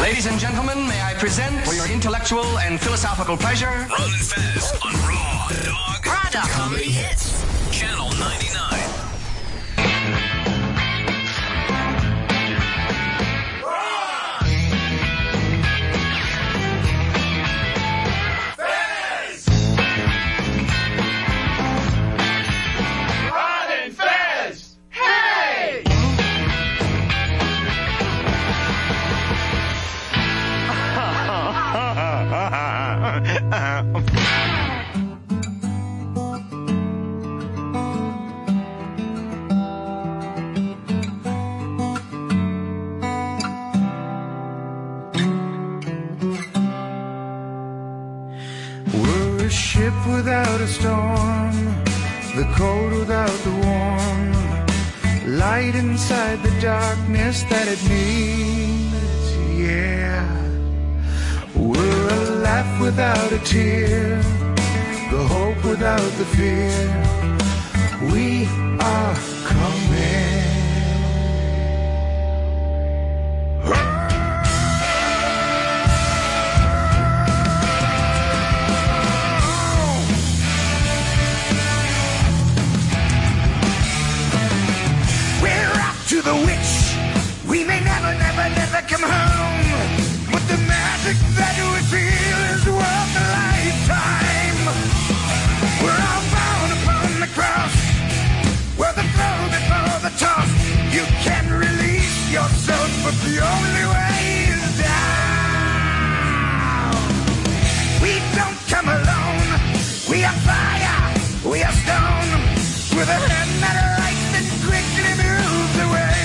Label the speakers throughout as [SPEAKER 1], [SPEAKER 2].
[SPEAKER 1] Ladies and gentlemen, may I present for your intellectual and philosophical pleasure?
[SPEAKER 2] Run fast on Raw Dog.
[SPEAKER 3] Raw Dog.
[SPEAKER 2] Comedy hits. Channel 99.
[SPEAKER 4] We're a ship without a storm, the cold without the warm, light inside the darkness that it needs. Yeah, we're a laugh without a tear, the hope without the fear. We are coming. We're off to the witch. We may never, never, never come home. But the magic that we feel is worth a lifetime. We're all bound upon the cross. Where the flow before the toss. You can release yourself, but the only way is down. We don't come alone. We are fire. We are stone. With a hand that lights and quickly moves away.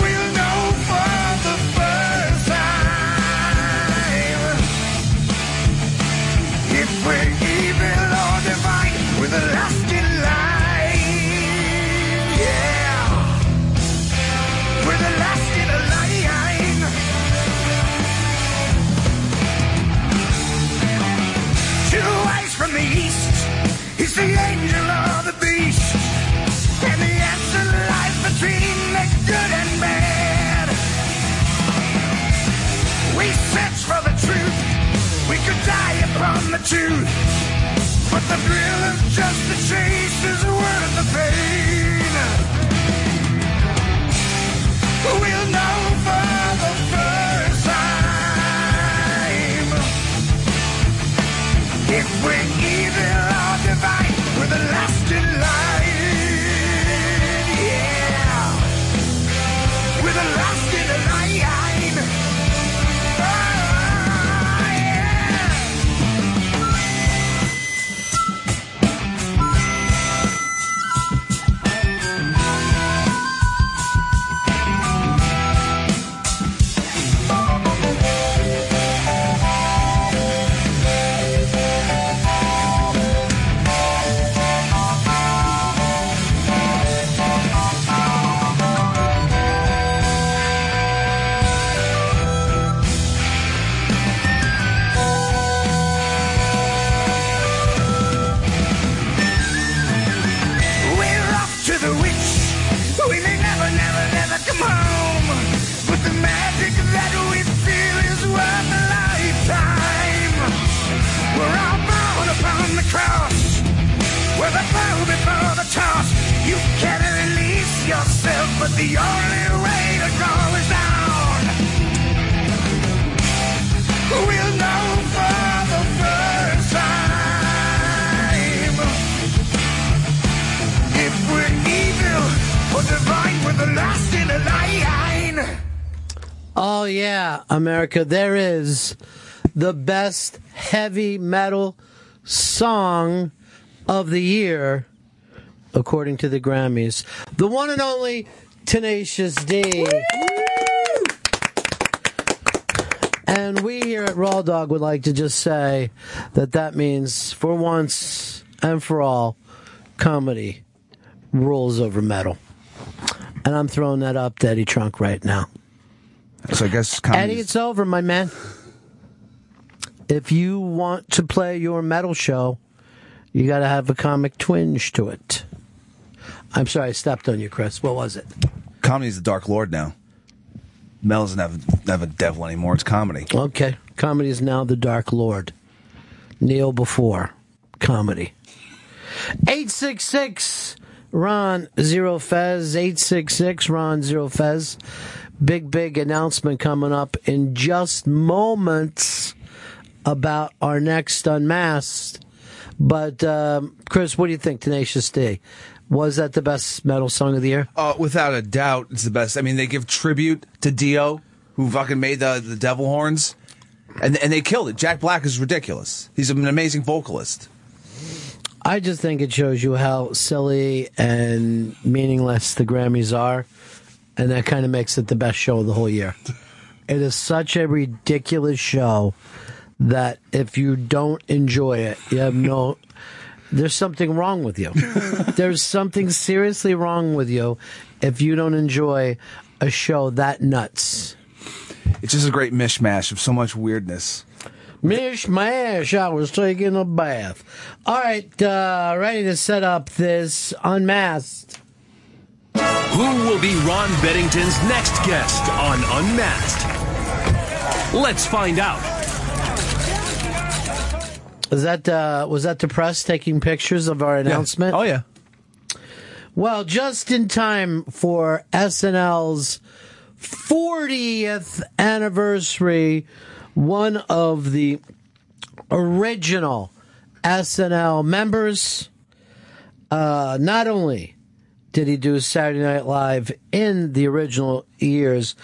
[SPEAKER 4] We'll know for the first time if we're evil or divine. With a lasting light, yeah. With a lasting light. Two eyes from the east. He's the angel of the beast. And the answer lies between the good and bad. We search for the truth. We could die upon the truth. But the thrill of just the chase is worth the pain. We'll know for the first time. If we're evil or divine, we're the last in line. Yeah. We're the last in line. Oh, yeah. We're off to the witch. We may never, never, never come home. But the magic that we feel is worth a lifetime. We're all bound upon the cross. We're the bow before the toss. You can release yourself, but the only way to go is down. We'll know for the first time. If we're evil or divine, we're the last in a line.
[SPEAKER 5] Oh yeah, America, there is the best heavy metal song of the year according to the Grammys. The one and only Tenacious D. And we here at Raw Dog would like to just say that that means for once and for all comedy rules over metal. And I'm throwing that up to Eddie Trunk right now.
[SPEAKER 6] So I guess comedy.
[SPEAKER 5] Eddie, it's over, my man. If you want to play your metal show, you got to have a comic twinge to it. I'm sorry, I stepped on you, Chris. What was it?
[SPEAKER 6] Comedy's the Dark Lord now. Mel doesn't have, have a devil anymore. It's comedy.
[SPEAKER 5] Okay. Comedy is now the Dark Lord. Neil before comedy. 866 Ron Zero Fez. 866 Ron Zero Fez. Big, big announcement coming up in just moments about our next Unmasked. But, um, Chris, what do you think, Tenacious D? Was that the best metal song of the year?
[SPEAKER 6] Uh, without a doubt, it's the best. I mean, they give tribute to Dio, who fucking made the, the devil horns, and and they killed it. Jack Black is ridiculous. He's an amazing vocalist.
[SPEAKER 5] I just think it shows you how silly and meaningless the Grammys are, and that kind of makes it the best show of the whole year. It is such a ridiculous show that if you don't enjoy it, you have no. There's something wrong with you. There's something seriously wrong with you if you don't enjoy a show that nuts.
[SPEAKER 6] It's just a great mishmash of so much weirdness.
[SPEAKER 5] Mishmash, I was taking a bath. All right, uh, ready to set up this unmasked.
[SPEAKER 2] Who will be Ron Beddington's next guest on Unmasked? Let's find out.
[SPEAKER 5] Is that uh, was that the press taking pictures of our announcement?
[SPEAKER 6] Oh yeah.
[SPEAKER 5] Well, just in time for SNL's 40th anniversary, one of the original SNL members. Uh, not only did he do Saturday Night Live in the original years,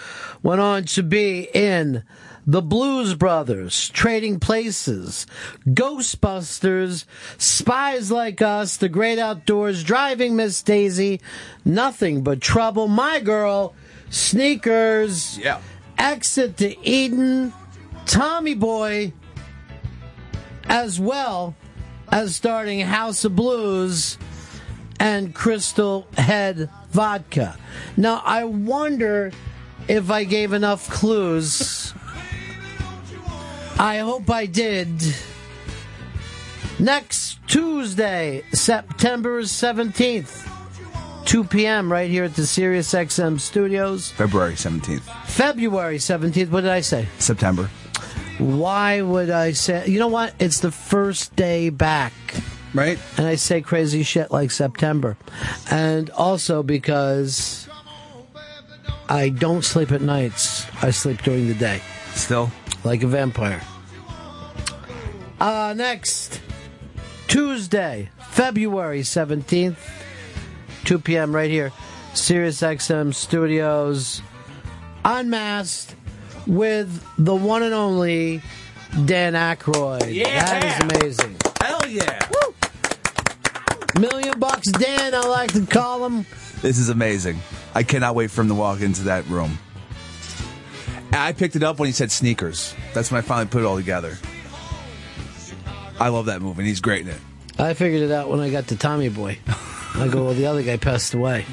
[SPEAKER 5] went on to be in The Blues Brothers, Trading Places, Ghostbusters, Spies Like Us, The Great Outdoors, Driving Miss Daisy, Nothing But Trouble, My Girl, Sneakers,
[SPEAKER 6] Yeah.
[SPEAKER 5] Exit to Eden, Tommy Boy, as well as starting House of Blues and Crystal Head Vodka. Now, I wonder if I gave enough clues. I hope I did. Next Tuesday, September 17th, 2 p.m., right here at the Sirius XM studios.
[SPEAKER 6] February seventeenth,
[SPEAKER 5] February 17th, what did I say?
[SPEAKER 6] September.
[SPEAKER 5] Why would I say? You know what? It's the first day back.
[SPEAKER 6] Right.
[SPEAKER 5] And I say crazy shit like September. And also because I don't sleep at nights, I sleep during the day
[SPEAKER 6] Still.
[SPEAKER 5] like a vampire. Uh, next, Tuesday, February 17th, 2 p.m. right here, Sirius XM Studios, Unmasked with the one and only Dan Aykroyd.
[SPEAKER 6] Yeah!
[SPEAKER 5] That is amazing.
[SPEAKER 6] Hell yeah.
[SPEAKER 5] Million bucks Dan, I like to call him.
[SPEAKER 6] This is amazing. I cannot wait for him to walk into that room. I picked it up when he said sneakers. That's when I finally put it all together. I love that movie, and he's great in it.
[SPEAKER 5] I figured it out when I got to Tommy Boy. I go, well, the other guy passed away.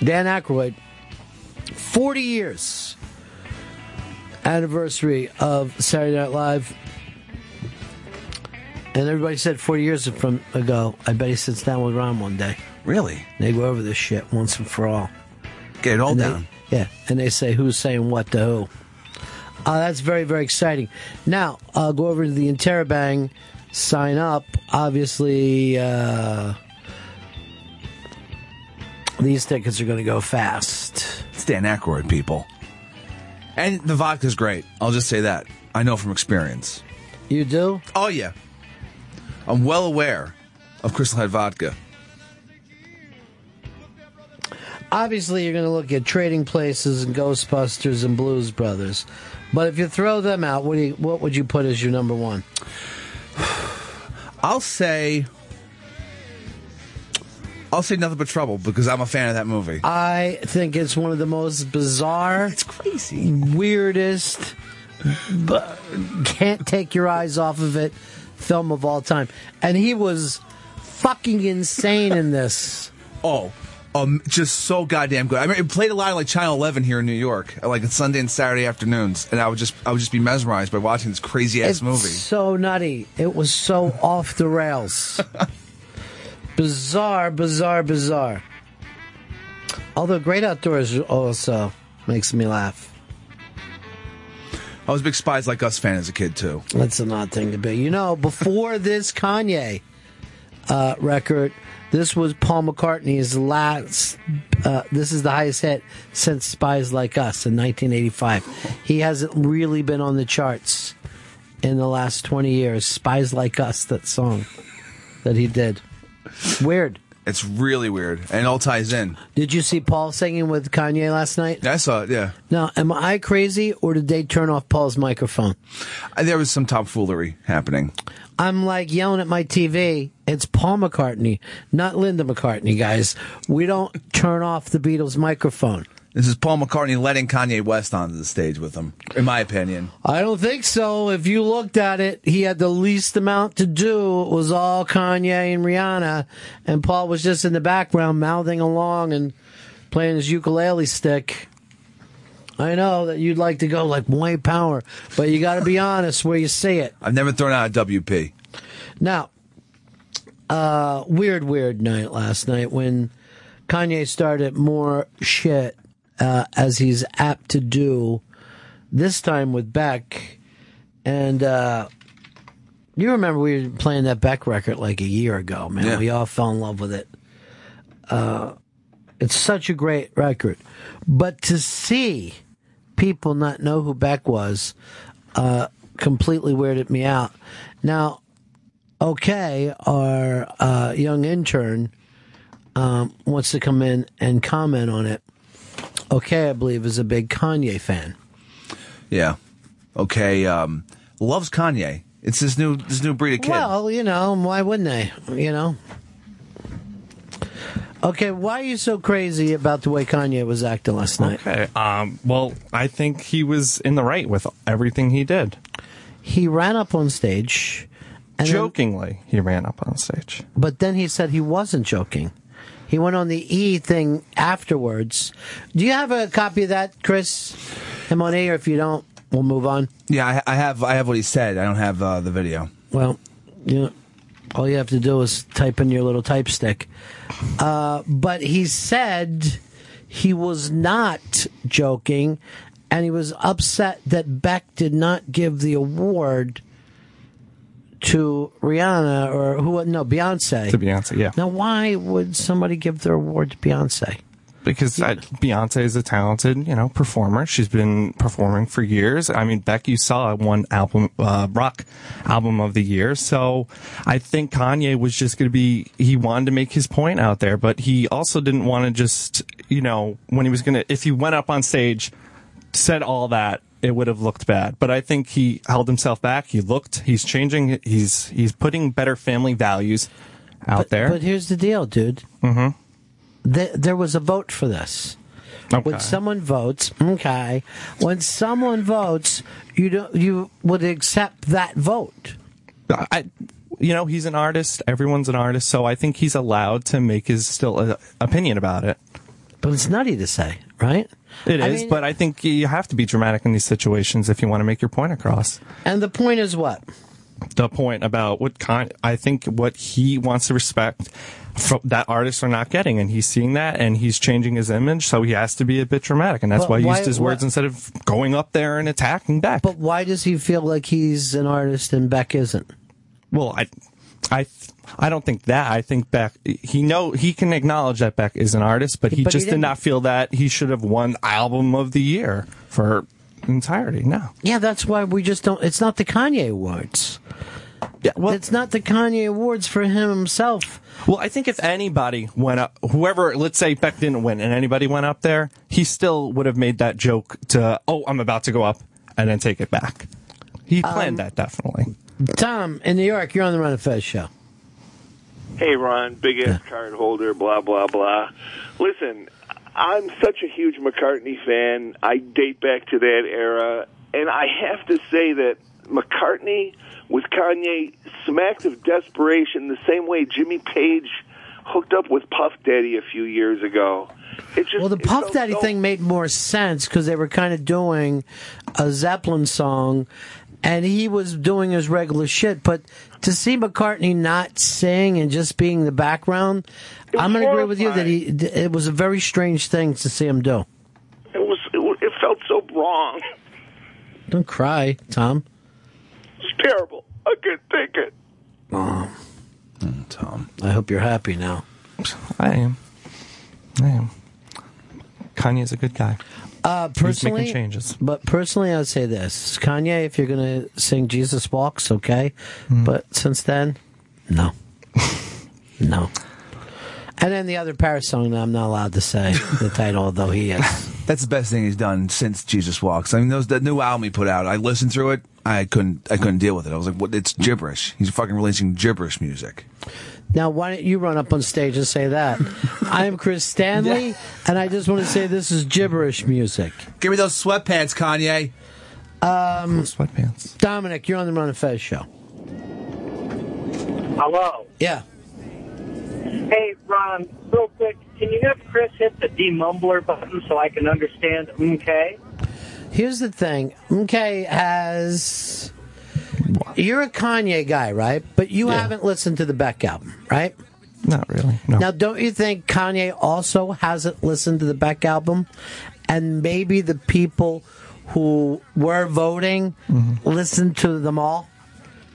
[SPEAKER 5] Dan Aykroyd, 40 years anniversary of Saturday Night Live. And everybody said 40 years from ago. I bet he sits down with Ron one day.
[SPEAKER 6] Really?
[SPEAKER 5] They go over this shit once and for all.
[SPEAKER 6] Get it all
[SPEAKER 5] And they-
[SPEAKER 6] down.
[SPEAKER 5] yeah, and they say who's saying what to who. Uh, that's very, very exciting. Now, I'll go over to the Interrobang, sign up. Obviously, uh, these tickets are going to go fast.
[SPEAKER 6] It's Dan Aykroyd, people. And the vodka's great. I'll just say that. I know from experience.
[SPEAKER 5] You do?
[SPEAKER 6] Oh, yeah. I'm well aware of Crystal Head Vodka.
[SPEAKER 5] Obviously, you're going to look at Trading Places and Ghostbusters and Blues Brothers. But if you throw them out, what, do you, what would you put as your number one?
[SPEAKER 6] I'll say. I'll say nothing but trouble because I'm a fan of that movie.
[SPEAKER 5] I think it's one of the most bizarre.
[SPEAKER 6] It's crazy.
[SPEAKER 5] weirdest, but can't take your eyes off of it film of all time. And he was fucking insane in this.
[SPEAKER 6] Oh, um, just so goddamn good. I mean, it played a lot on, like Channel Eleven here in New York, like on Sunday and Saturday afternoons, and I would just, I would just be mesmerized by watching this crazy ass
[SPEAKER 5] It's
[SPEAKER 6] movie.
[SPEAKER 5] so nutty. It was so off the rails. bizarre, bizarre, bizarre. Although Great Outdoors also makes me laugh.
[SPEAKER 6] I was a big Spies Like Us fan as a kid too.
[SPEAKER 5] That's an odd thing to be. You know, before this Kanye uh, record, this was Paul McCartney's last. Uh, this is the highest hit since Spies Like Us in 1985. He hasn't really been on the charts in the last 20 years. Spies Like Us, that song that he did. Weird.
[SPEAKER 6] It's really weird, and it all ties in.
[SPEAKER 5] Did you see Paul singing with Kanye last night?
[SPEAKER 6] I saw it. Yeah,
[SPEAKER 5] Now, am I crazy or did they turn off Paul's microphone?
[SPEAKER 6] Uh, there was some tomfoolery happening.
[SPEAKER 5] I'm like yelling at my TV. It's Paul McCartney, not Linda McCartney, guys. We don't turn off the Beatles' microphone.
[SPEAKER 6] This is Paul McCartney letting Kanye West onto the stage with him, in my opinion.
[SPEAKER 5] I don't think so. If you looked at it, he had the least amount to do. It was all Kanye and Rihanna, and Paul was just in the background mouthing along and playing his ukulele stick. I know that you'd like to go like white power, but you got to be honest where you see it.
[SPEAKER 6] I've never thrown out a WP.
[SPEAKER 5] Now, uh, weird, weird night last night when Kanye started more shit, uh, as he's apt to do, this time with Beck. And, uh, you remember we were playing that Beck record like a year ago, man.
[SPEAKER 6] Yeah.
[SPEAKER 5] We all fell in love with it. Uh, it's such a great record. But to see people not know who Beck was, uh, completely weirded me out. Now, okay, our uh, young intern um, wants to come in and comment on it. Okay, I believe is a big Kanye fan.
[SPEAKER 6] Yeah. Okay. Um, loves Kanye. It's this new this new breed of kid.
[SPEAKER 5] Well, you know, why wouldn't they? You know. Okay, why are you so crazy about the way Kanye was acting last night?
[SPEAKER 3] Okay. Um, well, I think he was in the right with everything he did.
[SPEAKER 5] He ran up on stage, and then-
[SPEAKER 3] Jokingly, he ran up on stage.
[SPEAKER 5] but then he said he wasn't joking. He went on the E thing afterwards. Do you have a copy of that, Chris? Him on E, or if you don't, we'll move on.
[SPEAKER 6] yeah, I, I have I have what he said. I don't have uh, the video.
[SPEAKER 5] Well, you know, all you have to do is type in your little type stick. Uh, but he said he was not joking, and he was upset that Beck did not give the award to Rihanna or who? No, Beyonce.
[SPEAKER 3] To Beyonce, yeah.
[SPEAKER 5] now, why would somebody give their award to Beyonce?
[SPEAKER 3] because I, Beyonce is a talented, you know, performer. She's been performing for years. I mean, Beck, you saw one album, uh, rock album of the year. So I think Kanye was just going to be, he wanted to make his point out there, but he also didn't want to just, you know, when he was going to, if he went up on stage, said all that, it would have looked bad. But I think he held himself back. He looked, he's changing, he's, he's putting better family values out there.
[SPEAKER 5] But here's the deal, dude. Mm-hmm. There, there was a vote for this.
[SPEAKER 3] Okay.
[SPEAKER 5] When someone votes, okay. When someone votes, you don't, you would accept that vote.
[SPEAKER 3] I, you know, he's an artist. Everyone's an artist, so I think he's allowed to make his still uh, opinion about it.
[SPEAKER 5] But it's nutty to say, right?
[SPEAKER 3] It is,
[SPEAKER 5] I mean-
[SPEAKER 3] but I think you have to be dramatic in these situations if you want to make your point across.
[SPEAKER 5] And the point is what?
[SPEAKER 3] The point about what kind, I think what he wants to respect from, that artists are not getting, and he's seeing that, and he's changing his image, so he has to be a bit dramatic, and that's
[SPEAKER 5] But
[SPEAKER 3] why he
[SPEAKER 5] why-
[SPEAKER 3] used his words
[SPEAKER 5] why-
[SPEAKER 3] instead of going up there and attacking back.
[SPEAKER 5] But why does he feel like he's an artist and Beck isn't?
[SPEAKER 3] Well, I, I, I don't think that. I think Beck. He know he can acknowledge that Beck is an artist, but he
[SPEAKER 5] But he
[SPEAKER 3] just did
[SPEAKER 5] didn't.
[SPEAKER 3] not feel that he should have won album of the year for entirety. No.
[SPEAKER 5] Yeah, that's why we just don't. It's not the Kanye Awards.
[SPEAKER 3] Yeah. Well,
[SPEAKER 5] It's not the Kanye Awards for him himself.
[SPEAKER 3] well, I think if anybody went up, whoever, let's say Beck didn't win, and anybody went up there, he still would have made that joke to, oh, I'm about to go up, and then take it back. He
[SPEAKER 5] Um,
[SPEAKER 3] planned that definitely.
[SPEAKER 5] Tom in New York, you're on the Run of Fez show.
[SPEAKER 7] hey Ron, big ass card holder, blah blah blah. Listen, I'm such a huge McCartney fan. I date back to that era, and I have to say that McCartney with Kanye smacked of desperation, the same way Jimmy Page hooked up with Puff Daddy a few years ago. It's just
[SPEAKER 5] Well, the
[SPEAKER 7] it
[SPEAKER 5] Puff
[SPEAKER 7] felt
[SPEAKER 5] Daddy
[SPEAKER 7] so-
[SPEAKER 5] thing made more sense because they were kind of doing a Zeppelin song and he was doing his regular shit. But to see McCartney not sing and just being the background, I'm going to agree with you that he d- it was a very strange thing to see him do.
[SPEAKER 8] It was it, wa- it felt so wrong.
[SPEAKER 5] Don't cry, Tom.
[SPEAKER 8] It's terrible. I couldn't take it.
[SPEAKER 6] Tom.
[SPEAKER 5] I hope you're happy now.
[SPEAKER 3] I am. I am. Kanye's a good guy.
[SPEAKER 5] Uh, personally,
[SPEAKER 3] changes.
[SPEAKER 5] But personally, I would say this: Kanye, if you're going to sing "Jesus Walks," okay. But since then, no, no. And then the other Paris song that I'm not allowed to say the title, although he is.
[SPEAKER 6] That's the best thing he's done since Jesus Walks. I mean, those that new album he put out. I listened through it. I couldn't. I couldn't deal with it. I was like, "What? It's gibberish." He's fucking releasing gibberish music.
[SPEAKER 5] Now, why don't you run up on stage and say that? I am Chris Stanley, and I just want to say this is gibberish music.
[SPEAKER 6] Give me those sweatpants, Kanye.
[SPEAKER 3] Sweatpants.
[SPEAKER 5] Dominic, you're on the Run and Fez show.
[SPEAKER 9] Hello.
[SPEAKER 5] Yeah.
[SPEAKER 9] Hey, Ron, real quick, can you have Chris hit the demumbler button so I can understand okay?
[SPEAKER 5] Here's the thing. MK has. You're a Kanye guy, right? But you haven't listened to the Beck album, right?
[SPEAKER 3] Not really. No.
[SPEAKER 5] Now, don't you think Kanye also hasn't listened to the Beck album? And maybe the people who were voting listened to them all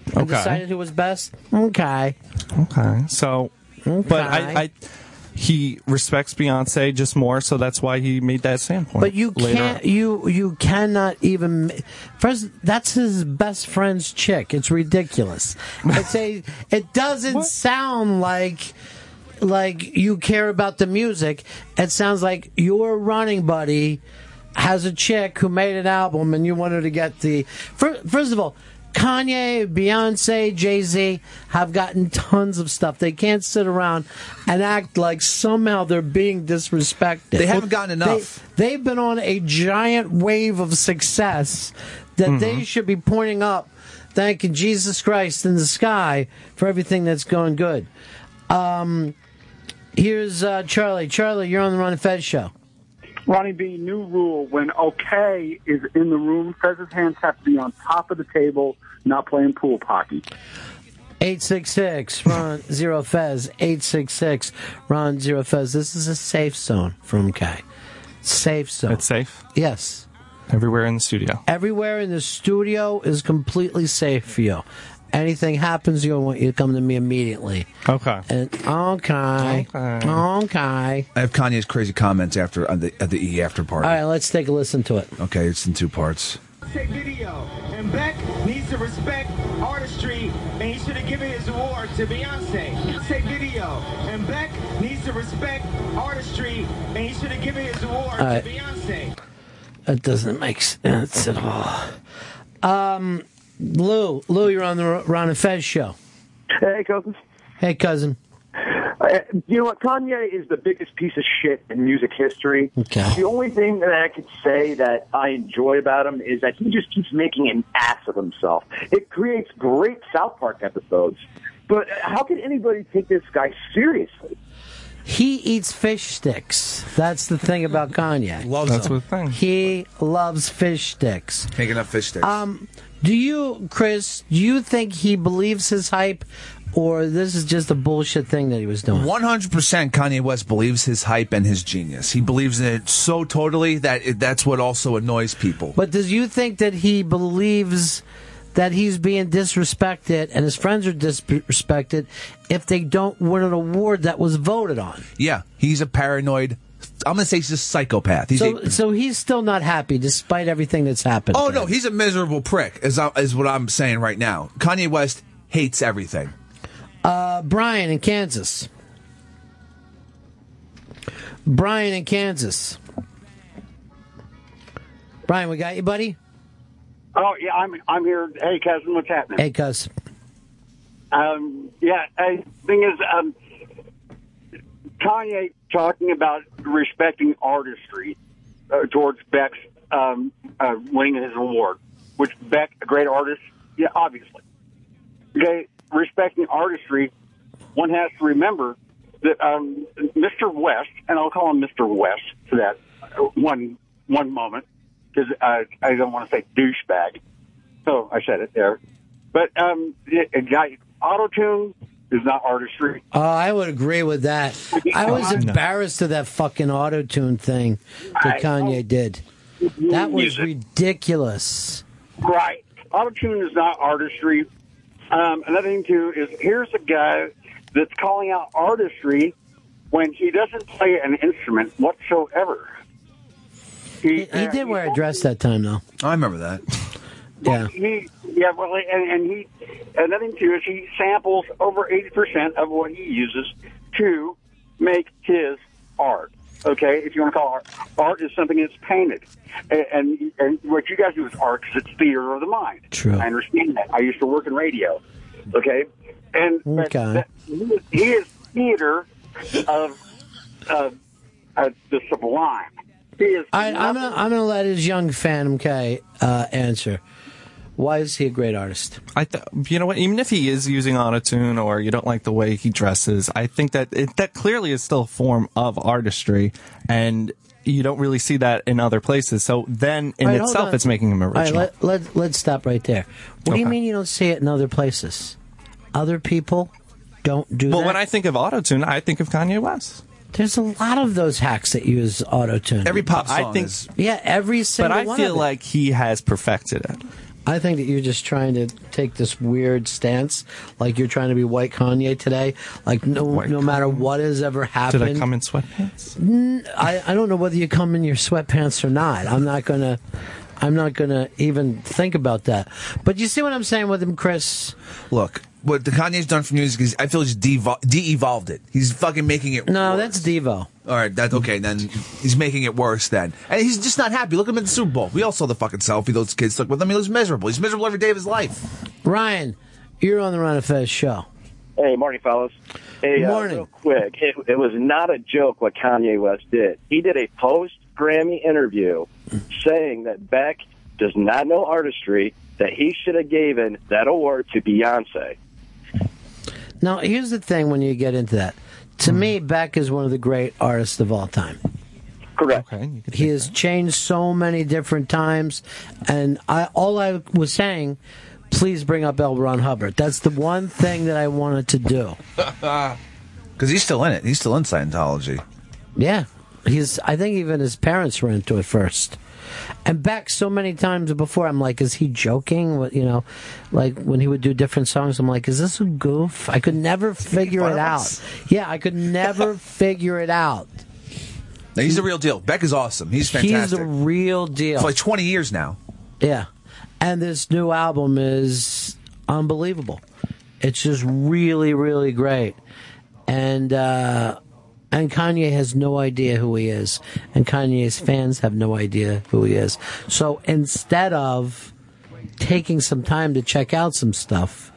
[SPEAKER 5] and
[SPEAKER 3] Mm-hmm. Okay.
[SPEAKER 5] decided who was best? Okay.
[SPEAKER 3] Okay. So, but
[SPEAKER 5] Okay.
[SPEAKER 3] I, I, he respects Beyonce just more, so that's why he made that standpoint.
[SPEAKER 5] But you
[SPEAKER 3] later
[SPEAKER 5] can't.
[SPEAKER 3] on.
[SPEAKER 5] You you cannot even. ma- First, that's his best friend's chick. It's ridiculous. It's a. It doesn't sound like like you care about the music. It sounds like your running buddy has a chick who made an album, and you wanted to get the. fir- First of all. Kanye, Beyonce, Jay Z have gotten tons of stuff. They can't sit around and act like somehow they're being disrespected.
[SPEAKER 6] They haven't gotten enough.
[SPEAKER 5] They, have been on a giant wave of success that they should be pointing up, thanking Jesus Christ in the sky for everything that's going good. Um, here's uh, Charlie. Charlie, you're on the Ron and Fed show.
[SPEAKER 10] Ronnie B, new rule when OK is in the room, Fez's hands have to be on top of the table, not playing pool hockey.
[SPEAKER 5] 866 Ron Zero Fez. 866 Ron Zero Fez. This is a safe zone from Kai. Safe zone.
[SPEAKER 3] It's safe
[SPEAKER 5] yes.
[SPEAKER 3] everywhere in the studio.
[SPEAKER 5] everywhere in the studio is completely safe for you. Anything happens, you want you to come to me immediately.
[SPEAKER 3] Okay.
[SPEAKER 5] And okay,
[SPEAKER 3] Okay.
[SPEAKER 5] okay.
[SPEAKER 6] I have Kanye's crazy comments after on the at the E after party.
[SPEAKER 5] All right, let's take a listen to it.
[SPEAKER 6] Okay, it's in two parts.
[SPEAKER 4] Take video. And Beck needs to respect artistry and he should have given his award to Beyonce. Take video. And Beck needs to respect artistry and he should have given his award
[SPEAKER 5] All right.
[SPEAKER 4] to Beyonce.
[SPEAKER 5] That doesn't make sense at all. Um, Lou, Lou, you're on the Ro- Ron and Fez show.
[SPEAKER 10] Hey, cousins.
[SPEAKER 5] Hey, cousin.
[SPEAKER 10] Uh, you know what? Kanye is the biggest piece of shit in music history.
[SPEAKER 5] Okay.
[SPEAKER 10] The only thing that I could say that I enjoy about him is that he just keeps making an ass of himself. It creates great South Park episodes. But how can anybody take this guy seriously?
[SPEAKER 5] He eats fish sticks. That's the thing about Kanye.
[SPEAKER 6] Loves
[SPEAKER 3] That's
[SPEAKER 6] them.
[SPEAKER 3] the thing.
[SPEAKER 5] He loves fish sticks. Um,
[SPEAKER 6] Making up fish sticks.
[SPEAKER 5] Do you, Chris? Do you think he believes his hype, or this is just a bullshit thing that he was doing?
[SPEAKER 6] One hundred percent, Kanye West believes his hype and his genius. He believes in it so totally that it, that's what also annoys people.
[SPEAKER 5] But does you think that he believes that he's being disrespected and his friends are disrespected if they don't win an award that was voted on?
[SPEAKER 6] yeah, he's a paranoid. I'm gonna say he's a psychopath. He's
[SPEAKER 5] So, uh,
[SPEAKER 6] a,
[SPEAKER 5] so he's still not happy despite everything that's happened.
[SPEAKER 6] oh
[SPEAKER 5] to
[SPEAKER 6] no,
[SPEAKER 5] him.
[SPEAKER 6] he's a miserable prick. Is I- is what I'm saying right now. Kanye West hates everything.
[SPEAKER 5] Uh, Brian in Kansas. Brian in Kansas. Brian, we got you, buddy.
[SPEAKER 10] Oh yeah, I'm I'm here. Hey, cousin, what's happening?
[SPEAKER 5] Hey, cuz.
[SPEAKER 10] Um, yeah, uh, thing is, um, Kanye talking about respecting artistry uh, towards Beck's um, uh, winning his award, which Beck, a great artist, yeah, obviously. Okay, respecting artistry, one has to remember that um, Mr. West, and I'll call him Mr. West for that uh, one one moment, because I don't want to say douchebag. So I said it there. But um, it, it got auto tune is not artistry.
[SPEAKER 5] Oh, I would agree with that. I was embarrassed of that fucking auto tune thing that Kanye did. That was ridiculous.
[SPEAKER 10] Right. Auto tune is not artistry. Um, another thing too is here's a guy that's calling out artistry when he doesn't play an instrument whatsoever. uh,
[SPEAKER 5] He, he did wear a dress that time, though.
[SPEAKER 6] I remember that.
[SPEAKER 5] Yeah.
[SPEAKER 10] He, yeah, well, and, and he, another thing too is he samples over 80% of what he uses to make his art. Okay, if you want to call art, art is something that's painted. And, and, and what you guys do is art because it's theater of the mind.
[SPEAKER 5] True.
[SPEAKER 10] I understand that. I used to work in radio. Okay. And but
[SPEAKER 5] Okay.
[SPEAKER 10] that, he is- he is theater of, of, of the sublime. He is
[SPEAKER 5] I, I'm gonna, I'm gonna let his young Phantom K uh, answer. Why is he a great artist?
[SPEAKER 3] I th- you know what? Even if he is using autotune or you don't like the way he dresses, I think that it, that clearly is still a form of artistry, and you don't really see that in other places. So then, in
[SPEAKER 5] All right, hold
[SPEAKER 3] itself,
[SPEAKER 5] on.
[SPEAKER 3] it's making him
[SPEAKER 5] All right,
[SPEAKER 3] original.
[SPEAKER 5] let, let, let's stop right there. What do you
[SPEAKER 3] Okay.
[SPEAKER 5] mean you don't see it in other places? Other people don't do
[SPEAKER 3] well,
[SPEAKER 5] that.
[SPEAKER 3] when I think of autotune, I think of Kanye West.
[SPEAKER 5] There's a lot of those hacks that use autotune.
[SPEAKER 3] Every pop song
[SPEAKER 5] I think,
[SPEAKER 3] is.
[SPEAKER 5] Yeah, every
[SPEAKER 3] But
[SPEAKER 5] single
[SPEAKER 3] I
[SPEAKER 5] one
[SPEAKER 3] feel
[SPEAKER 5] of it.
[SPEAKER 3] like he has perfected it.
[SPEAKER 5] I think that you're just trying to take this weird stance, like you're trying to be white Kanye today. Like no, no matter what has ever happened.
[SPEAKER 3] Did I come in sweatpants?
[SPEAKER 5] N- I, I don't know whether you come in your sweatpants or not. I'm not gonna. I'm not gonna even think about that. But you see what I'm saying with him, Chris?
[SPEAKER 6] Look, what the Kanye's done for music is I feel he's devo- de-evolved it. He's fucking making it.
[SPEAKER 5] No, that's Devo.
[SPEAKER 6] All right, that's okay. Then he's making it worse. Then, and he's just not happy. Look at him at the Super Bowl. We all saw the fucking selfie those kids took with him. He was miserable. He's miserable every day of his life.
[SPEAKER 5] Ryan, you're on the Ron and Fez show.
[SPEAKER 9] Hey, morning, fellas. Hey,
[SPEAKER 5] Morning.
[SPEAKER 9] Uh, real quick, it, it was not a joke what Kanye West did. He did a post Grammy interview saying that Beck does not know artistry, that he should have given that award to Beyonce.
[SPEAKER 5] Now, here's the thing: when you get into that, to me, Beck is one of the great artists of all time.
[SPEAKER 9] Correct.
[SPEAKER 5] he has changed so many different times, and I all I was saying, please bring up L. Ron Hubbard. That's the one thing that I wanted to do.
[SPEAKER 6] Because he's still in it. He's still in Scientology.
[SPEAKER 5] Yeah, he's. I think even his parents were into it first. And back so many times before, I'm like, is he joking? What you know, like when he would do different songs, I'm like, is this a goof? I could never figure it out. Yeah, I could never figure it out.
[SPEAKER 6] No, he's the real deal. Beck is awesome. He's
[SPEAKER 5] He's
[SPEAKER 6] fantastic.
[SPEAKER 5] the real deal.
[SPEAKER 6] for like 20 years now.
[SPEAKER 5] Yeah. And this new album is unbelievable. It's just really, really great. And uh and Kanye has no idea who he is. And Kanye's fans have no idea who he is. So instead of taking some time to check out some stuff,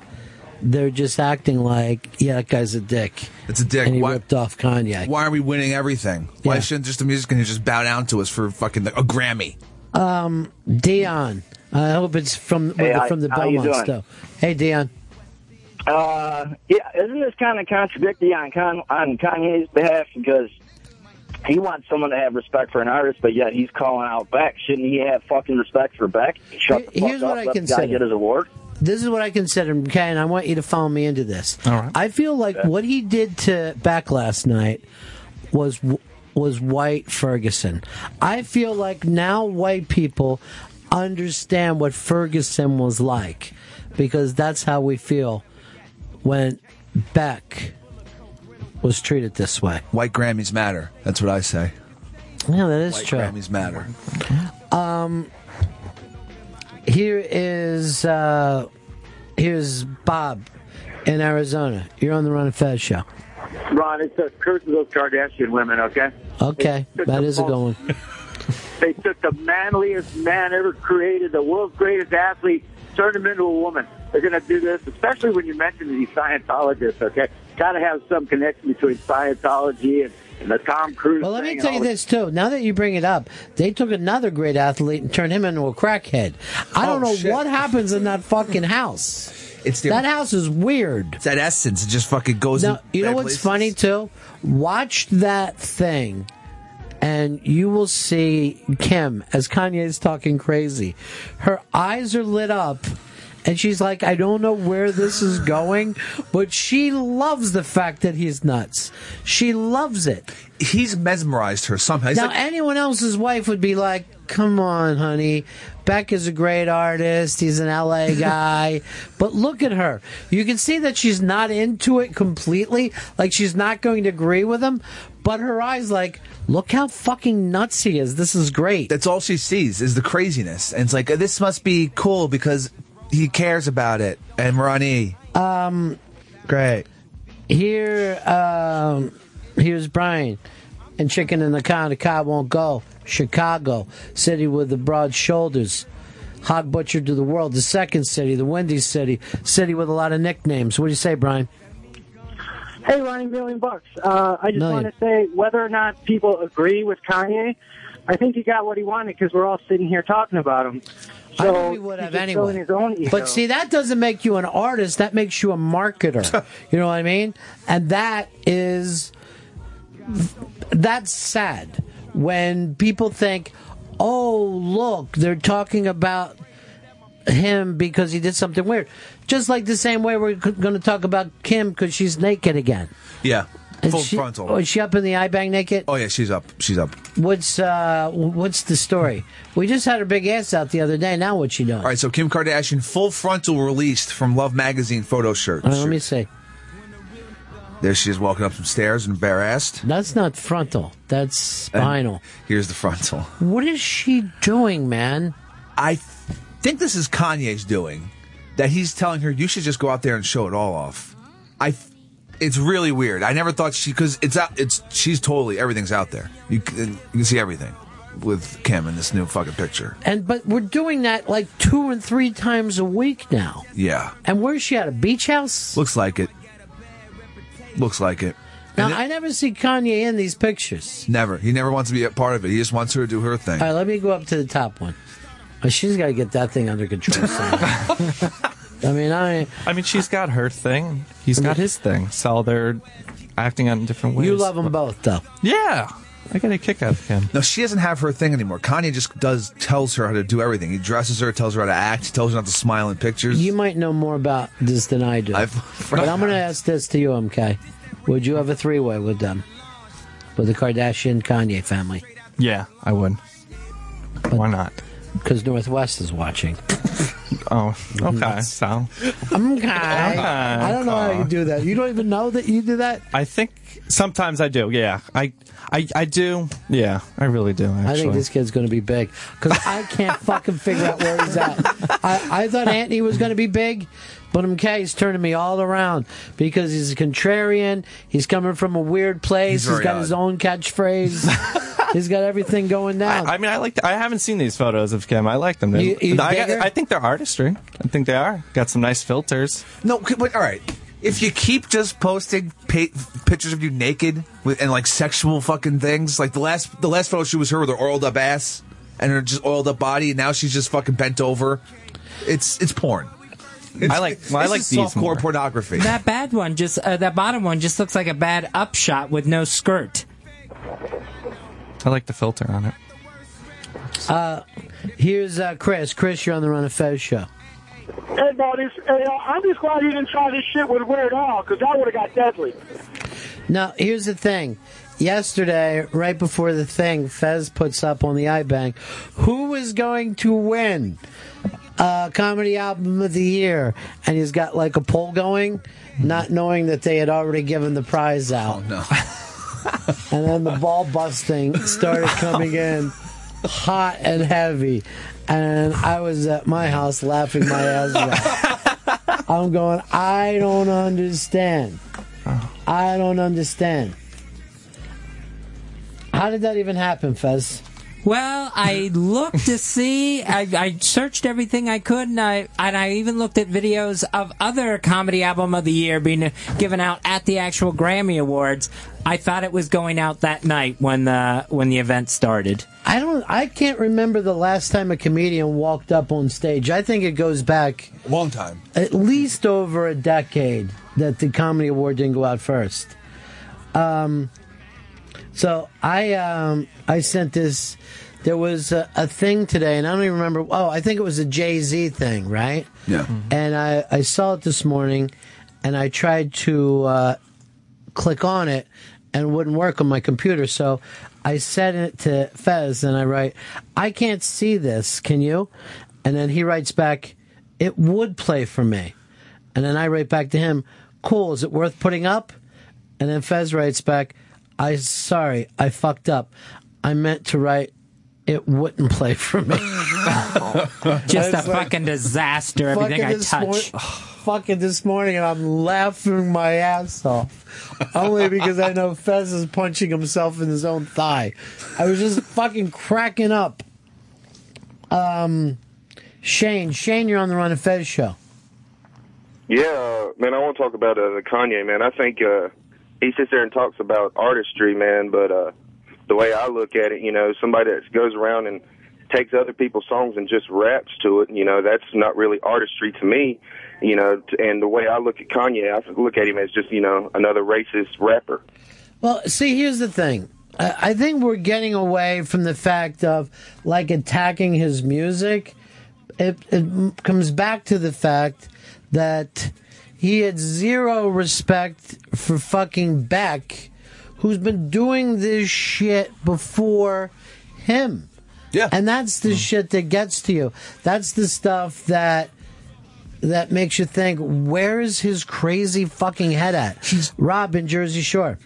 [SPEAKER 5] they're just acting like, yeah, that guy's a dick.
[SPEAKER 6] It's a dick.
[SPEAKER 5] And he
[SPEAKER 6] Why-
[SPEAKER 5] ripped off Kanye.
[SPEAKER 6] Why are we winning everything? Why
[SPEAKER 5] Yeah.
[SPEAKER 6] shouldn't just the music industry just bow down to us for fucking the, a Grammy?
[SPEAKER 5] Um, Dion. I hope it's from
[SPEAKER 9] Hey, I-
[SPEAKER 5] from the
[SPEAKER 9] how you
[SPEAKER 5] Belmont
[SPEAKER 9] doing?
[SPEAKER 5] stuff. Hey, Dion.
[SPEAKER 9] Uh, yeah, isn't this kind of contradictory on, Con- on Kanye's behalf because he wants someone to have respect for an artist, but yet he's calling out Beck. Shouldn't he have fucking respect for Beck? Shut the fuck
[SPEAKER 5] Here's
[SPEAKER 9] up.
[SPEAKER 5] what I
[SPEAKER 9] let the guy
[SPEAKER 5] consider.
[SPEAKER 9] get his award.
[SPEAKER 5] this is what I consider him, okay, and I want you to follow me into this. All right. I feel like what he did to back last night was was white Ferguson. I feel like now white people understand what Ferguson was like because that's how we feel when Beck was treated this way.
[SPEAKER 6] White Grammys matter. That's what I say.
[SPEAKER 5] Yeah, that is
[SPEAKER 6] White
[SPEAKER 5] true.
[SPEAKER 6] Grammys matter.
[SPEAKER 5] Um, here is uh, here's Bob in Arizona. You're on the Run and Fez show.
[SPEAKER 11] Ron, it's the curse of those Kardashian women, okay?
[SPEAKER 5] Okay,
[SPEAKER 11] They took
[SPEAKER 5] that
[SPEAKER 11] the
[SPEAKER 5] is a
[SPEAKER 11] most-
[SPEAKER 5] good one.
[SPEAKER 11] They took the manliest man ever created, the world's greatest athlete, turned him into a woman. They're going to do this, especially when you mention these Scientologists, okay? Got to have some connection between Scientology and, and the Tom Cruise
[SPEAKER 5] Well, let me
[SPEAKER 11] thing
[SPEAKER 5] tell
[SPEAKER 11] and
[SPEAKER 5] you
[SPEAKER 11] all
[SPEAKER 5] this too. Now that you bring it up, they took another great athlete and turned him into a crackhead. I don't know what happens in that fucking house.
[SPEAKER 6] Oh, It's the-
[SPEAKER 5] that house is weird.
[SPEAKER 6] It's that essence. It just fucking goes.
[SPEAKER 5] Now,
[SPEAKER 6] in
[SPEAKER 5] you know
[SPEAKER 6] bad
[SPEAKER 5] what's
[SPEAKER 6] places.
[SPEAKER 5] funny too? Watch that thing and you will see Kim as Kanye's talking crazy. Her eyes are lit up. And she's like, I don't know where this is going, but she loves the fact that he's nuts. She loves it.
[SPEAKER 6] He's mesmerized her somehow. He's
[SPEAKER 5] now,
[SPEAKER 6] like-
[SPEAKER 5] anyone else's wife would be like, come on, honey. Beck is a great artist. He's an LA guy. but look at her. You can see that she's not into it completely. Like, she's not going to agree with him. But her eyes, like, look how fucking nuts he is. This is great.
[SPEAKER 6] That's all she sees is the craziness, and it's like uh, this must be cool because he cares about it. And Ronnie,
[SPEAKER 5] Um,
[SPEAKER 6] great.
[SPEAKER 5] Here, um, here's Brian. And chicken in the county car won't go. Chicago, city with the broad shoulders. Hog butcher to the world, the second city, the windy city, city with a lot of nicknames. What do you say, Brian?
[SPEAKER 12] Hey, Ronnie, million bucks. Uh, I just
[SPEAKER 5] Million.
[SPEAKER 12] want to say whether or not people agree with Kanye, I think he got what he wanted because we're all sitting here talking about him.
[SPEAKER 5] I
[SPEAKER 12] So
[SPEAKER 5] think we would
[SPEAKER 12] he's
[SPEAKER 5] have
[SPEAKER 12] just
[SPEAKER 5] anyway.
[SPEAKER 12] filling his own ego.
[SPEAKER 5] But see, that doesn't make you an artist. That makes you a marketer. you know what I mean? And that is that's sad when people think, "Oh, look, they're talking about him because he did something weird." Just like the same way we're going to talk about Kim because she's naked again.
[SPEAKER 6] Yeah,
[SPEAKER 5] Is
[SPEAKER 6] full
[SPEAKER 5] she-
[SPEAKER 6] frontal.
[SPEAKER 5] Oh, is she up in the eye bang naked?
[SPEAKER 6] oh yeah, she's up. She's up.
[SPEAKER 5] What's uh, what's the story? We just had her big ass out the other day. Now what's she doing?
[SPEAKER 6] All right, so Kim Kardashian full frontal released from Love magazine photo shirt.
[SPEAKER 5] Uh, let me see.
[SPEAKER 6] There she is walking up some stairs, embarrassed.
[SPEAKER 5] That's not frontal. That's spinal.
[SPEAKER 6] here's the frontal.
[SPEAKER 5] What is she doing, man?
[SPEAKER 6] I think this is Kanye's doing. That he's telling her you should just go out there and show it all off. I. It's really weird. I never thought she because it's out. It's she's totally everything's out there. You can, you can see everything with Kim in this new fucking picture.
[SPEAKER 5] And but we're doing that like two and three times a week now.
[SPEAKER 6] Yeah,
[SPEAKER 5] And where's she at? A beach house?
[SPEAKER 6] looks like it. Looks like it.
[SPEAKER 5] Now I never see Kanye in these pictures.
[SPEAKER 6] Never. He never wants to be a part of it. He just wants her to do her thing.
[SPEAKER 5] All right, let me go up to the top one. Oh, she's got to get that thing under control. somehow. I mean, I
[SPEAKER 3] I mean, she's got her thing. He's got his thing. So they're acting out in different ways.
[SPEAKER 5] You love them both, though.
[SPEAKER 3] Yeah, I get a kick out of him.
[SPEAKER 6] No, she doesn't have her thing anymore. Kanye just does tells her how to do everything. He dresses her, tells her how to act, tells her not to smile in pictures.
[SPEAKER 5] you might know more about this than I do. but I'm going to ask this to you, MK. Would you have a three-way with them, with the Kardashian Kanye family?
[SPEAKER 3] Yeah, I would. Why not?
[SPEAKER 5] Because Northwest is watching.
[SPEAKER 3] oh, okay. So
[SPEAKER 5] Okay. I don't know how you do that. You don't even know that you do that.
[SPEAKER 3] I think sometimes I do. Yeah, I, I, I do. Yeah, I really do. Actually,
[SPEAKER 5] I think this kid's going to be big because I can't fucking figure out where he's at. I, I thought Anthony was going to be big, but MK's turning me all around because he's a contrarian. He's coming from a weird place.
[SPEAKER 3] He's
[SPEAKER 5] he's
[SPEAKER 3] very
[SPEAKER 5] got
[SPEAKER 3] odd.
[SPEAKER 5] his own catchphrase. he's got everything going down.
[SPEAKER 3] I, I mean, I like. I haven't seen these photos of Kim. I like them. They-
[SPEAKER 5] You- you
[SPEAKER 3] I, got-
[SPEAKER 5] bigger?
[SPEAKER 3] I think they're artistry. I think they are. Got some nice filters.
[SPEAKER 6] No, c- but all right. If you keep just posting pa- pictures of you naked with, and like sexual fucking things, like the last the last photo shoot was her with her oiled up ass and her just oiled up body, and now she's just fucking bent over. It's it's porn. It's,
[SPEAKER 3] I like- well, I
[SPEAKER 6] it's
[SPEAKER 3] like
[SPEAKER 6] just
[SPEAKER 3] these
[SPEAKER 6] softcore
[SPEAKER 3] more.
[SPEAKER 6] pornography.
[SPEAKER 13] That bad one, just uh, that bottom one, just looks like a bad upshot with no skirt.
[SPEAKER 3] I like the filter on it.
[SPEAKER 5] Uh, here's uh, Chris. Chris, you're on the Run of Fez show.
[SPEAKER 14] Hey, buddies. Hey, uh, I'm just glad you didn't try this shit with Weird Al, because that would have got deadly.
[SPEAKER 5] Now, here's the thing. Yesterday, right before the thing, Fez puts up on the iBank who is going to win uh, Comedy Album of the Year. And he's got like a poll going, not knowing that they had already given the prize out. and then the ball busting started coming in hot and heavy. And I was at my house laughing my ass off. I'm going, I don't understand. I don't understand. How did that even happen, Fez?
[SPEAKER 13] Well, I looked to see. I, I searched everything I could, and I and I even looked at videos of other comedy album of the year being given out at the actual Grammy Awards. I thought it was going out that night when the when the event started.
[SPEAKER 5] I don't. I can't remember the last time a comedian walked up on stage. I think it goes back
[SPEAKER 6] long time,
[SPEAKER 5] at least over a decade, that the comedy award didn't go out first. Um, So I um, I sent this. There was a, a thing today, and I don't even remember. Oh, I think it was a Jay Z thing, right?
[SPEAKER 6] Yeah.
[SPEAKER 5] And I, I saw it this morning, and I tried to uh, click on it, and it wouldn't work on my computer. So I sent it to Fez, and I write, "I can't see this. Can you?" And then he writes back, "It would play for me." And then I write back to him, "Cool. Is it worth putting up?" And then Fez writes back, "I sorry, I fucked up. I meant to write." It wouldn't play for me.
[SPEAKER 13] Just a
[SPEAKER 5] It's like-
[SPEAKER 13] fucking disaster. Everything I
[SPEAKER 5] this
[SPEAKER 13] touch.
[SPEAKER 5] mor- fucking this morning, and I'm laughing my ass off. Only because I know Fez is punching himself in his own thigh. I was just fucking cracking up. Um, Shane, Shane, you're on the Run and Fez show.
[SPEAKER 15] Yeah, man, I want to talk about uh, Kanye, man. I think uh, he sits there and talks about artistry, man, but uh, the way I look at it, you know, somebody that goes around and takes other people's songs and just raps to it, you know, that's not really artistry to me, you know, t- and the way I look at Kanye, I look at him as just, you know, another racist rapper.
[SPEAKER 5] Well, see, here's the thing. I I think we're getting away from the fact of like attacking his music. It, it m- comes back to the fact that he had zero respect for fucking Beck, who's been doing this shit before him.
[SPEAKER 6] Yeah.
[SPEAKER 5] And that's the shit that gets to you. That's the stuff that that makes you think, where is his crazy fucking head at? Rob in Jersey Shore.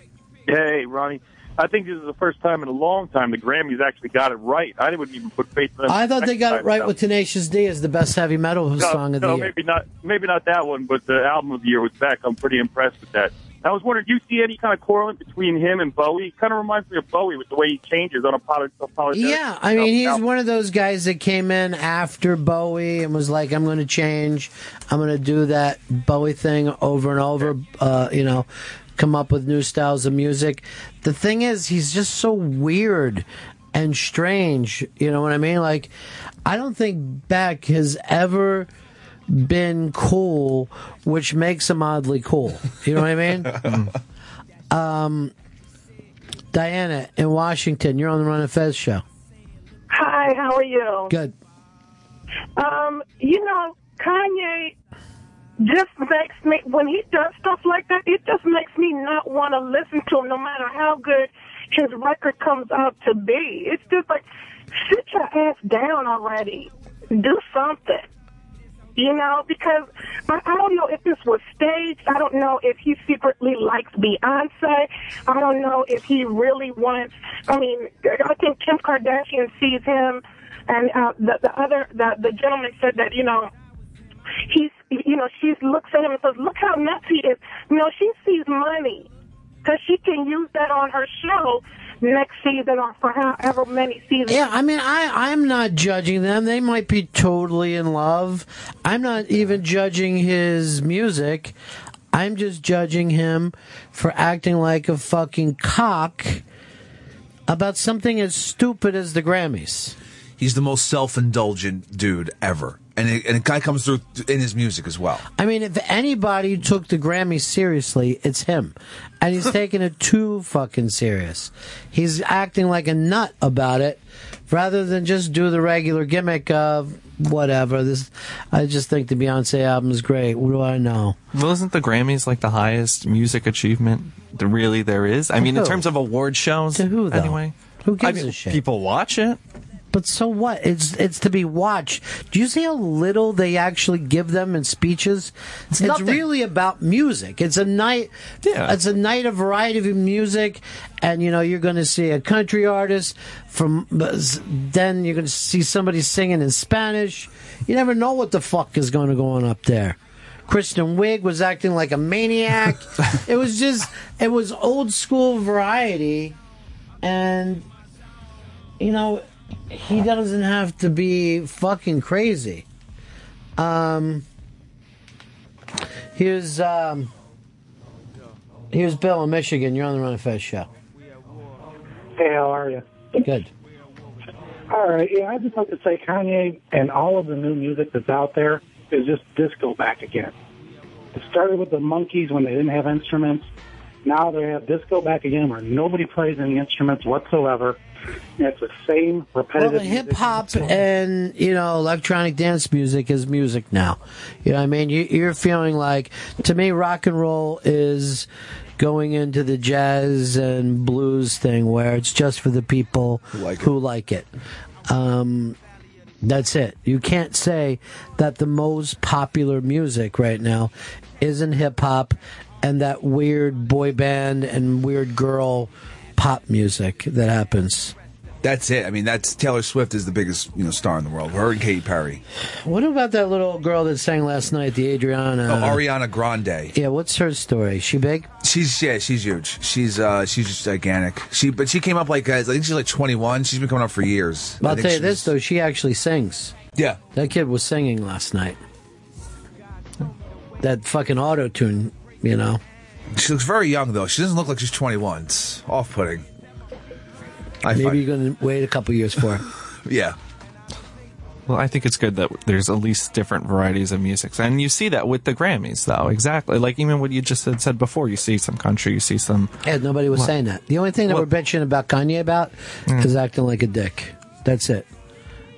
[SPEAKER 10] Hey, Ronnie. I think this is the first time in a long time the Grammys actually got it right. I wouldn't even put faith in them.
[SPEAKER 5] I thought they got it right with Tenacious D as the best heavy metal
[SPEAKER 10] no,
[SPEAKER 5] song of the
[SPEAKER 10] no,
[SPEAKER 5] year.
[SPEAKER 10] maybe not. Maybe not that one, but the album of the year was back. I'm pretty impressed with that. I was wondering, do you see any kind of correlate between him and Bowie? It kind of reminds me of Bowie with the way he changes on apologetic.
[SPEAKER 5] Yeah, I mean, he's one of those guys that came in after Bowie and was like, "I'm going to change. I'm going to do that Bowie thing over and over. Uh, you know, come up with new styles of music." The thing is, he's just so weird and strange. You know what I mean? Like, I don't think Beck has ever been cool, which makes him oddly cool. You know what I mean? um, Diana in Washington, you're on the Run and Fez show.
[SPEAKER 16] Hi, how are you?
[SPEAKER 5] Good.
[SPEAKER 16] Um, you know, Kanye just makes me when he does stuff like that, it just makes me not want to listen to him no matter how good his record comes out to be. It's just like sit your ass down already. Do something. You know, because I, I don't know if this was staged. I don't know if he secretly likes Beyonce. I don't know if he really wants. I mean, I think Kim Kardashian sees him, and uh, the, the other the, the gentleman said that you know he's you know she looks at him and says, "Look how nuts he is." No, she sees money because she can use that on her show next season or for however many seasons.
[SPEAKER 5] Yeah, I mean, I I'm not judging them. They might be totally in love. I'm not even judging his music. I'm just judging him for acting like a fucking cock about something as stupid as the Grammys.
[SPEAKER 6] He's the most self-indulgent dude ever, and it, and it kind of comes through in his music as well.
[SPEAKER 5] I mean, if anybody took the Grammys seriously, it's him. And he's taking it too fucking serious. He's acting like a nut about it rather than just do the regular gimmick of whatever. This I just think the Beyonce album is great. What do I know?
[SPEAKER 3] Well, isn't the Grammys like the highest music achievement that really there is? I mean, in
[SPEAKER 5] Who?
[SPEAKER 3] terms of award shows,
[SPEAKER 5] To who though?
[SPEAKER 3] anyway.
[SPEAKER 5] Who gives
[SPEAKER 3] I mean,
[SPEAKER 5] a shit?
[SPEAKER 3] People watch it.
[SPEAKER 5] But so what? It's it's to be watched. Do you see how little they actually give them in speeches? It's,
[SPEAKER 3] nothing.
[SPEAKER 5] really about music. It's a night.
[SPEAKER 3] Yeah.
[SPEAKER 5] It's a night of variety of music, and you know you're going to see a country artist from. Then you're going to see somebody singing in Spanish. You never know what the fuck is going to go on up there. Kristen Wiig was acting like a maniac. it was just it was old school variety, and you know, he doesn't have to be fucking crazy. Um, here's um, here's Bill in Michigan. You're on the Run and Fest show.
[SPEAKER 17] Hey, how are you?
[SPEAKER 5] Good.
[SPEAKER 17] All right. Yeah, I just like to say Kanye and all of the new music that's out there is just disco back again. It started with the monkeys when they didn't have instruments.
[SPEAKER 18] Now they have disco back again, where nobody plays any instruments whatsoever. And it's the same repetitive.
[SPEAKER 5] Well, the hip hop and you know electronic dance music is music now. You know, what I mean, you, you're feeling like to me, rock and roll is going into the jazz and blues thing, where it's just for the people who like it. Um, that's it. You can't say that the most popular music right now isn't hip hop and that weird boy band and weird girl pop music that happens.
[SPEAKER 6] That's it. I mean, that's Taylor Swift is the biggest you know star in the world. Her and Katy Perry.
[SPEAKER 5] What about that little girl that sang last night, the Adriana?
[SPEAKER 6] oh, Ariana Grande.
[SPEAKER 5] Uh, Yeah, what's her story? She big?
[SPEAKER 6] She's yeah, she's huge. She's uh, she's just gigantic. She but she came up like uh, I think she's like 21. She's been coming up for years.
[SPEAKER 5] Well,
[SPEAKER 6] I
[SPEAKER 5] I'll
[SPEAKER 6] think
[SPEAKER 5] tell you
[SPEAKER 6] she
[SPEAKER 5] this though, she actually sings.
[SPEAKER 6] Yeah.
[SPEAKER 5] That kid was singing last night. That fucking auto tune, you know.
[SPEAKER 6] was- She looks very young though. She doesn't look like she's 21. It's off-putting.
[SPEAKER 5] Maybe you're gonna wait a couple years for her.
[SPEAKER 6] Yeah.
[SPEAKER 3] Well, I think it's good that there's at least different varieties of music, and you see that with the Grammys, though. Exactly, like even what you just had said before. You see some country, you see some.
[SPEAKER 5] Yeah, nobody was
[SPEAKER 3] What?
[SPEAKER 5] saying that. The only thing that we're bitching about Kanye about
[SPEAKER 6] Mm.
[SPEAKER 5] is acting like a dick. That's it.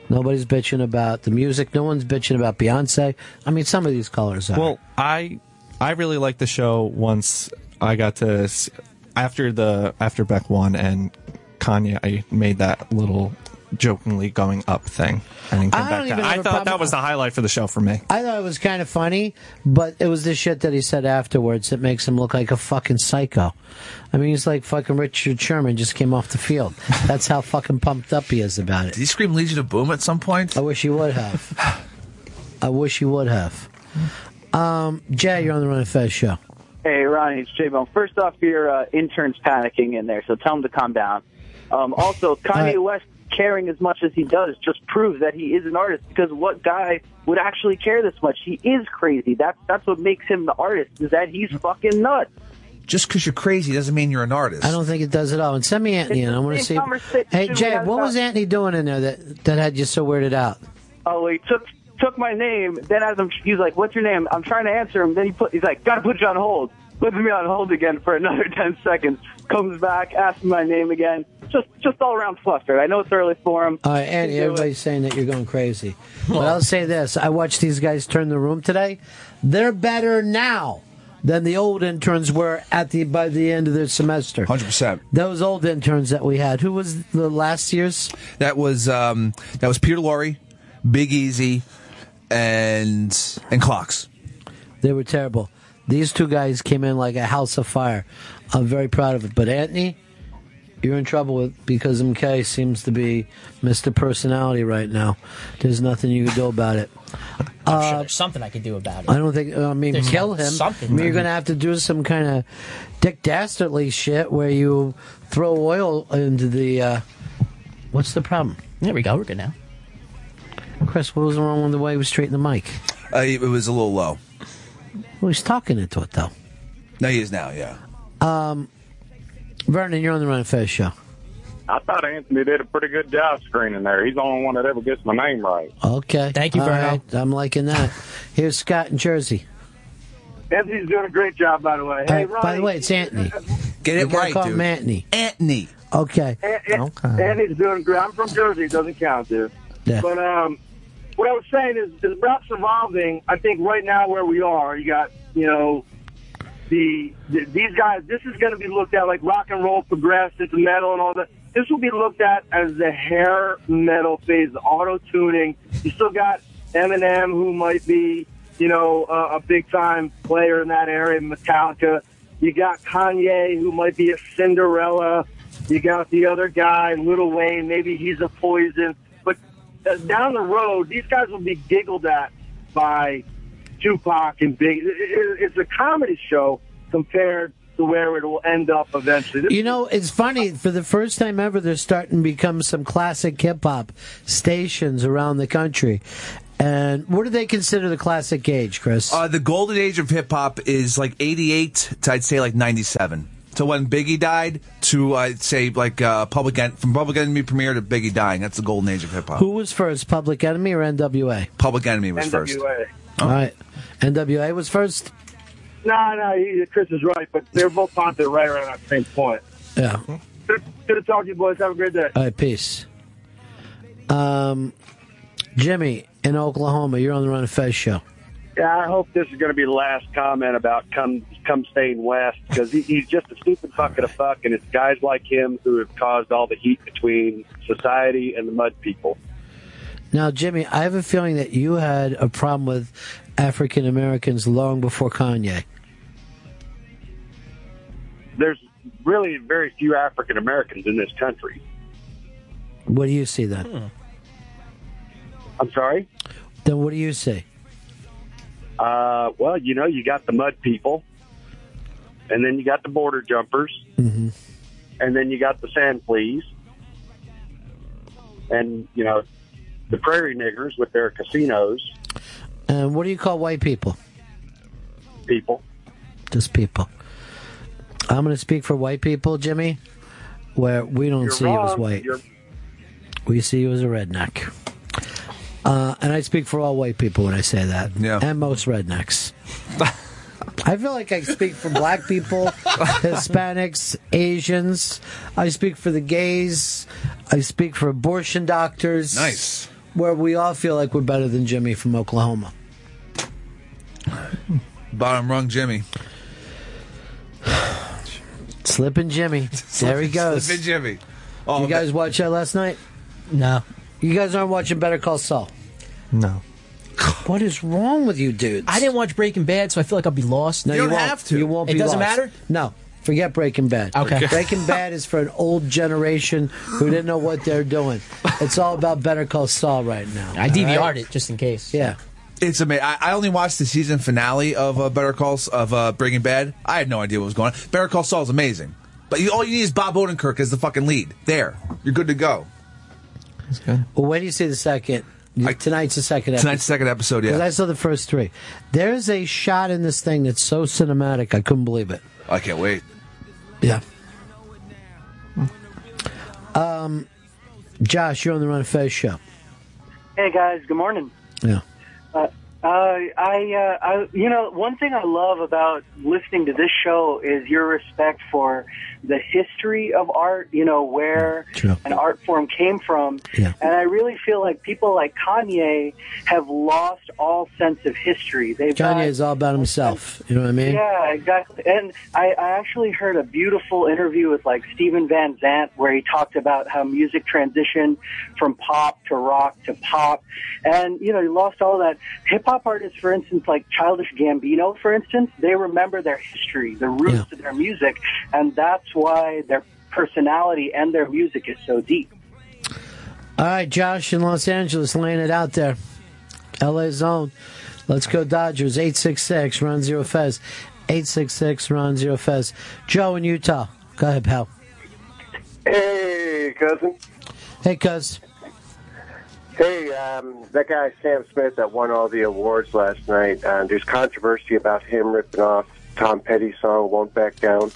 [SPEAKER 5] Nobody's bitching about the music. No one's bitching about Beyonce. I mean, some of these callers are.
[SPEAKER 3] Well, I I really liked the show once I got to s- after the after Beck won and Kanye. I made that little jokingly going up thing and then came
[SPEAKER 5] I don't
[SPEAKER 3] back
[SPEAKER 5] even
[SPEAKER 3] down.
[SPEAKER 5] have
[SPEAKER 3] I
[SPEAKER 5] a
[SPEAKER 3] thought
[SPEAKER 5] problem-
[SPEAKER 3] that was the highlight for the show for me.
[SPEAKER 5] I thought it was kind of funny, but it was the shit that he said afterwards that makes him look like a fucking psycho. I mean, he's like fucking Richard Sherman just came off the field. That's how fucking pumped up he is about it.
[SPEAKER 6] Did he scream Legion of Boom at some point?
[SPEAKER 5] I wish he would have. I wish he would have. Um, Jay, you're on the Run and Fez show.
[SPEAKER 19] Hey, Ronnie, it's J Bone. First off, your uh, intern's panicking in there, so tell him to calm down. Um, also, Kanye West caring as much as he does just proves that he is an artist because what guy would actually care this much? He is crazy. That's that's what makes him the artist is that he's fucking nuts.
[SPEAKER 6] Just because you're crazy doesn't mean you're an artist.
[SPEAKER 5] I don't think it does at all. And send me Anthony, and I want to
[SPEAKER 19] Same
[SPEAKER 5] see.
[SPEAKER 19] conversation
[SPEAKER 5] Hey,
[SPEAKER 19] we
[SPEAKER 5] Jay,
[SPEAKER 19] had
[SPEAKER 5] what
[SPEAKER 19] about-
[SPEAKER 5] was Anthony doing in there that, that had you so weirded out?
[SPEAKER 19] Oh, he took took my name. Then as I'm, he's like, "What's your name?" I'm trying to answer him. Then he put, he's like, "Gotta put you on hold." Puts me on hold again for another ten seconds. Comes back, asks me my name again. Just just all around flustered. I know it's early for him.
[SPEAKER 5] All right, Andy, everybody's saying that you're going crazy. But I'll say this I watched these guys turn the room today. They're better now than the old interns were at the by the end of their semester.
[SPEAKER 6] 100%.
[SPEAKER 5] Those old interns that we had. Who was the last year's?
[SPEAKER 6] That was um, that was Peter Lorre, Big Easy, and and Clocks.
[SPEAKER 5] They were terrible. These two guys came in like a house of fire. I'm very proud of it. But Anthony, you're in trouble with because MK seems to be Mr. Personality right now. There's nothing you can do about it.
[SPEAKER 20] I'm
[SPEAKER 5] Uh,
[SPEAKER 20] sure there's something I can do about it.
[SPEAKER 5] I don't think. I mean,
[SPEAKER 20] There's
[SPEAKER 5] kill him.
[SPEAKER 20] something.
[SPEAKER 5] I mean, you're going to have to do some kind of Dick Dastardly shit where you throw oil into the. Uh, what's the problem?
[SPEAKER 20] There we go. We're good now.
[SPEAKER 5] Chris, what was wrong with the way he was treating the mic?
[SPEAKER 6] Uh, it was a little low.
[SPEAKER 5] Well, he's talking into it though.
[SPEAKER 6] No, he is now. Yeah.
[SPEAKER 5] Um, Vernon, you're on the Run and Fez show.
[SPEAKER 10] I thought Anthony did a pretty good job screening there. He's the only one that ever gets my name right.
[SPEAKER 5] Okay.
[SPEAKER 10] Thank you,
[SPEAKER 5] All
[SPEAKER 10] Verno.
[SPEAKER 5] right, I'm liking that. Here's Scott in Jersey.
[SPEAKER 9] Anthony's doing a great job, by the way. Hey,
[SPEAKER 5] Uh, by the way, it's Anthony.
[SPEAKER 6] Get
[SPEAKER 5] You gotta Call him Anthony.
[SPEAKER 6] Anthony.
[SPEAKER 5] Okay.
[SPEAKER 9] okay. Anthony's doing great. I'm from Jersey. It doesn't count, dude.
[SPEAKER 5] Yeah.
[SPEAKER 9] But um, what I was saying is, is rap's evolving. I think right now where we are, you got you know the, the these guys. This is going to be looked at like rock and roll progressed into metal and all that. This will be looked at as the hair metal phase, the auto tuning. You still got Eminem, who might be you know a, a big time player in that area. Metallica. You got Kanye, who might be a Cinderella. You got the other guy, Little Wayne. Maybe he's a poison. But uh, down the road, these guys will be giggled at by Tupac and Big. it- it- It's a comedy show compared to where it will end up eventually. This
[SPEAKER 5] You know, it's funny. For the first time ever, they're starting to become some classic hip hop stations around the country. And what do they consider the classic age, Chris?
[SPEAKER 6] Uh, the golden age of hip hop is like 88 to I'd say like 97. So when Biggie died to I'd say like uh, Public En- from Public Enemy premiere to Biggie dying, that's the golden age of hip hop.
[SPEAKER 5] Who was first, Public Enemy or NWA?
[SPEAKER 6] Public Enemy was first.
[SPEAKER 5] All right. NWA was first.
[SPEAKER 21] No, no, he- Chris is right, but they're both Ponte right around that same point.
[SPEAKER 5] Yeah.
[SPEAKER 21] Good to talk to you, boys. Have a great day.
[SPEAKER 5] All right, peace. Um, Jimmy in Oklahoma, you're on the Run of Fez show.
[SPEAKER 21] Yeah, I hope this is going to be the last comment about come come staying west because he, he's just a stupid fuck of a fuck, and it's guys like him who have caused all the heat between society and the mud people.
[SPEAKER 5] Now, Jimmy, I have a feeling that you had a problem with African Americans long before Kanye.
[SPEAKER 21] There's really very few African Americans in this country.
[SPEAKER 5] What do you see then?
[SPEAKER 21] I'm sorry.
[SPEAKER 5] Then what do you see?
[SPEAKER 21] Uh, well, you know, you got the mud people, and then you got the border jumpers,
[SPEAKER 5] Mm-hmm.
[SPEAKER 21] and then you got the sand fleas, and you know, the prairie niggers with their casinos
[SPEAKER 5] And Uh, what do you call white people?
[SPEAKER 21] people.
[SPEAKER 5] Just people. I'm going to speak for white people, Jimmy, where we don't see you as white.
[SPEAKER 21] You're-
[SPEAKER 5] We see you as a redneck. Uh, and I speak for all white people when I say that. Yeah. And most rednecks. I feel like I speak for black people, Hispanics, Asians. I speak for the gays. I speak for abortion doctors. Nice. Where we all feel like we're better than Jimmy from Oklahoma.
[SPEAKER 6] Bottom rung, Jimmy.
[SPEAKER 5] Slipping Jimmy. There he goes.
[SPEAKER 6] Slipping Jimmy. Oh,
[SPEAKER 5] you guys watch that last night?
[SPEAKER 20] No.
[SPEAKER 5] You guys aren't watching Better Call Saul? No. What is wrong with you dudes?
[SPEAKER 20] I didn't watch Breaking Bad, so I feel like I'll be lost.
[SPEAKER 5] No, won't. You won't.
[SPEAKER 20] It
[SPEAKER 5] be
[SPEAKER 20] doesn't
[SPEAKER 5] lost.
[SPEAKER 20] matter.
[SPEAKER 5] No, forget Breaking Bad.
[SPEAKER 20] Okay. Okay.
[SPEAKER 5] Breaking Bad is for an old generation who didn't know what they're doing. It's all about Better Call Saul right now.
[SPEAKER 20] I DVR'd it just in case.
[SPEAKER 5] Yeah.
[SPEAKER 6] It's amazing. I, I only watched the season finale of uh, Better Calls of uh, Breaking Bad. I had no idea what was going on. Better Call Saul is amazing, but you, all you need is Bob Odenkirk as the fucking lead. There, you're good to go.
[SPEAKER 5] That's good. Well, when do you see the second? tonight's the second. Episode.
[SPEAKER 6] Tonight's the second episode.
[SPEAKER 5] Because
[SPEAKER 6] Yeah,
[SPEAKER 5] I saw the first three. There's a shot in this thing that's so cinematic, I couldn't believe it.
[SPEAKER 6] I, can't wait.
[SPEAKER 5] Yeah. Um, Josh, you're on the Run Fez show.
[SPEAKER 1] Hey guys, good morning.
[SPEAKER 5] Yeah.
[SPEAKER 1] Uh, uh, I, uh, I, you know, one thing I love about listening to this show is your respect for the history of art. You know where an art form came from, and I really feel like people like Kanye have lost all sense of history. They've got-
[SPEAKER 5] Kanye is all about himself. You know what I mean?
[SPEAKER 1] yeah, exactly. And I, I actually heard a beautiful interview with like Stephen Van Zant where he talked about how music transitioned from pop to rock to pop. And, you know, he lost all that. Hip hop artists, for instance, like Childish Gambino, for instance, they remember their history, the roots of their music. And that's why their personality and their music is so deep.
[SPEAKER 5] All right, Josh in Los Angeles laying it out there. LA zone. Let's go Dodgers. 866 Ron Zero Fez. 866 Ron Zero Fez. Joe in Utah. Go ahead, pal.
[SPEAKER 22] Hey, cousin.
[SPEAKER 5] Hey, cuz.
[SPEAKER 22] Hey, um, that guy Sam Smith that won all the awards last night. Uh, there's controversy about him ripping off Tom Petty's song "Won't Back Down."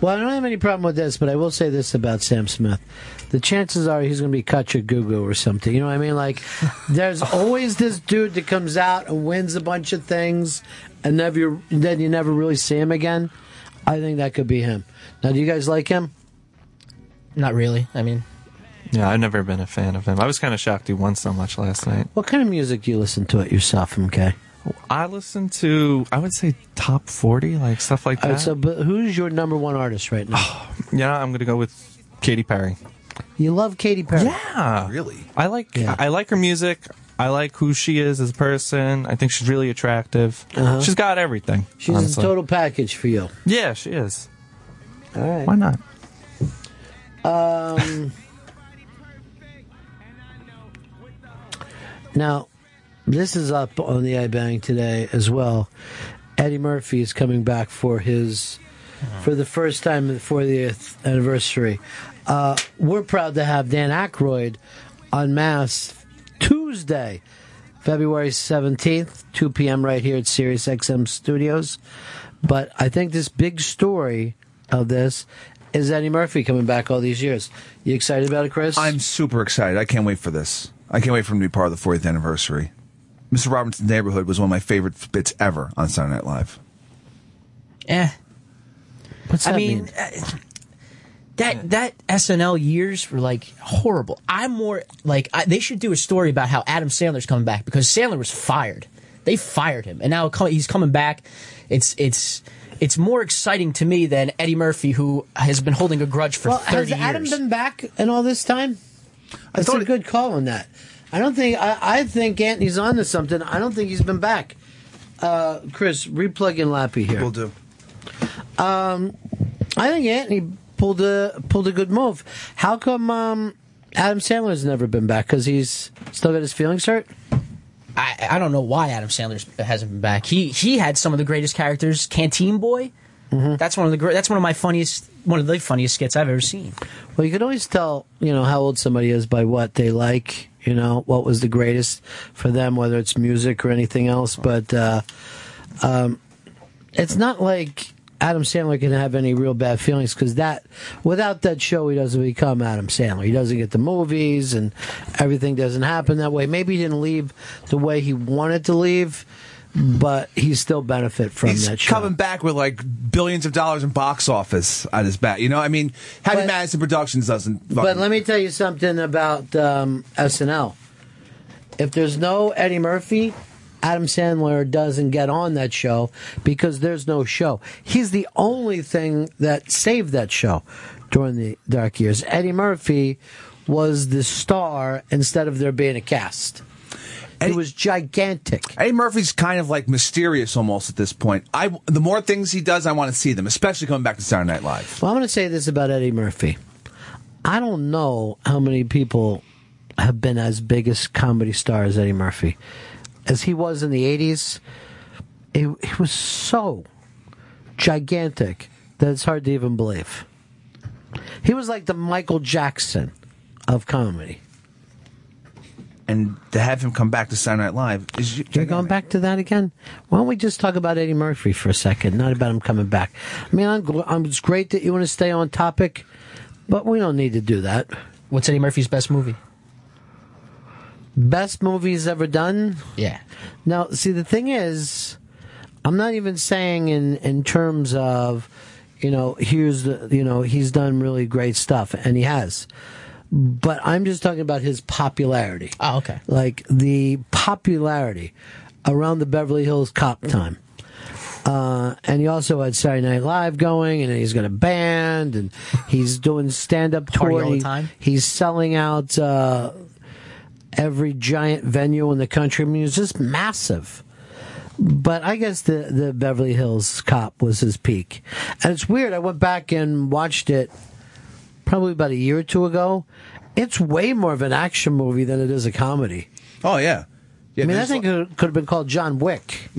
[SPEAKER 5] Well, I don't have any problem with this, but I will say this about Sam Smith. The chances are he's going to be Kachagugu or something. You know what I mean? Like, there's always this dude that comes out and wins a bunch of things, and never, then you never really see him again. I think that could be him. Now, do you guys like him?
[SPEAKER 20] Not really. I mean,
[SPEAKER 3] Yeah, I've never been a fan of him. I was kind of shocked he won so much last night.
[SPEAKER 5] What kind of music do you listen to it yourself, MK?
[SPEAKER 3] I listened to, I would say, top 40, like stuff like
[SPEAKER 5] All
[SPEAKER 3] that.
[SPEAKER 5] right, so, but who's your number one artist right now?
[SPEAKER 3] yeah, I'm going to go with Katy Perry.
[SPEAKER 5] you love Katy Perry.
[SPEAKER 3] Yeah. Really? I like I I like her music. I like who she is as a person. I think she's really attractive.
[SPEAKER 5] Uh-huh.
[SPEAKER 3] She's got everything.
[SPEAKER 5] She's
[SPEAKER 3] honestly.
[SPEAKER 5] a total package for you.
[SPEAKER 3] Yeah, she is.
[SPEAKER 5] All right.
[SPEAKER 3] Why not?
[SPEAKER 5] Um, now, this is up on the iBang today as well. Eddie Murphy is coming back for his for the first time in the 40th anniversary. Uh, we're proud to have Dan Aykroyd on Mass Tuesday, February 17th, 2 p.m. right here at Sirius XM Studios. But I think this big story of this is Eddie Murphy coming back all these years. You excited about it, Chris?
[SPEAKER 6] I'm super excited. I can't wait for this. I can't wait for him to be part of the 40th anniversary. Mr. Robinson's Neighborhood was one of my favorite bits ever on Saturday Night Live.
[SPEAKER 20] Eh.
[SPEAKER 5] What's
[SPEAKER 20] I
[SPEAKER 5] that
[SPEAKER 20] mean,
[SPEAKER 5] mean?
[SPEAKER 20] uh, that that SNL years were like horrible. I'm more like I, they should do a story about how Adam Sandler's coming back because Sandler was fired. They fired him, and now co- he's coming back. It's it's it's more exciting to me than Eddie Murphy, who has been holding a grudge for
[SPEAKER 5] well, has
[SPEAKER 20] thirty
[SPEAKER 5] Adam
[SPEAKER 20] years.
[SPEAKER 5] been back in all this time? That's a good call on that. I don't think I, I think Anthony's on to something. I don't think he's been back. Uh, Chris, replug in Lappy here. We'll
[SPEAKER 6] do.
[SPEAKER 5] Um, I think Anthony pulled a pulled a good move. How come um, Adam Sandler's never been back? Because he's still got his feelings hurt.
[SPEAKER 20] I, I don't know why Adam Sandler hasn't been back. He he had some of the greatest characters. Canteen Boy,
[SPEAKER 5] Mm-hmm.
[SPEAKER 20] that's one of the gre- that's one of my funniest one of the funniest skits I've ever seen.
[SPEAKER 5] Well, you can always tell, you know, how old somebody is by what they like, you know, what was the greatest for them, whether it's music or anything else. But uh, um, it's not like Adam Sandler can have any real bad feelings because that, without that show, he doesn't become Adam Sandler. He doesn't get the movies and everything doesn't happen that way. Maybe he didn't leave the way he wanted to leave, but he still benefit from
[SPEAKER 6] He's
[SPEAKER 5] that show.
[SPEAKER 6] coming back with like billions of dollars in box office at his back. You know, I mean, Happy Madison Productions doesn't. Fucking,
[SPEAKER 5] But let me tell you something about um, SNL. If there's no Eddie Murphy, Adam Sandler doesn't get on that show because there's no show. He's the only thing that saved that show during the dark years. Eddie Murphy was the star instead of there being a cast. he was gigantic.
[SPEAKER 6] Eddie Murphy's kind of like mysterious almost at this point. I the more things he does, I want to see them, especially coming back to Saturday Night Live.
[SPEAKER 5] Well, I'm going to say this about Eddie Murphy. I don't know how many people have been as big a comedy star as Eddie Murphy. As he was in the 80s, it, it was so gigantic that it's hard to even believe. He was like the Michael Jackson of comedy.
[SPEAKER 6] And to have him come back to Saturday Night Live is
[SPEAKER 5] You're going back to that again? Why don't we just talk about Eddie Murphy for a second, not about him coming back? I mean, I'm, gl- I'm, it's great that you want to stay on topic, but we don't need to do that.
[SPEAKER 20] What's Eddie Murphy's best movie?
[SPEAKER 5] Best movies ever done?
[SPEAKER 20] Yeah.
[SPEAKER 5] Now, see, the thing is, I'm not even saying in in terms of, you know, here's the, you know, he's done really great stuff, and he has. But I'm just talking about his popularity.
[SPEAKER 20] Oh, okay.
[SPEAKER 5] Like the popularity around the Beverly Hills Cop time. Uh, and he also had Saturday Night Live going, and he's got a band, and he's doing stand up
[SPEAKER 20] Party
[SPEAKER 5] tour.
[SPEAKER 20] all the
[SPEAKER 5] He-
[SPEAKER 20] time?
[SPEAKER 5] He's selling out uh, every giant venue in the country. I mean, it's just massive. But I guess the, the Beverly Hills Cop was his peak. And it's weird. I went back and watched it probably about a year or two ago. It's way more of an action movie than it is a comedy.
[SPEAKER 6] Oh yeah, yeah.
[SPEAKER 5] I mean, I
[SPEAKER 6] there's
[SPEAKER 5] think it could have been called John Wick.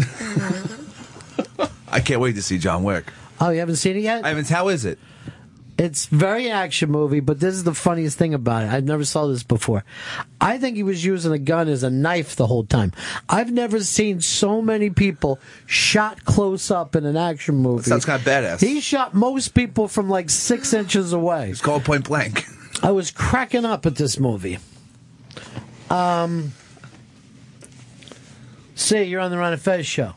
[SPEAKER 6] I can't wait to see John Wick.
[SPEAKER 5] Oh, you haven't seen it yet?
[SPEAKER 6] I mean, how is it?
[SPEAKER 5] It's very action movie, but this is the funniest thing about it. I've never saw this before. I think he was using a gun as a knife the whole time. I've never seen so many people shot close up in an action movie.
[SPEAKER 6] sounds kinda badass.
[SPEAKER 5] He shot most people from like six inches away. It's
[SPEAKER 6] called point blank.
[SPEAKER 5] I was cracking up at this movie. Um, see, you're on the Ron and Fez show.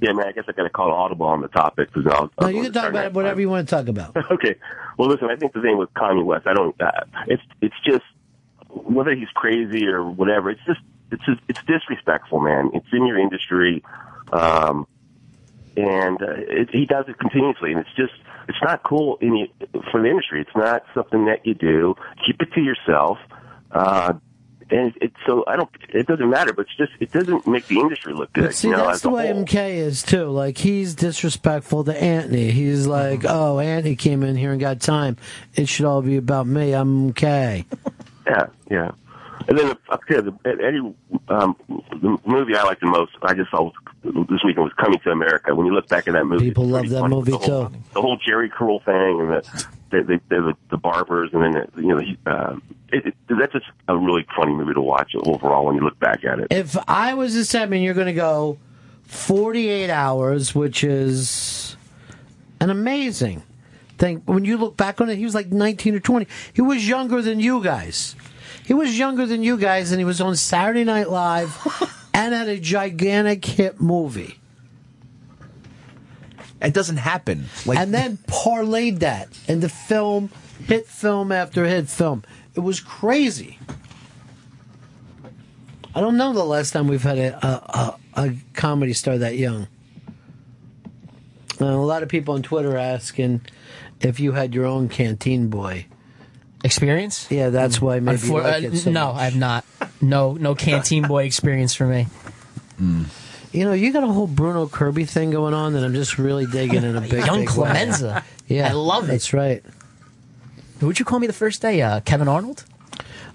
[SPEAKER 2] Yeah, man, I guess I got to call audible on the topic because I'll.
[SPEAKER 5] No,
[SPEAKER 2] I'll
[SPEAKER 5] you
[SPEAKER 2] go
[SPEAKER 5] can
[SPEAKER 2] to
[SPEAKER 5] talk about it,
[SPEAKER 2] Saturday
[SPEAKER 5] whatever you want to talk about.
[SPEAKER 2] Night Live. okay. Well, listen, I think the thing with Kanye West, I don't. Uh, it's it's just whether he's crazy or whatever. It's just it's just, it's disrespectful, man. It's in your industry, um, and uh, it, he does it continuously, and it's just it's not cool in the, for the industry. It's not something that you do. Keep it to yourself. Uh, and it, it, so I don't. It doesn't matter, but it's just it doesn't make the industry look good.
[SPEAKER 5] But see,
[SPEAKER 2] you know,
[SPEAKER 5] that's
[SPEAKER 2] as
[SPEAKER 5] the
[SPEAKER 2] a
[SPEAKER 5] way
[SPEAKER 2] whole.
[SPEAKER 5] MK is too. Like he's disrespectful to Anthony.
[SPEAKER 2] Mm-hmm.
[SPEAKER 5] He's like, "Oh, Anthony came in here and got time. It should all be about me. I'm MK."
[SPEAKER 2] Yeah, yeah. And then up here, the Eddie, um, the movie I like the most, I just saw this weekend was Coming to America. When you look back at that movie,
[SPEAKER 5] People
[SPEAKER 2] it's
[SPEAKER 5] love
[SPEAKER 2] pretty
[SPEAKER 5] that
[SPEAKER 2] funny.
[SPEAKER 5] movie
[SPEAKER 2] the whole,
[SPEAKER 5] too.
[SPEAKER 2] The whole Jerry Curl thing and the the, the, the, the barbers and then the, you know he, uh, it, it, that's just a really funny movie to watch overall when you look back at it.
[SPEAKER 5] If I was a seven, you're going to go 48 hours, which is an amazing thing. When you look back on it, he was like 19 or 20. He was younger than you guys. He was younger than you guys, and he was on Saturday Night Live and had a gigantic hit movie.
[SPEAKER 4] It doesn't happen. Like,
[SPEAKER 5] and then parlayed that into film, hit film after hit film. It was crazy. I don't know the last time we've had a a, a, a comedy star that young. Uh, a lot of people on Twitter asking if you had your own canteen boy
[SPEAKER 20] experience.
[SPEAKER 5] Yeah, that's why maybe you
[SPEAKER 20] Unfor-
[SPEAKER 5] like
[SPEAKER 20] uh,
[SPEAKER 5] it so
[SPEAKER 20] no,
[SPEAKER 5] much.
[SPEAKER 20] I've not. No, no canteen boy experience for me.
[SPEAKER 5] You know, you got a whole Bruno Kirby thing going on that I'm just really digging in a big
[SPEAKER 20] Young
[SPEAKER 5] big way.
[SPEAKER 20] Clemenza.
[SPEAKER 5] Yeah,
[SPEAKER 20] I love it.
[SPEAKER 5] That's right.
[SPEAKER 20] Would you call me the first day, uh, Kevin Arnold?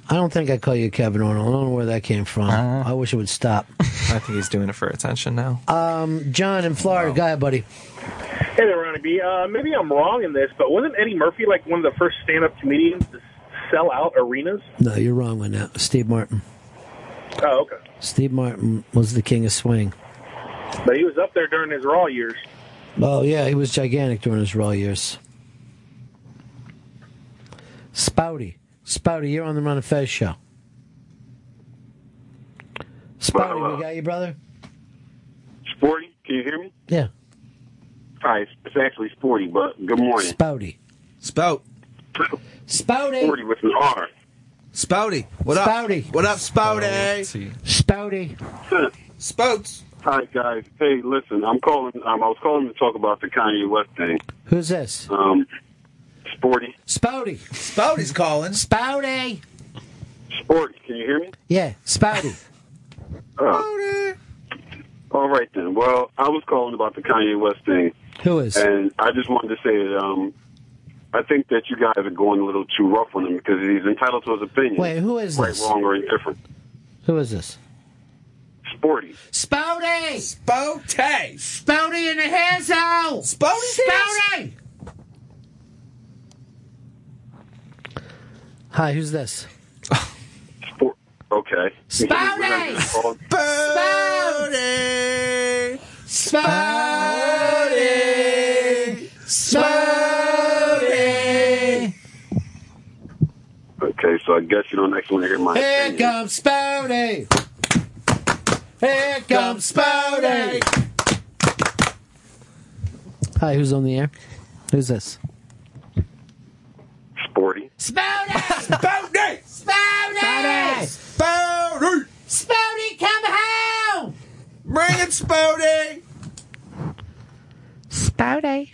[SPEAKER 5] I don't think I call you Kevin Arnold. I don't know where that came from.
[SPEAKER 20] Uh-huh.
[SPEAKER 5] I wish it would stop.
[SPEAKER 3] I think he's doing it for attention now.
[SPEAKER 5] Um, John in Florida, guy buddy.
[SPEAKER 10] Hey there, Ronnie B. Uh, maybe I'm wrong in this, but wasn't Eddie Murphy like one of the first stand-up comedians to sell out arenas?
[SPEAKER 5] No, you're wrong on that. Steve Martin.
[SPEAKER 10] Oh, okay.
[SPEAKER 5] Steve Martin was the king of swing.
[SPEAKER 10] But he was up there during his Raw years.
[SPEAKER 5] Oh yeah, he was gigantic during his raw years. Spouty, Spouty, you're on the Run and Fez show. Spouty, we got you, brother.
[SPEAKER 7] Sporty, can you hear me?
[SPEAKER 5] Yeah.
[SPEAKER 7] All right, it's actually Sporty, but good morning.
[SPEAKER 5] Spouty.
[SPEAKER 4] Spout.
[SPEAKER 5] Spouty.
[SPEAKER 7] Sporty with an R.
[SPEAKER 4] Spouty. What up?
[SPEAKER 7] Spouty.
[SPEAKER 4] What up, Spouty?
[SPEAKER 5] Spouty.
[SPEAKER 4] Spouts.
[SPEAKER 7] Hi guys. Hey, listen, I'm calling. Um, I was calling to talk about the Kanye West thing.
[SPEAKER 5] Who's this?
[SPEAKER 7] Um, Sporty.
[SPEAKER 5] Spouty.
[SPEAKER 4] Spouty's calling.
[SPEAKER 5] Spouty.
[SPEAKER 7] Sporty, can you hear me?
[SPEAKER 5] Yeah, Spouty.
[SPEAKER 7] Oh. All right then. Well, I was calling about the Kanye West thing.
[SPEAKER 5] Who is?
[SPEAKER 7] And I just wanted to say that um, I think that you guys are going a little too rough on him because he's entitled to his opinion.
[SPEAKER 5] Wait, who is
[SPEAKER 7] right,
[SPEAKER 5] this?
[SPEAKER 7] wrong, or indifferent?
[SPEAKER 5] Who is this?
[SPEAKER 7] Sporty.
[SPEAKER 5] Spouty.
[SPEAKER 4] Spouty.
[SPEAKER 5] Spouty in the hands out.
[SPEAKER 4] Spouty.
[SPEAKER 5] Spouty. Hi, who's this?
[SPEAKER 7] Okay.
[SPEAKER 5] Spouty!
[SPEAKER 4] Spouty.
[SPEAKER 7] Spouty.
[SPEAKER 5] Spouty.
[SPEAKER 7] Okay, so I guess you don't actually want to hear my
[SPEAKER 5] Here
[SPEAKER 7] opinion.
[SPEAKER 5] comes Spouty. Here comes Spouty. Hi, who's on the air? Who's this?
[SPEAKER 7] Sporty.
[SPEAKER 4] Spouty.
[SPEAKER 5] Spouty.
[SPEAKER 4] Spouty.
[SPEAKER 5] Spouty, come home.
[SPEAKER 4] Bring it, Spouty.
[SPEAKER 5] Spouty.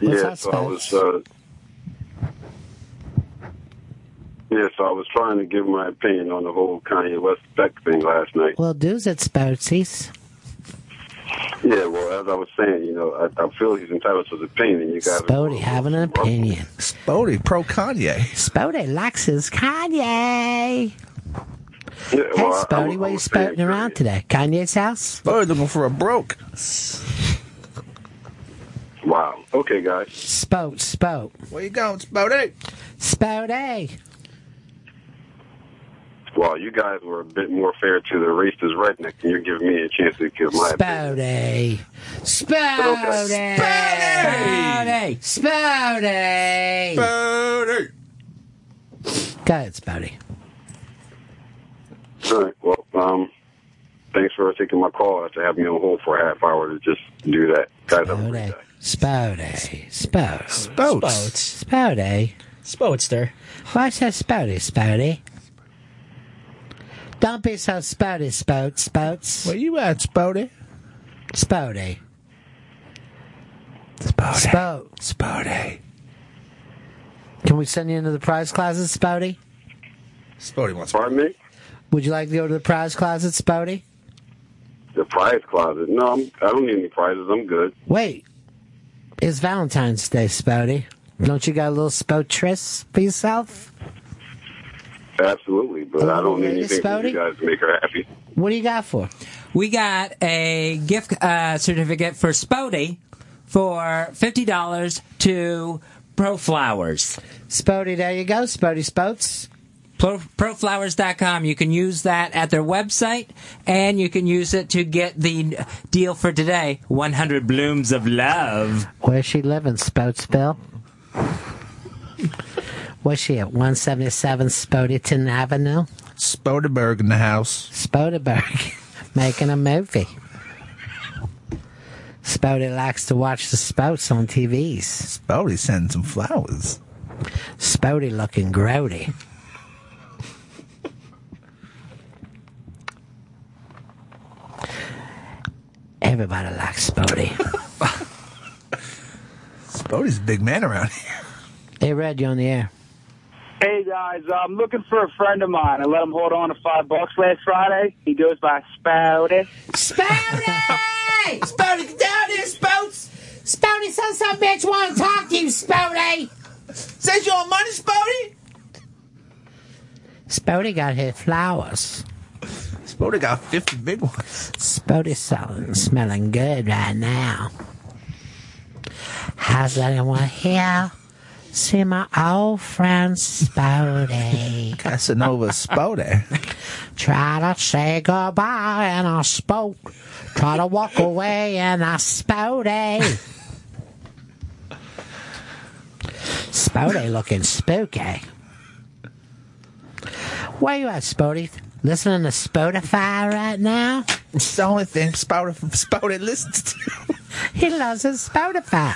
[SPEAKER 7] Yeah, so I was. Uh, yeah, so I was trying to give my opinion on the whole Kanye West Beck thing last night.
[SPEAKER 5] Well, dudes at Spoutsies.
[SPEAKER 7] Yeah, well, as I was saying, you know, I, I feel he's entitled to his opinion. and You guys,
[SPEAKER 5] Spouty having an opinion.
[SPEAKER 4] Spouty pro Kanye.
[SPEAKER 5] Spouty likes his Kanye.
[SPEAKER 7] yeah,
[SPEAKER 5] Hey,
[SPEAKER 7] well, I-
[SPEAKER 5] Spouty, what are you spouting around today? Kanye's house?
[SPEAKER 4] Spouty looking for a broke.
[SPEAKER 7] wow. Okay, guys.
[SPEAKER 5] Spout, spout.
[SPEAKER 4] Where you going, Spouty?
[SPEAKER 5] Spouty.
[SPEAKER 7] Well, you guys were a bit more fair to the racist redneck, and you're giving me a chance to give my opinion.
[SPEAKER 5] Spouty. Spouty. Spouty. Spouty.
[SPEAKER 4] Spouty.
[SPEAKER 5] Go ahead, Spouty.
[SPEAKER 7] All right. Well, um, thanks for taking my call after having me on hold for a half hour to just do that. Guys, have a great day.
[SPEAKER 5] Spouty. Spout.
[SPEAKER 20] Spouts.
[SPEAKER 5] Spouty.
[SPEAKER 20] Spoutster.
[SPEAKER 5] Watch that Spouty, Spouty. Don't be so spouty, Spout, Spouts.
[SPEAKER 4] Where you at, Spouty?
[SPEAKER 5] Spouty. Spouty. Spout.
[SPEAKER 4] Spouty.
[SPEAKER 5] Can we send you into the prize closet, Spouty?
[SPEAKER 4] Spouty wants.
[SPEAKER 7] Pardon me.
[SPEAKER 5] Would you like to go to the prize closet, Spouty?
[SPEAKER 7] The prize closet. No, I'm, I don't need any prizes. I'm good.
[SPEAKER 5] Wait. It's Valentine's Day, Spouty. Don't you got a little spoutress for yourself?
[SPEAKER 7] Absolutely, but I don't need
[SPEAKER 2] Lady
[SPEAKER 7] anything from
[SPEAKER 2] Spouty?
[SPEAKER 7] you guys to make her happy.
[SPEAKER 5] What do you got for?
[SPEAKER 2] We got a gift uh, certificate for Spody for fifty dollars to Pro Flowers.
[SPEAKER 5] Spody, there you go, Spody Spotes.
[SPEAKER 2] Pro, proflowers.com. You can use that at their website, and you can use it to get the deal for today: one hundred blooms of love.
[SPEAKER 5] Where's she living, Spoutsville? What's she at? 177 Spodington Avenue?
[SPEAKER 6] Spodeberg in the house.
[SPEAKER 5] Spodeberg making a movie. Spody likes to watch the spouts on TVs.
[SPEAKER 6] Spody sending some flowers.
[SPEAKER 5] Spody looking grody. Everybody likes Spody.
[SPEAKER 6] Spody's a big man around here.
[SPEAKER 5] Hey, Red, you on the air.
[SPEAKER 9] Hey guys, I'm looking for a friend of mine. I let him hold on to five bucks last Friday. He goes by Spouty.
[SPEAKER 23] Spouty! Spouty, get down here, Spouts! Spouty, some some bitch want to talk to you, Spouty! Says you on money, Spouty?
[SPEAKER 5] Spody got his flowers.
[SPEAKER 6] Spody got 50 big ones.
[SPEAKER 5] Spody's selling, smelling good right now. How's anyone here? See my old friend Spody.
[SPEAKER 6] Casanova Spody.
[SPEAKER 5] Try to say goodbye and I spoke. Try to walk away and I Spody. Spody looking spooky. Where you at, Spody? Listening to Spotify right now?
[SPEAKER 6] It's the only thing Spody, Spody listens to.
[SPEAKER 5] He loves his Spotify.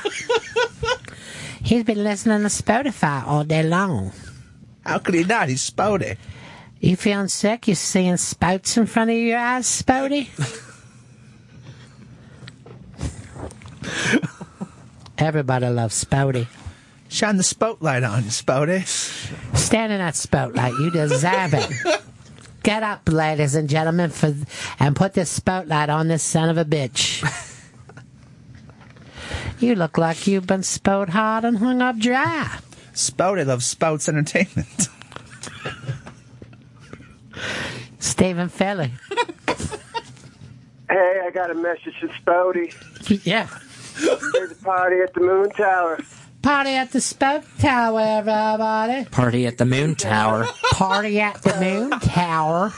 [SPEAKER 5] He's been listening to Spotify all day long.
[SPEAKER 6] How could he not? He's Spody.
[SPEAKER 5] You feeling sick? You seeing spouts in front of your eyes, Spody? Everybody loves Spody.
[SPEAKER 6] Shine the spotlight on you, Spody.
[SPEAKER 5] Stand in that spotlight. You deserve it. Get up, ladies and gentlemen, for and put this spotlight on this son of a bitch. You look like you've been spouted hard and hung up dry.
[SPEAKER 6] Spody loves Spouts Entertainment.
[SPEAKER 5] Stephen Philly.
[SPEAKER 22] Hey, I got a message from Spody.
[SPEAKER 5] Yeah.
[SPEAKER 22] There's a party at the Moon Tower.
[SPEAKER 5] Party at the Spout Tower, everybody.
[SPEAKER 13] Party at the Moon Tower.
[SPEAKER 5] Party at the Moon Tower.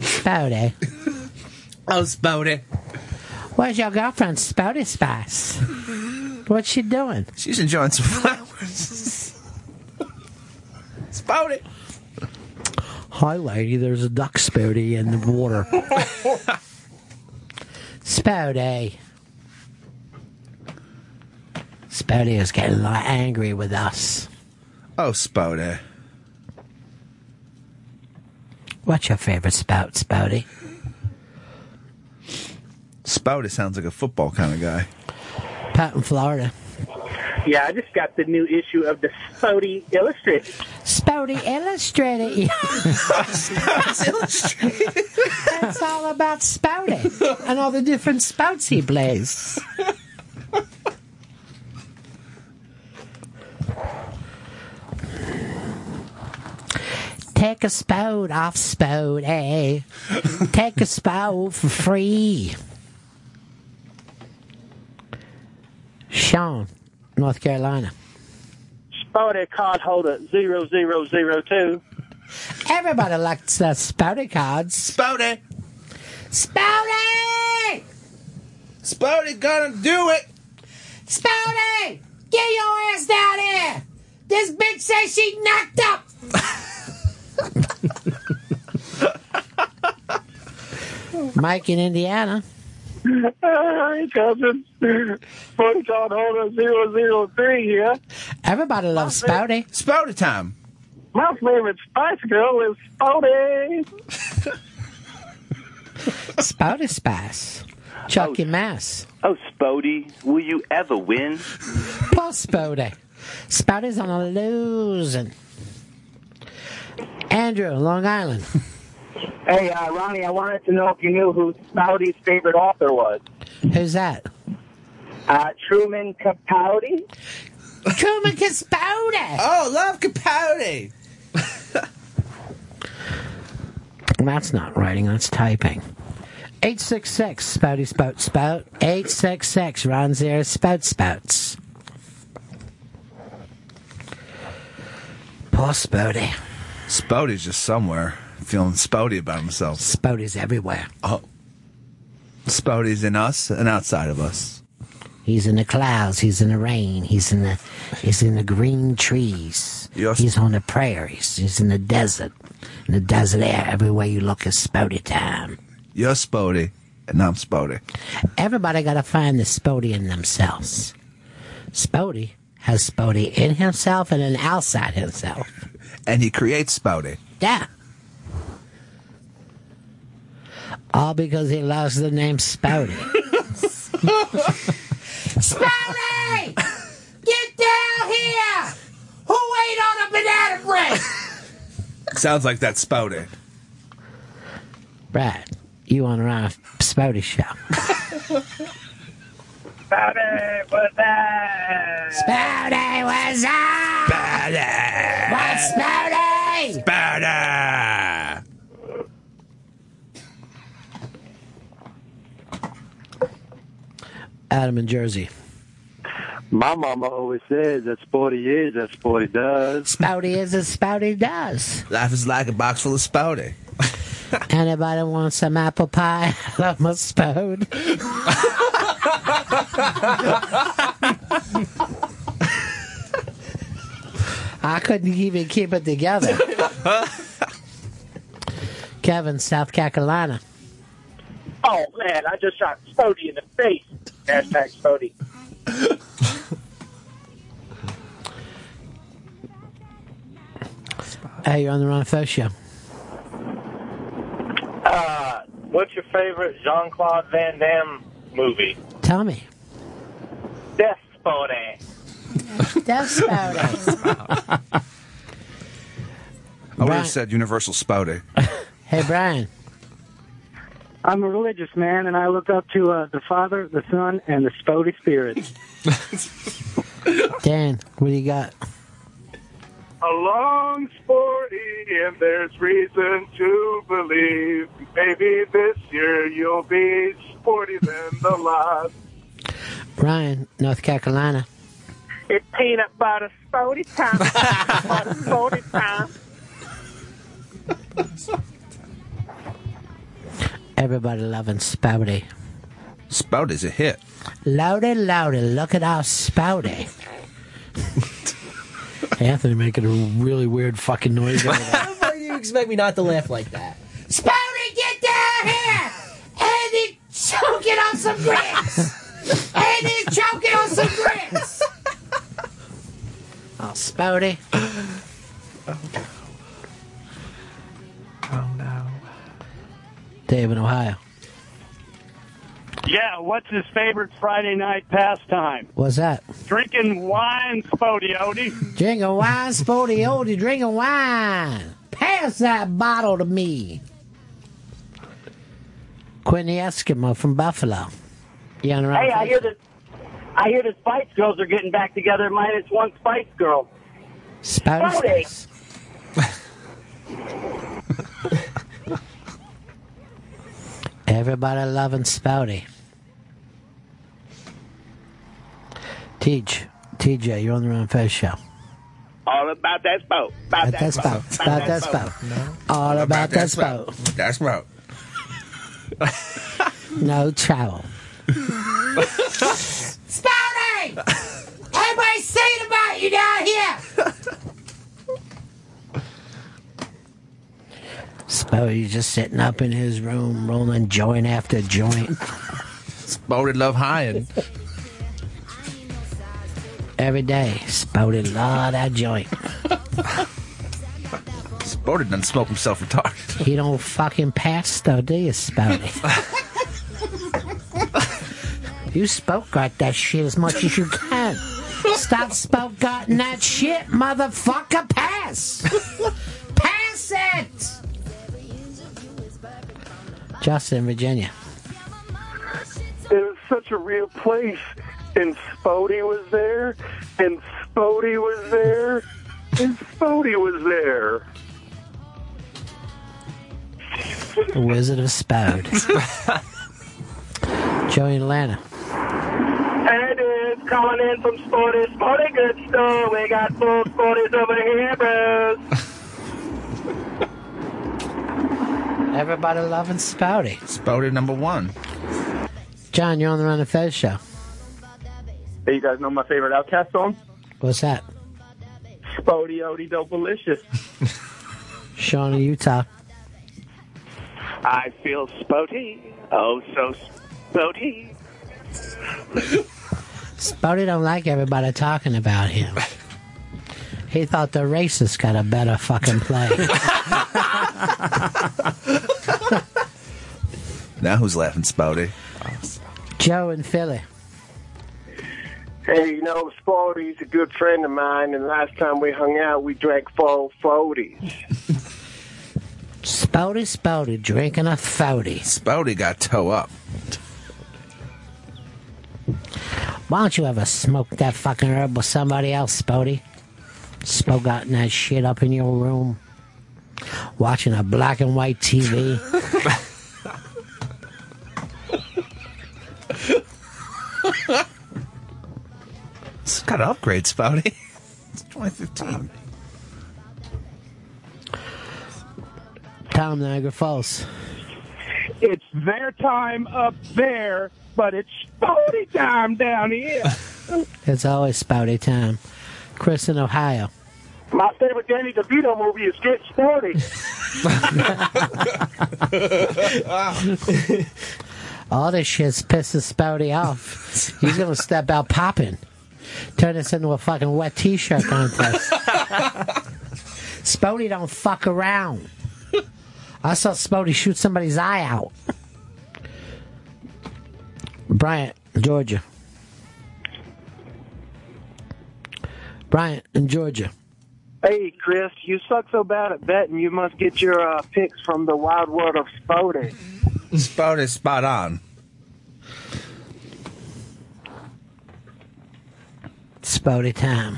[SPEAKER 5] Spouty.
[SPEAKER 6] Oh, Spody.
[SPEAKER 5] Where's your girlfriend, Spouty Spice? What's she doing?
[SPEAKER 6] She's enjoying some flowers. Spody.
[SPEAKER 5] Hi, lady. There's a duck Spouty in the water. Spouty. Spouty is getting a lot angry with us.
[SPEAKER 6] Oh, Spody.
[SPEAKER 5] What's your favorite spout, Spouty?
[SPEAKER 6] Spody sounds like a football kind of guy.
[SPEAKER 5] Pat in Florida.
[SPEAKER 4] Yeah, I just got the new issue of the Spody Illustrated.
[SPEAKER 5] Spouty Illustrated. Spouts Illustrated. That's all about Spouty and all the different spouts he plays. Take a spout off Spouty. Take a spout for free. Sean, North Carolina.
[SPEAKER 9] Spouty card holder 0002.
[SPEAKER 5] Everybody likes uh, Spouty cards.
[SPEAKER 6] Spouty!
[SPEAKER 23] Spouty!
[SPEAKER 6] Spouty gonna do it!
[SPEAKER 23] Spouty! Get your ass down here! This bitch says she knocked up!
[SPEAKER 5] Mike in Indiana.
[SPEAKER 9] Hi, cousin. Phone call holder zero zero three here.
[SPEAKER 5] Everybody loves Spouty.
[SPEAKER 6] Spouty time.
[SPEAKER 9] My favorite Spice Girl is Spouty.
[SPEAKER 5] Spouty Spice. Chucky Mass.
[SPEAKER 24] Oh, Spody, will you ever win?
[SPEAKER 5] Poor Spouty. Spouty's on a losing. Andrew, Long Island.
[SPEAKER 9] Hey, uh, Ronnie, I wanted to know if you knew who Spouty's favorite author was.
[SPEAKER 5] Who's that?
[SPEAKER 9] Uh, Truman Capote.
[SPEAKER 23] Truman Capote!
[SPEAKER 6] Oh, love Capote!
[SPEAKER 5] That's not writing, that's typing. 866 Spouty Spout Spout. 866 Ron Zero Spout Spouts. Poor Spouty.
[SPEAKER 6] Spouty's just somewhere feeling spouty about himself.
[SPEAKER 5] Spouty's everywhere.
[SPEAKER 6] Oh. Spouty's in us and outside of us.
[SPEAKER 5] He's in the clouds. He's in the rain. He's in the he's in the green trees. He's on the prairies. He's in the desert. In the desert air. Everywhere you look is Spody time.
[SPEAKER 6] You're Spody, and I'm Spody.
[SPEAKER 5] Everybody got to find the Spody in themselves. Spody has Spody in himself and in outside himself.
[SPEAKER 6] And he creates Spody.
[SPEAKER 5] Yeah. All because he loves the name Spouty.
[SPEAKER 23] Spouty! Get down here! Who ate on a banana bread?
[SPEAKER 6] Sounds like that Spody.
[SPEAKER 5] Brad, you on our Spouty show.
[SPEAKER 23] Spouty, what's up? Spouty, what's up? Spouty! What's Spouty?
[SPEAKER 6] Spouty!
[SPEAKER 5] Adam in Jersey.
[SPEAKER 25] My mama always says that sporty is, that sporty does.
[SPEAKER 5] Spouty is as Spouty does.
[SPEAKER 6] Life is like a box full of Spouty.
[SPEAKER 5] Anybody want some apple pie? I love my Spout. I couldn't even keep it together. Kevin, South Carolina.
[SPEAKER 26] Oh man, I just shot Spody in the face. Hashtag Spody.
[SPEAKER 5] Hey, you're on the Ron Faux show.
[SPEAKER 27] Uh, what's your favorite Jean Claude Van Damme movie?
[SPEAKER 5] Tommy.
[SPEAKER 27] Death Spotty.
[SPEAKER 5] Death Spouty.
[SPEAKER 6] I would have said Universal Spouty.
[SPEAKER 5] hey, Brian.
[SPEAKER 9] I'm a religious man, and I look up to uh, the Father, the Son, and the Spody Spirit.
[SPEAKER 5] Dan, what do you got?
[SPEAKER 10] A long sporty, and there's reason to believe maybe this year you'll be sporty than the lot.
[SPEAKER 5] Brian, North Carolina.
[SPEAKER 4] It's peanut butter spody time. Peanut butter spody time.
[SPEAKER 5] Everybody loving Spouty.
[SPEAKER 6] Spouty's a hit.
[SPEAKER 5] Loudy, loudy, look at our Spouty.
[SPEAKER 28] Anthony making a really weird fucking noise. over there.
[SPEAKER 20] How do you expect me not to laugh like that?
[SPEAKER 23] Spouty, get down here! Andy choking on some grits! Andy choking on some grits!
[SPEAKER 5] Oh, Spouty.
[SPEAKER 23] Oh no.
[SPEAKER 5] Dave in Ohio.
[SPEAKER 9] Yeah, what's his favorite Friday night pastime?
[SPEAKER 5] What's that?
[SPEAKER 9] Drinking wine, Spody Odie.
[SPEAKER 5] Drink a wine, Spouty Odie. Drink a wine. Pass that bottle to me. Quinn the Eskimo from Buffalo. You on the
[SPEAKER 29] Hey, I
[SPEAKER 5] right?
[SPEAKER 29] hear the I hear the Spice Girls are getting back together. Minus one Spice Girl.
[SPEAKER 5] Spouty. Everybody loving Spouty. Teach, TJ, you're on the Ron Fez show.
[SPEAKER 23] All about that boat.
[SPEAKER 5] About that spout. About that spout. All about that spout.
[SPEAKER 6] That's right.
[SPEAKER 5] No trowel.
[SPEAKER 23] Spouty! Everybody's saying about you down here!
[SPEAKER 5] Spouty just sitting up in his room, rolling joint after joint.
[SPEAKER 6] Spouty love high
[SPEAKER 5] Every day, Spouty love that joint.
[SPEAKER 6] Spouty doesn't smoke himself retarded.
[SPEAKER 5] He don't fucking pass though, do you, Spouty? you spoke got that shit as much as you can. Stop spoke gotting that shit, motherfucker. Pass. Pass it. Justin, in Virginia.
[SPEAKER 10] It was such a real place, and Spody was there, and Spody was there, and Spody was there.
[SPEAKER 5] The Wizard of Spout. Joey in Atlanta.
[SPEAKER 10] And it's calling in from Sporty Sporty Good Store. We got full Sporties over here, bros.
[SPEAKER 5] Everybody loving Spouty.
[SPEAKER 6] Spouty number one.
[SPEAKER 5] John, you're on the Run of Fez show.
[SPEAKER 1] Hey, you guys know my favorite Outcast song?
[SPEAKER 5] What's that?
[SPEAKER 1] Spody Odie Dope Delicious.
[SPEAKER 5] Sean in Utah.
[SPEAKER 1] I feel spotty. Oh, so spotty.
[SPEAKER 5] Spotty don't like everybody talking about him. He thought the racists got a better fucking play.
[SPEAKER 6] Now who's laughing, Spouty?
[SPEAKER 5] Joe in Philly.
[SPEAKER 22] Hey, you know, Spalding's a good friend of mine, and last time we hung out, we drank four forties.
[SPEAKER 5] Spouty, Spouty, drinking a fouty.
[SPEAKER 6] Spouty got toe up.
[SPEAKER 5] Why don't you ever smoke that fucking herb with somebody else, Spouty? Smoke out in that shit up in your room, watching a black and white TV.
[SPEAKER 6] It's got to upgrade, Spouty. It's 2015.
[SPEAKER 5] Tom Niagara Falls.
[SPEAKER 21] It's their time up there, but it's Spody time down here.
[SPEAKER 5] It's always Spouty time. Chris in Ohio.
[SPEAKER 21] My favorite Danny DeVito movie is Get Sporty.
[SPEAKER 5] All this shit's pisses Spouty off. He's gonna step out popping. Turn this into a fucking wet t-shirt contest. Spouty don't fuck around. I saw Spouty shoot somebody's eye out. Bryant, Georgia. Bryant in Georgia.
[SPEAKER 15] Hey, Chris, you suck so bad at betting, you must get your uh, picks from the wild world of Spody.
[SPEAKER 6] Spouty spot on.
[SPEAKER 5] Spouty time.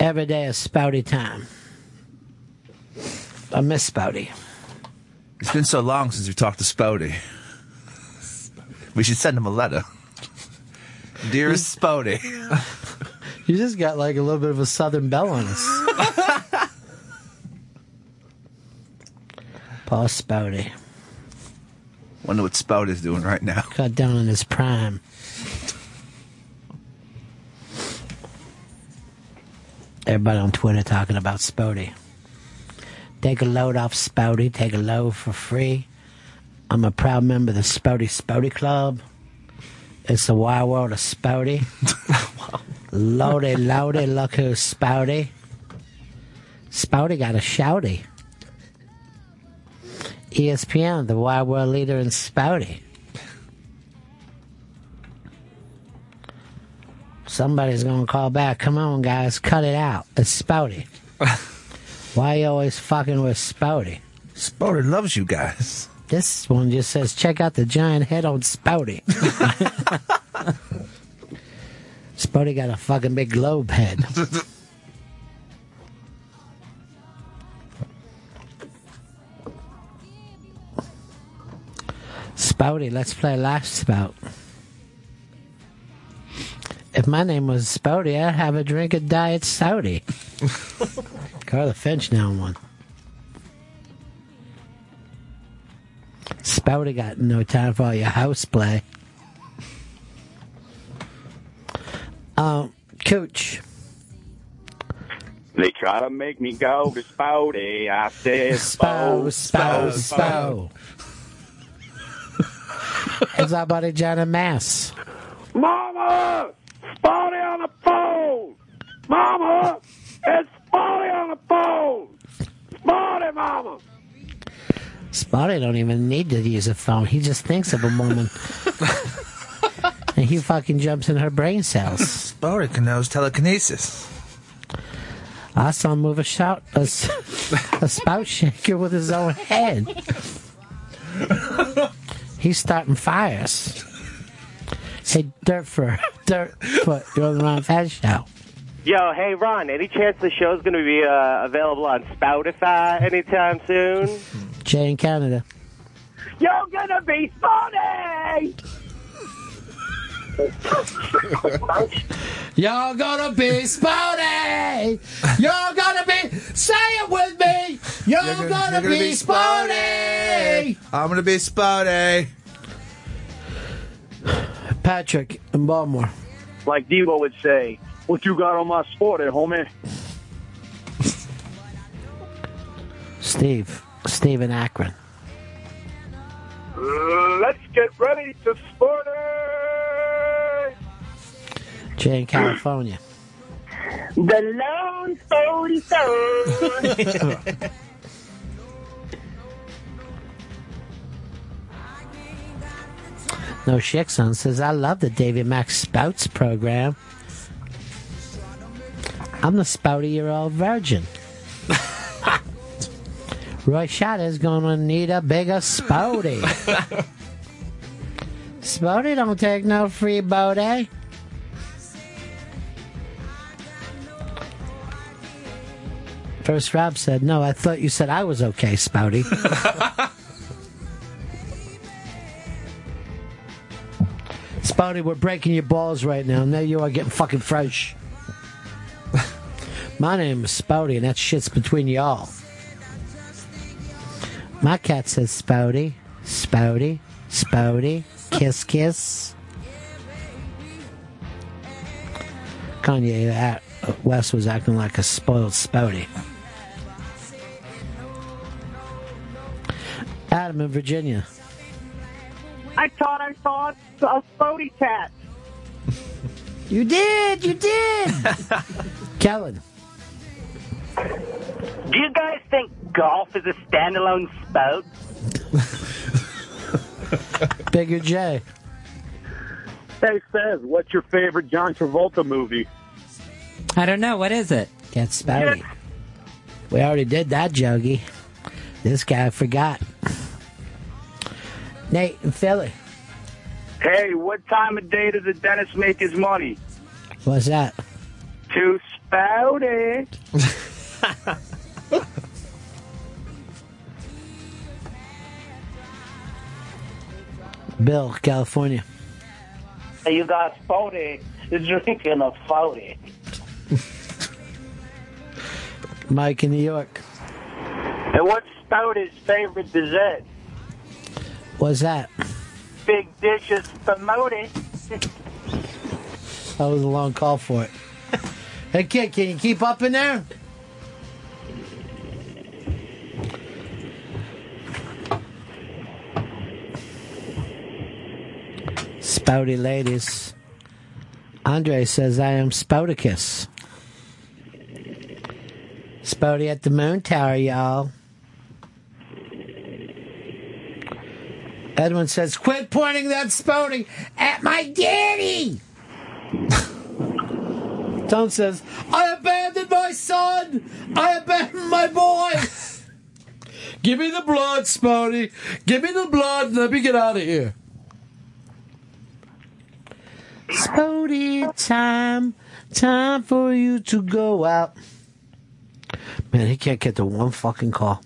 [SPEAKER 5] Every day is Spouty time. I miss Spouty.
[SPEAKER 6] It's been so long since we talked to Spouty. We should send him a letter.
[SPEAKER 5] Mm.
[SPEAKER 6] Dearest Spouty.
[SPEAKER 5] You just got like a little bit of a southern belle on us. Paul Spouty.
[SPEAKER 6] Wonder what Spout is doing right now.
[SPEAKER 5] Cut down on his prime. Everybody on Twitter talking about Spouty. Take a load off Spouty. Take a load for free. I'm a proud member of the Spouty Spouty Club. It's the wild world of Spouty. Loady, loady, look who's Spouty. Spouty got a shouty. E ESPN, the wild world leader in Spouty. Somebody's gonna call back. Come on, guys, cut it out. It's Spouty. Why you always fucking with Spouty?
[SPEAKER 6] Spouty loves you guys.
[SPEAKER 5] This one just says, check out the giant head on Spouty. Spouty got a fucking big globe head. Spouty, let's play Last Spout. If my name was Spouty, I'd have a drink of Diet Saudi. Carla Finch now one. Spouty got no time for all your house play. Um, Cooch.
[SPEAKER 10] They try to make me go to Spouty. I said,
[SPEAKER 5] Spow,
[SPEAKER 10] Spow,
[SPEAKER 5] spow, spow. It's our buddy Johnny Mass.
[SPEAKER 14] Mama! Spotty on the phone! Mama! It's Spotty on the phone! Spotty, Mama!
[SPEAKER 5] Spotty don't even need to use a phone. He just thinks of a woman. and he fucking jumps in her brain cells.
[SPEAKER 6] Spouty can knows telekinesis.
[SPEAKER 5] I saw him move a shout a, s- a spout shaker with his own head. He's starting fires. Hey, Dirtfoot, Dirtfoot, you're on the Ron Fez show.
[SPEAKER 10] Yo, hey, Ron, any chance the show's going to be uh, available on Spoutify anytime soon?
[SPEAKER 5] Jay in Canada.
[SPEAKER 14] You're gonna be Spotty!
[SPEAKER 23] You're gonna be Spotty. You're gonna be. Say it with me. You're,
[SPEAKER 6] You're
[SPEAKER 23] gonna,
[SPEAKER 6] you're
[SPEAKER 23] be, Spotty.
[SPEAKER 6] I'm gonna be Spouty.
[SPEAKER 5] Patrick in Baltimore.
[SPEAKER 9] Like Devo would say, "What you got on my sport, homie?"
[SPEAKER 5] Steve, Steve in Akron.
[SPEAKER 30] Let's get ready to sport
[SPEAKER 5] Jay in California.
[SPEAKER 31] The lone forty soul.
[SPEAKER 5] No Shixon says, I love the David Max Spouts program. I'm the spouty year old virgin. Roy Shada's gonna need a bigger spouty. spouty don't take no free boaty. First Rob said, No, I thought you said I was okay, Spouty. Spouty, we're breaking your balls right now. Now you are getting fucking fresh. My name is Spouty, and that shit's between y'all. My cat says Spouty, Spouty, Spouty, kiss, kiss. Kanye at- West was acting like a spoiled Spouty. Adam in Virginia.
[SPEAKER 32] I thought I saw a Spody cat.
[SPEAKER 5] You did, you did. Kellen.
[SPEAKER 33] Do you guys think golf is a standalone sport?
[SPEAKER 5] Bigger J.
[SPEAKER 10] Hey, says, what's your favorite John Travolta movie?
[SPEAKER 2] I don't know. What is it?
[SPEAKER 5] Get Spouty. We already did that, Jogie. This guy forgot. Nate in Philly.
[SPEAKER 9] Hey, what time of day does a dentist make his money?
[SPEAKER 5] What's that?
[SPEAKER 9] To spout it.
[SPEAKER 5] Bill, California.
[SPEAKER 34] You got spouty drinking a spouty.
[SPEAKER 5] Mike in New York.
[SPEAKER 34] And what's spouty's favorite dessert?
[SPEAKER 5] What's that?
[SPEAKER 34] Big dishes promoted.
[SPEAKER 5] That was a long call for it. Hey, kid, can you keep up in there? Spouty ladies. Andre says, I am Spouticus. Spouty at the Moon Tower, y'all. Edwin says, Quit pointing that Spouty at my daddy! Tom says, I abandoned my son! I abandoned my boy! Give me the blood, Spouty! Give me the blood and let me get out of here. Spouty time, time for you to go out. Man, he can't get to one fucking call.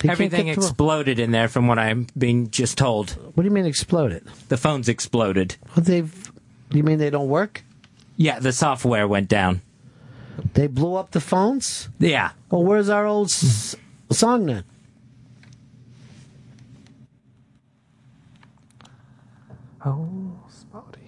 [SPEAKER 5] He can't
[SPEAKER 2] Everything
[SPEAKER 5] get to one.
[SPEAKER 2] exploded in there from what I'm being just told.
[SPEAKER 5] What do you mean exploded?
[SPEAKER 2] The phones exploded.
[SPEAKER 5] Well, they've. You mean they don't work?
[SPEAKER 2] Yeah, the software went down.
[SPEAKER 5] They blew up the phones?
[SPEAKER 2] Yeah.
[SPEAKER 5] Well, where's our old s- song then?
[SPEAKER 4] Oh, Spotty.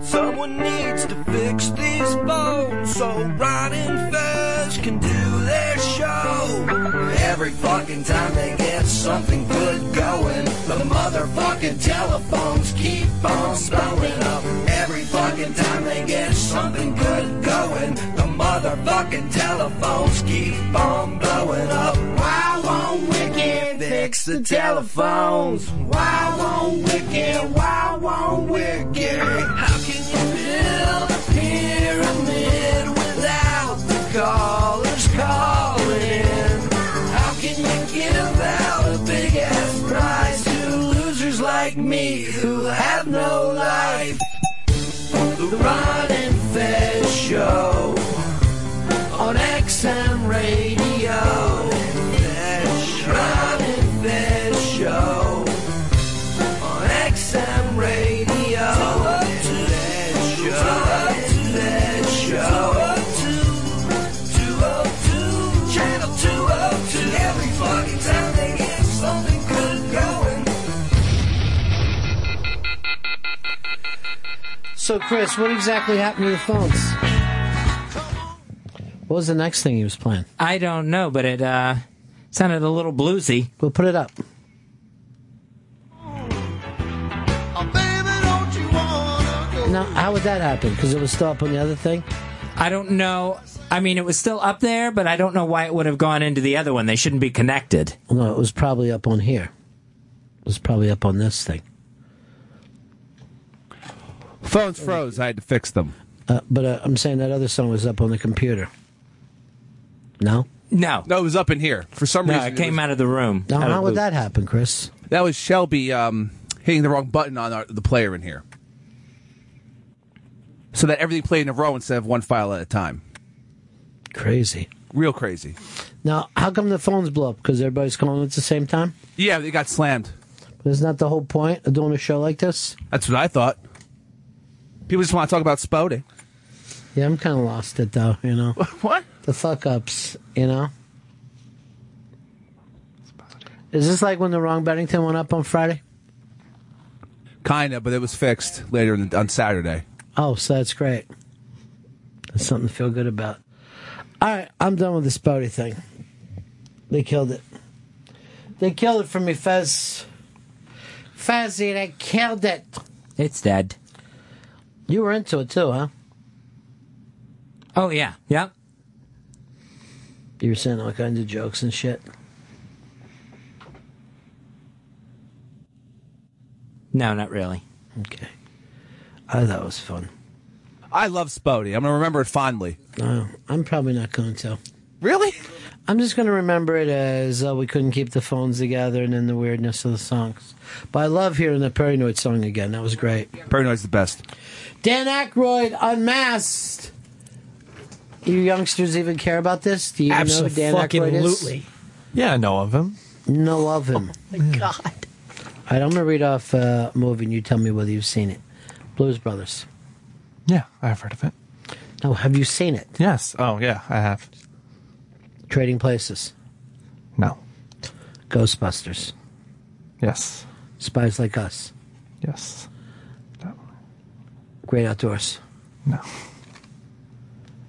[SPEAKER 4] Someone needs to fix these bones so Ron and Fez can do their show. Every fucking time they get something good going, the motherfucking telephones keep on blowing up. Every fucking time they get something good going, the motherfucking telephones keep on blowing up. Why won't we get fix the telephones? Why won't we get? Why won't we get? How can you build a pyramid without the callers calling in? How can you give out a big ass prize to losers like me who have no life? The Ron and Fez Show on XM Radio. Fez Show. Ron and Fez Show on XM
[SPEAKER 5] So, Chris, what exactly happened to the phones? What was the next thing he was playing?
[SPEAKER 2] I don't know, but it uh, sounded a little bluesy.
[SPEAKER 5] We'll put it up. Now, how would that happen? Because it was still up on the other thing?
[SPEAKER 2] I don't know. I mean, it was still up there, but I don't know why it would have gone into the other one. They shouldn't be connected.
[SPEAKER 5] No, it was probably up on here. It was probably up on this thing.
[SPEAKER 6] Phones froze. I had to fix them.
[SPEAKER 5] Uh, but uh, I'm saying that other song was up on the computer. No?
[SPEAKER 2] No.
[SPEAKER 6] No, it was up in here. For some
[SPEAKER 2] No,
[SPEAKER 6] reason.
[SPEAKER 2] it came out of the room.
[SPEAKER 5] Now, how would that happen, Chris?
[SPEAKER 6] That was Shelby um, hitting the wrong button on our, the player in here. So that everything played in a row instead of one file at a time.
[SPEAKER 5] Crazy.
[SPEAKER 6] Real crazy.
[SPEAKER 5] Now, how come the phones blow up? Because everybody's calling at the same time?
[SPEAKER 6] Yeah, they got slammed.
[SPEAKER 5] But isn't that the whole point of doing a show like this?
[SPEAKER 6] That's what I thought. People just want to talk about Spouting.
[SPEAKER 5] Yeah, I'm kind of lost it, though, you know?
[SPEAKER 6] What?
[SPEAKER 5] The fuck ups, you know? Is this like when the wrong Bennington went up on Friday?
[SPEAKER 6] Kinda, but it was fixed later in the, on Saturday.
[SPEAKER 5] Oh, so that's great. That's something to feel good about. All right, I'm done with the Spouty thing. They killed it. They killed it for me, Fez. Fezzy, they killed it.
[SPEAKER 2] It's dead.
[SPEAKER 5] You were into it too, huh?
[SPEAKER 2] Oh, yeah. Yep.
[SPEAKER 5] You were saying all kinds of jokes and shit.
[SPEAKER 2] No, not really.
[SPEAKER 5] Okay. I thought it was fun.
[SPEAKER 6] I love Spouty. I'm going to remember it fondly.
[SPEAKER 5] No, I'm probably not going to.
[SPEAKER 6] Really?
[SPEAKER 5] I'm just going to remember it as uh, we couldn't keep the phones together and then the weirdness of the songs. But I love hearing the Paranoid song again. That was great.
[SPEAKER 6] Paranoid's the best.
[SPEAKER 5] Dan Aykroyd unmasked. You youngsters even care about this? Do you even know who Dan Aykroyd is?
[SPEAKER 7] Absolutely. Yeah, I know of him.
[SPEAKER 5] No of him.
[SPEAKER 7] God.
[SPEAKER 5] All right, I'm going to read off a movie and you tell me whether you've seen it. Blues Brothers.
[SPEAKER 7] Yeah, I've heard of it.
[SPEAKER 5] No, have you seen it?
[SPEAKER 7] Yes. Oh, yeah, I have.
[SPEAKER 5] Trading Places.
[SPEAKER 7] No.
[SPEAKER 5] Ghostbusters.
[SPEAKER 7] Yes.
[SPEAKER 5] Spies Like Us.
[SPEAKER 7] Yes.
[SPEAKER 5] Great Outdoors.
[SPEAKER 7] No.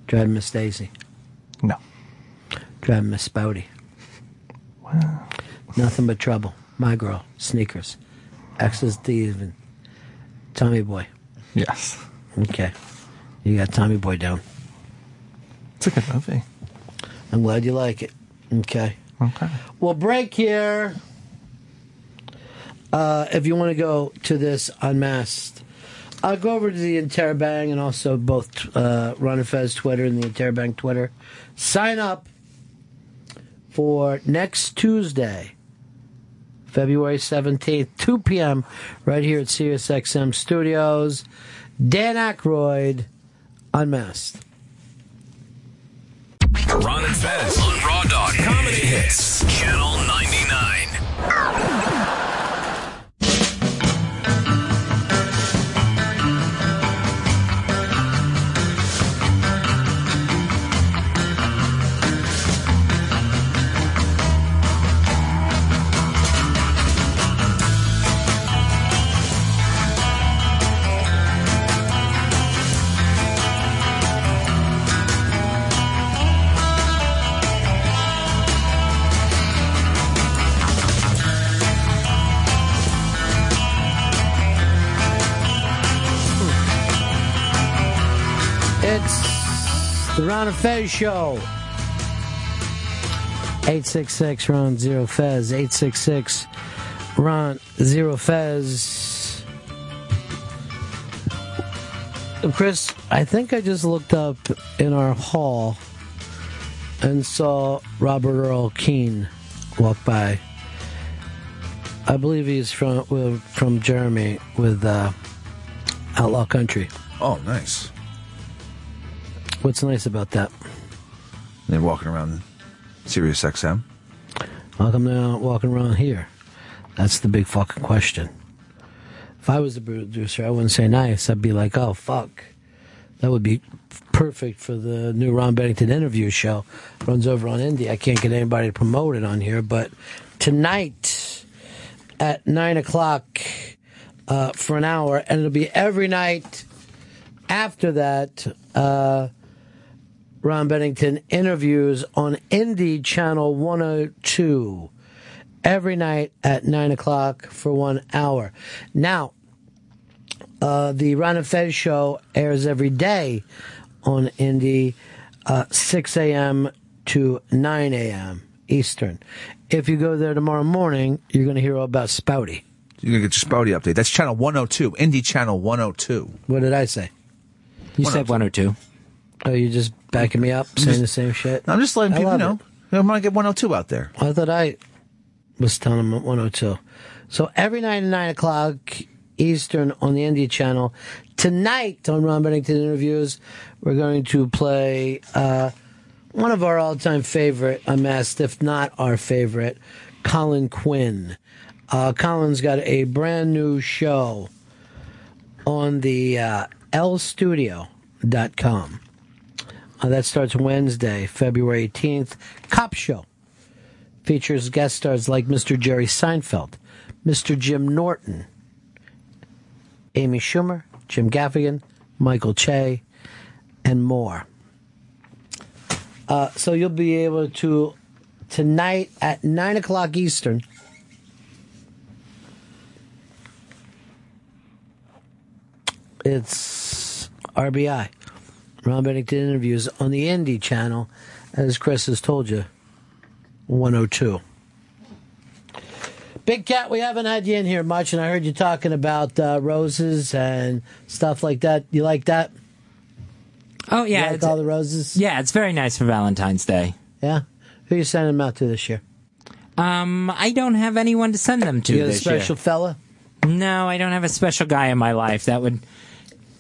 [SPEAKER 5] Driving Miss Daisy.
[SPEAKER 7] No.
[SPEAKER 5] Driving Miss Spouty. Wow. Nothing but trouble. My girl. Sneakers. Access to even. Tommy Boy.
[SPEAKER 7] Yes.
[SPEAKER 5] Okay. You got Tommy Boy down.
[SPEAKER 7] It's a good movie.
[SPEAKER 5] I'm glad you like it. Okay.
[SPEAKER 7] Okay.
[SPEAKER 5] We'll break here. Uh, if you want to go to this unmasked, I'll go over to the Interabang and also both uh, Ron and Fez Twitter and the Interabang Twitter. Sign up for next Tuesday, February 17th, 2 p.m., right here at SiriusXM Studios. Dan Aykroyd, Unmasked.
[SPEAKER 25] Ron and Fez on Raw Dog Comedy Hits, Channel 99.
[SPEAKER 5] It's the Ron and Fez show. 866 Ron Zero Fez. 866 Ron Zero Fez. Chris, I think I just looked up in our hall and saw Robert Earl Keane walk by. I believe he's from well, from Jeremy with uh, Outlaw Country.
[SPEAKER 6] Oh, nice.
[SPEAKER 5] What's nice about that?
[SPEAKER 6] They're walking around Sirius XM.
[SPEAKER 5] How come they're not walking around here? That's the big fucking question. If I was the producer, I wouldn't say nice. I'd be like, oh, fuck. That would be perfect for the new Ron Bennington interview show. Runs over on Indy. I can't get anybody to promote it on here, but tonight at 9 o'clock uh, for an hour, and it'll be every night after that, uh, Ron Bennington interviews on Indie Channel 102 every night at 9 o'clock for one hour. Now, uh, the Ron and Fez show airs every day on Indy, uh, 6 a.m. to 9 a.m. Eastern. If you go there tomorrow morning, you're going to hear all about Spouty.
[SPEAKER 6] You're going to get your Spouty update. That's channel 102, Indie channel 102.
[SPEAKER 5] What did I say? You said
[SPEAKER 2] 102.
[SPEAKER 5] Oh, you're just backing me up, saying the same shit?
[SPEAKER 6] I'm just letting
[SPEAKER 5] I
[SPEAKER 6] people
[SPEAKER 5] love
[SPEAKER 6] know. I want to get 102 out there.
[SPEAKER 5] I thought I was telling them at 102. So every night at 9 o'clock Eastern on the India channel. Tonight on Ron Bennington Interviews, we're going to play uh, one of our all time favorite, I'm asked if not our favorite, Colin Quinn. Uh, Colin's got a brand new show on the uh, lstudio.com. Uh, that starts Wednesday, February 18th. Cop Show features guest stars like Mr. Jerry Seinfeld, Mr. Jim Norton, Amy Schumer, Jim Gaffigan, Michael Che, and more. Uh, so you'll be able to, tonight at 9 o'clock Eastern, it's RBI, Ron Bennington Interviews on the Indie channel, as Chris has told you, 102. Big Cat, we haven't had you in here much, and I heard you talking about uh, roses and stuff like that. You like that?
[SPEAKER 2] Oh yeah,
[SPEAKER 5] like all the roses.
[SPEAKER 2] Yeah, it's very nice for Valentine's Day.
[SPEAKER 5] Yeah, who you sending them out to this year?
[SPEAKER 2] Um, I don't have anyone to send them to
[SPEAKER 5] You got a
[SPEAKER 2] this
[SPEAKER 5] special
[SPEAKER 2] year.
[SPEAKER 5] fella?
[SPEAKER 2] No, I don't have a special guy in my life that would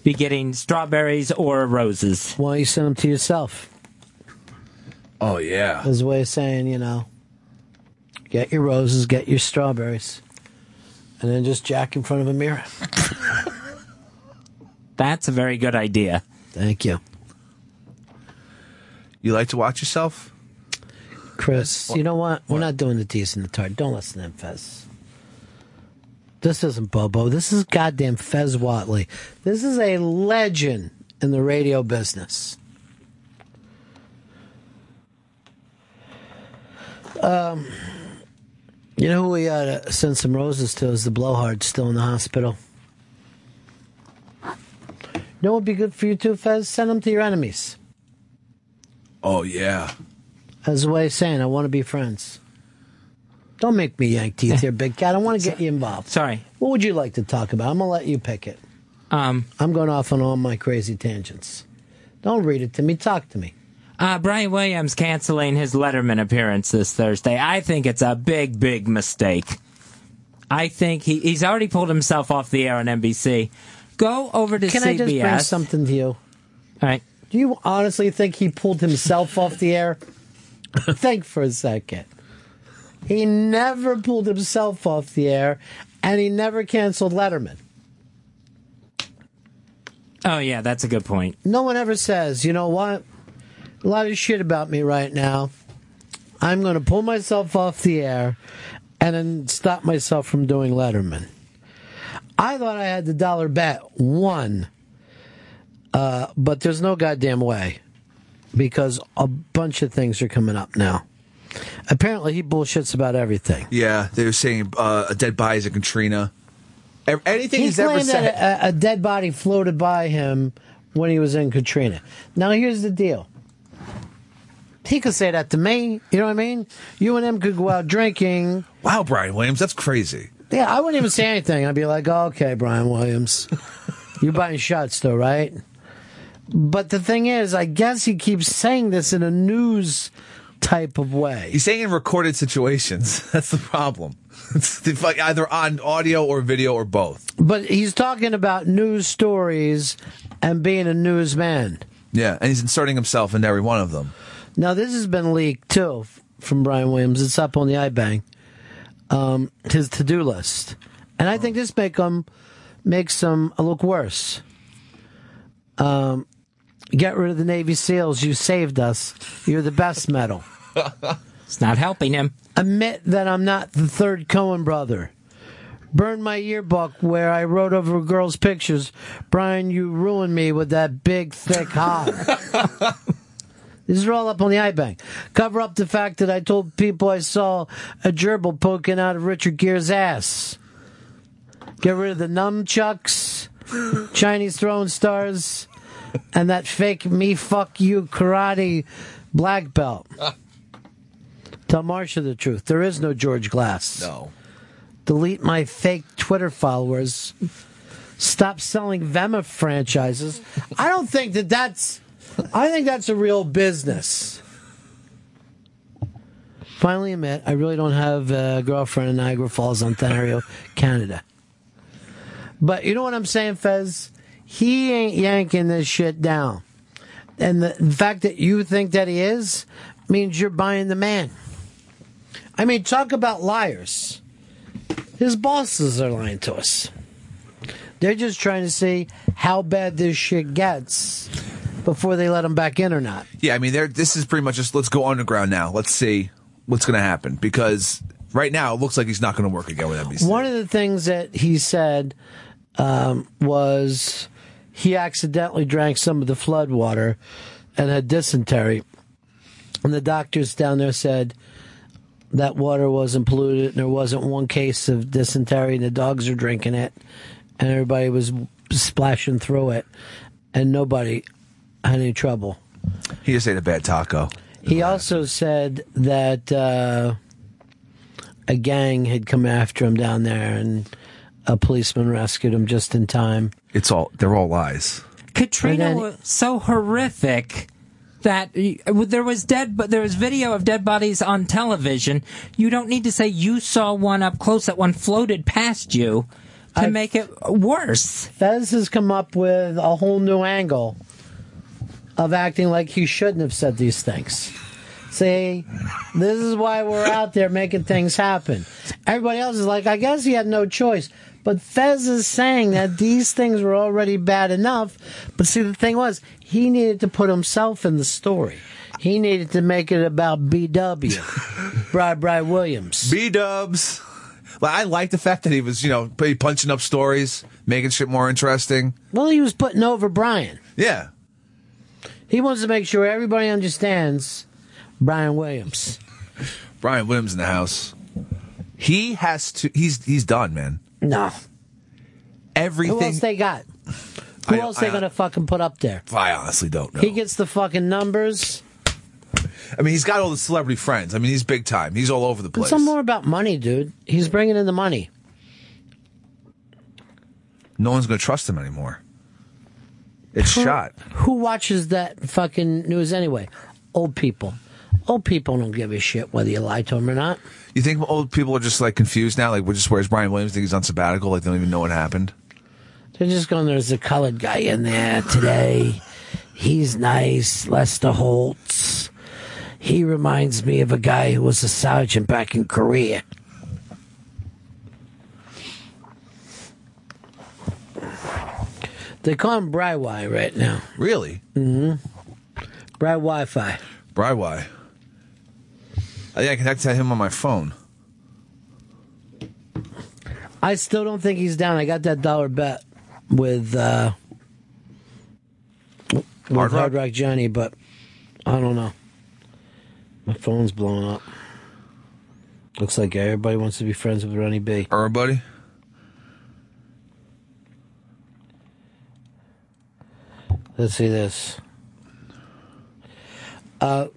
[SPEAKER 2] be getting strawberries or roses.
[SPEAKER 5] Why don't you send them to yourself?
[SPEAKER 6] Oh, yeah.
[SPEAKER 5] As a way of saying, you know, get your roses, get your strawberries, and then just jack in front of a mirror.
[SPEAKER 2] That's a very good idea.
[SPEAKER 5] Thank you.
[SPEAKER 6] You like to watch yourself?
[SPEAKER 5] Chris, you know what? We're not doing the D's and the tart. Don't listen to him, Fez. This isn't Bobo. This is goddamn Fez Watley. This is a legend in the radio business. Um, you know who we ought to send some roses to is the blowhard still in the hospital. You know what would be good for you too, Fez? Send them to your enemies.
[SPEAKER 6] Oh, yeah.
[SPEAKER 5] As a way of saying, I want to be friends. Don't make me yank teeth here, big cat. I want to get you involved.
[SPEAKER 2] Sorry.
[SPEAKER 5] What would you like to talk about? I'm going to let you pick it.
[SPEAKER 2] Um,
[SPEAKER 5] I'm going off on all my crazy tangents. Don't read it to me. Talk to me.
[SPEAKER 2] Uh, Brian Williams canceling his Letterman appearance this Thursday. I think it's a big, big mistake. I think he, he's already pulled himself off the air on NBC. Go over to
[SPEAKER 5] Can
[SPEAKER 2] CBS.
[SPEAKER 5] I just bring something to you? All
[SPEAKER 2] right.
[SPEAKER 5] Do you honestly think he pulled himself off the air? think for a second. He never pulled himself off the air, and he never canceled Letterman.
[SPEAKER 2] oh yeah, that's a good point.
[SPEAKER 5] No one ever says, you know what? A lot of shit about me right now. I'm going to pull myself off the air and then stop myself from doing Letterman. I thought I had the dollar bet won, uh, but there's no goddamn way because a bunch of things are coming up now. Apparently, he bullshits about everything.
[SPEAKER 6] Yeah, they were saying uh, a dead body is a Katrina. E- Anything
[SPEAKER 5] he
[SPEAKER 6] he's ever
[SPEAKER 5] claimed that
[SPEAKER 6] said.
[SPEAKER 5] a, a dead body floated by him when he was in Katrina. Now here's the deal. He could say that to me. You know what I mean? You and him could go out drinking.
[SPEAKER 6] wow, Brian Williams, that's crazy.
[SPEAKER 5] Yeah, I wouldn't even say anything. I'd be like, okay, Brian Williams. You're buying shots though, right? But the thing is, I guess he keeps saying this in a news type of way.
[SPEAKER 6] He's saying in recorded situations. That's the problem. It's the, fuck- either on audio or video or both.
[SPEAKER 5] But he's talking about news stories and being a newsman.
[SPEAKER 6] Yeah, and he's inserting himself into every one of them.
[SPEAKER 5] Now this has been leaked too f- from Brian Williams. It's up on the iBang, um, his to-do list, and I think this make him makes him look worse. Um, get rid of the Navy SEALs. You saved us. You're the best medal.
[SPEAKER 2] It's not helping him.
[SPEAKER 5] Admit that I'm not the third Cohen brother. burned my yearbook where I wrote over girls' pictures. Brian, you ruined me with that big, thick hog. These are all up on the iBank. Cover up the fact that I told people I saw a gerbil poking out of Richard Gere's ass. Get rid of the nunchucks, Chinese throwing stars, and that fake me fuck you karate black belt. Tell Marsha the truth. There is no George Glass. No. Delete my fake Twitter followers. Stop selling Vema franchises. I don't think that that's. I think that's a real business. Finally admit, I really don't have a girlfriend in Niagara Falls, Ontario, Canada. But you know what I'm saying, Fez? He ain't yanking this shit down. And the, the fact that you think that he is means you're buying the man. I mean, talk about liars. His bosses are lying to us. They're just trying to see how bad this shit gets before they let him back in or not.
[SPEAKER 6] Yeah, I mean, there. This is pretty much just let's go underground now. Let's see what's going to happen because right now it looks like he's not going to work again with NBC.
[SPEAKER 5] One of the things that he said um, was he accidentally drank some of the flood water and had dysentery. And the doctors down there said that water wasn't polluted and there wasn't one case of dysentery and the dogs are drinking it and everybody was splashing through it and nobody had any trouble.
[SPEAKER 6] He just ate a bad taco.
[SPEAKER 5] He also said that uh, a gang had come after him down there, and a policeman rescued him just in time.
[SPEAKER 6] It's all they're all lies.
[SPEAKER 2] Katrina was so horrific that uh, there was dead, but there was video of dead bodies on television. You don't need to say you saw one up close; that one floated past you to make it worse.
[SPEAKER 5] Fez has come up with a whole new angle of acting like he shouldn't have said these things. See, this is why we're out there making things happen. Everybody else is like, I guess he had no choice. But Fez is saying that these things were already bad enough. But see, the thing was, he needed to put himself in the story. He needed to make it about BW, Brad Brad Williams.
[SPEAKER 6] B Dubs. Well, I like the fact that he was, you know, p- punching up stories, making shit more interesting.
[SPEAKER 5] Well, he was putting over Brian.
[SPEAKER 6] Yeah,
[SPEAKER 5] He wants to make sure everybody understands Brian Williams.
[SPEAKER 6] Brian Williams in the house. He has to. He's he's done, man.
[SPEAKER 5] No.
[SPEAKER 6] Everything.
[SPEAKER 5] Who else they got? Who
[SPEAKER 6] I-
[SPEAKER 5] else they
[SPEAKER 6] I-
[SPEAKER 5] gonna fucking put up there?
[SPEAKER 6] I honestly don't know.
[SPEAKER 5] He gets the fucking numbers.
[SPEAKER 6] I mean, he's got all the celebrity friends. I mean, he's big time. He's all over the
[SPEAKER 5] It's
[SPEAKER 6] place.
[SPEAKER 5] all more about money, dude. He's bringing in the money.
[SPEAKER 6] No one's going to trust him anymore. It's
[SPEAKER 5] Who-
[SPEAKER 6] shot.
[SPEAKER 5] Who watches that fucking news anyway? Old people. Old people don't give a shit whether you lie to them or not.
[SPEAKER 6] You think old people are just like confused now? Like, we're just where's Brian Williams? Think he's on sabbatical? Like, they don't even know what happened.
[SPEAKER 5] They're just going, there's a colored guy in there today. He's nice. Lester Holtz. He reminds me of a guy who was a sergeant back in Korea. They call him Brywai right now.
[SPEAKER 6] Really?
[SPEAKER 5] Mm hmm. Bry Wi Fi.
[SPEAKER 6] Bry Why? Uh, I think I connected to him on my phone.
[SPEAKER 5] I still don't think he's down. I got that dollar bet with uh, with Hard Rock? Johnny, but I don't know. My phone's blowing up. Looks like everybody wants to be friends with Ronnie B.
[SPEAKER 6] Everybody.
[SPEAKER 5] Let's see this. Uh,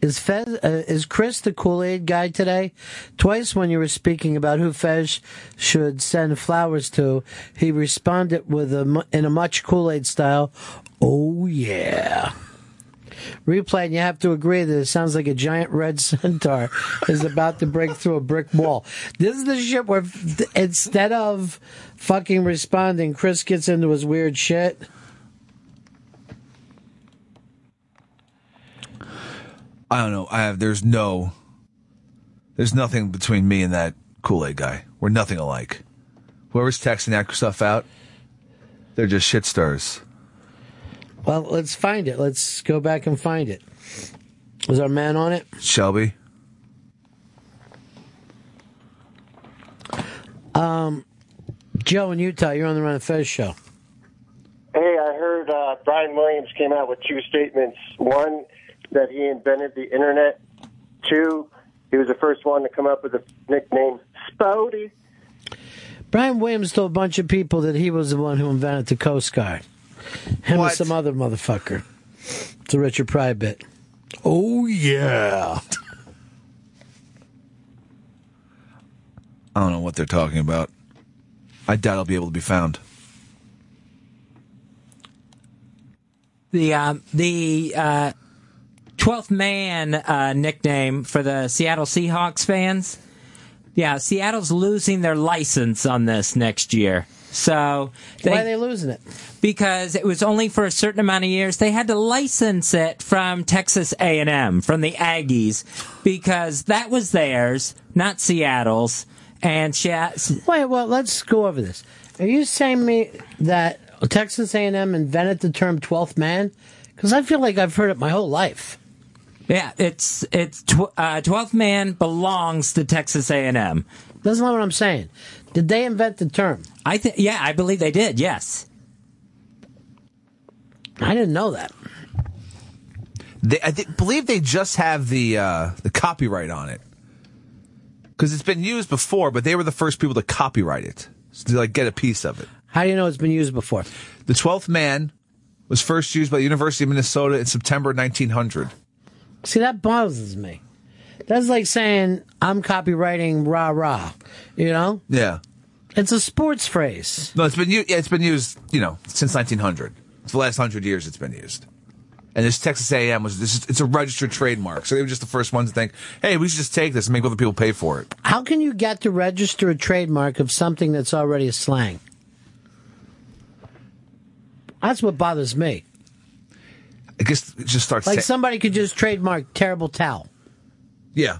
[SPEAKER 5] is Fez uh, is Chris the Kool Aid guy today? Twice when you were speaking about who Fez should send flowers to, he responded with a mu- in a much Kool Aid style. Oh yeah. Replay, and you have to agree that it sounds like a giant red centaur is about to break through a brick wall. This is the shit where f- instead of fucking responding, Chris gets into his weird shit.
[SPEAKER 6] I don't know. I have. There's no. There's nothing between me and that Kool Aid guy. We're nothing alike. Whoever's texting that stuff out, they're just shit stirrers.
[SPEAKER 5] Well, let's find it. Let's go back and find it. Was our man on it?
[SPEAKER 6] Shelby.
[SPEAKER 5] Um, Joe in Utah, you're on the Run and Fez show.
[SPEAKER 22] Hey, I heard uh, Brian Williams came out with two statements. One, that he invented the internet. Two, he was the first one to come up with the nickname Spody.
[SPEAKER 5] Brian Williams told a bunch of people that he was the one who invented the Coast Guard. Him and some other motherfucker. It's a Richard Pryor bit. Oh, yeah.
[SPEAKER 6] I don't know what they're talking about. I doubt I'll be able to be found.
[SPEAKER 2] the um, the uh, 12th man uh, nickname for the Seattle Seahawks fans. Yeah, Seattle's losing their license on this next year. So
[SPEAKER 5] Why are they losing it?
[SPEAKER 2] Because it was only for a certain amount of years. They had to license it from Texas A&M, from the Aggies, because that was theirs, not Seattle's. And Sha-
[SPEAKER 5] Wait, well, let's go over this. Are you saying me that Texas A&M invented the term 12th man? Because I feel like I've heard it my whole life.
[SPEAKER 2] Yeah, it's it's tw- uh, 12th man belongs to Texas A&M.
[SPEAKER 5] That's not what I'm saying. Did they invent the term?
[SPEAKER 2] I think yeah, I believe they did. Yes.
[SPEAKER 5] I didn't know that.
[SPEAKER 6] They, I th- believe they just have the uh, the copyright on it because it's been used before, but they were the first people to copyright it to like get a piece of it.
[SPEAKER 5] How do you know it's been used before?
[SPEAKER 6] The Twelfth Man was first used by the University of Minnesota in September 1900.
[SPEAKER 5] See, that bothers me. That's like saying I'm copywriting rah rah. You know,
[SPEAKER 6] Yeah,
[SPEAKER 5] it's a sports phrase.
[SPEAKER 6] no, it's been u- yeah, it's been used you know since 1900. It's the last hundred years it's been used. And this Texas A&M was this is, it's a registered trademark, so they were just the first ones to think, hey, we should just take this and make other people pay for it.
[SPEAKER 5] How can you get to register a trademark of something that's already a slang? That's what bothers me.
[SPEAKER 6] I guess it just starts
[SPEAKER 5] Like
[SPEAKER 6] ta-
[SPEAKER 5] somebody could just trademark terrible towel.
[SPEAKER 6] Yeah.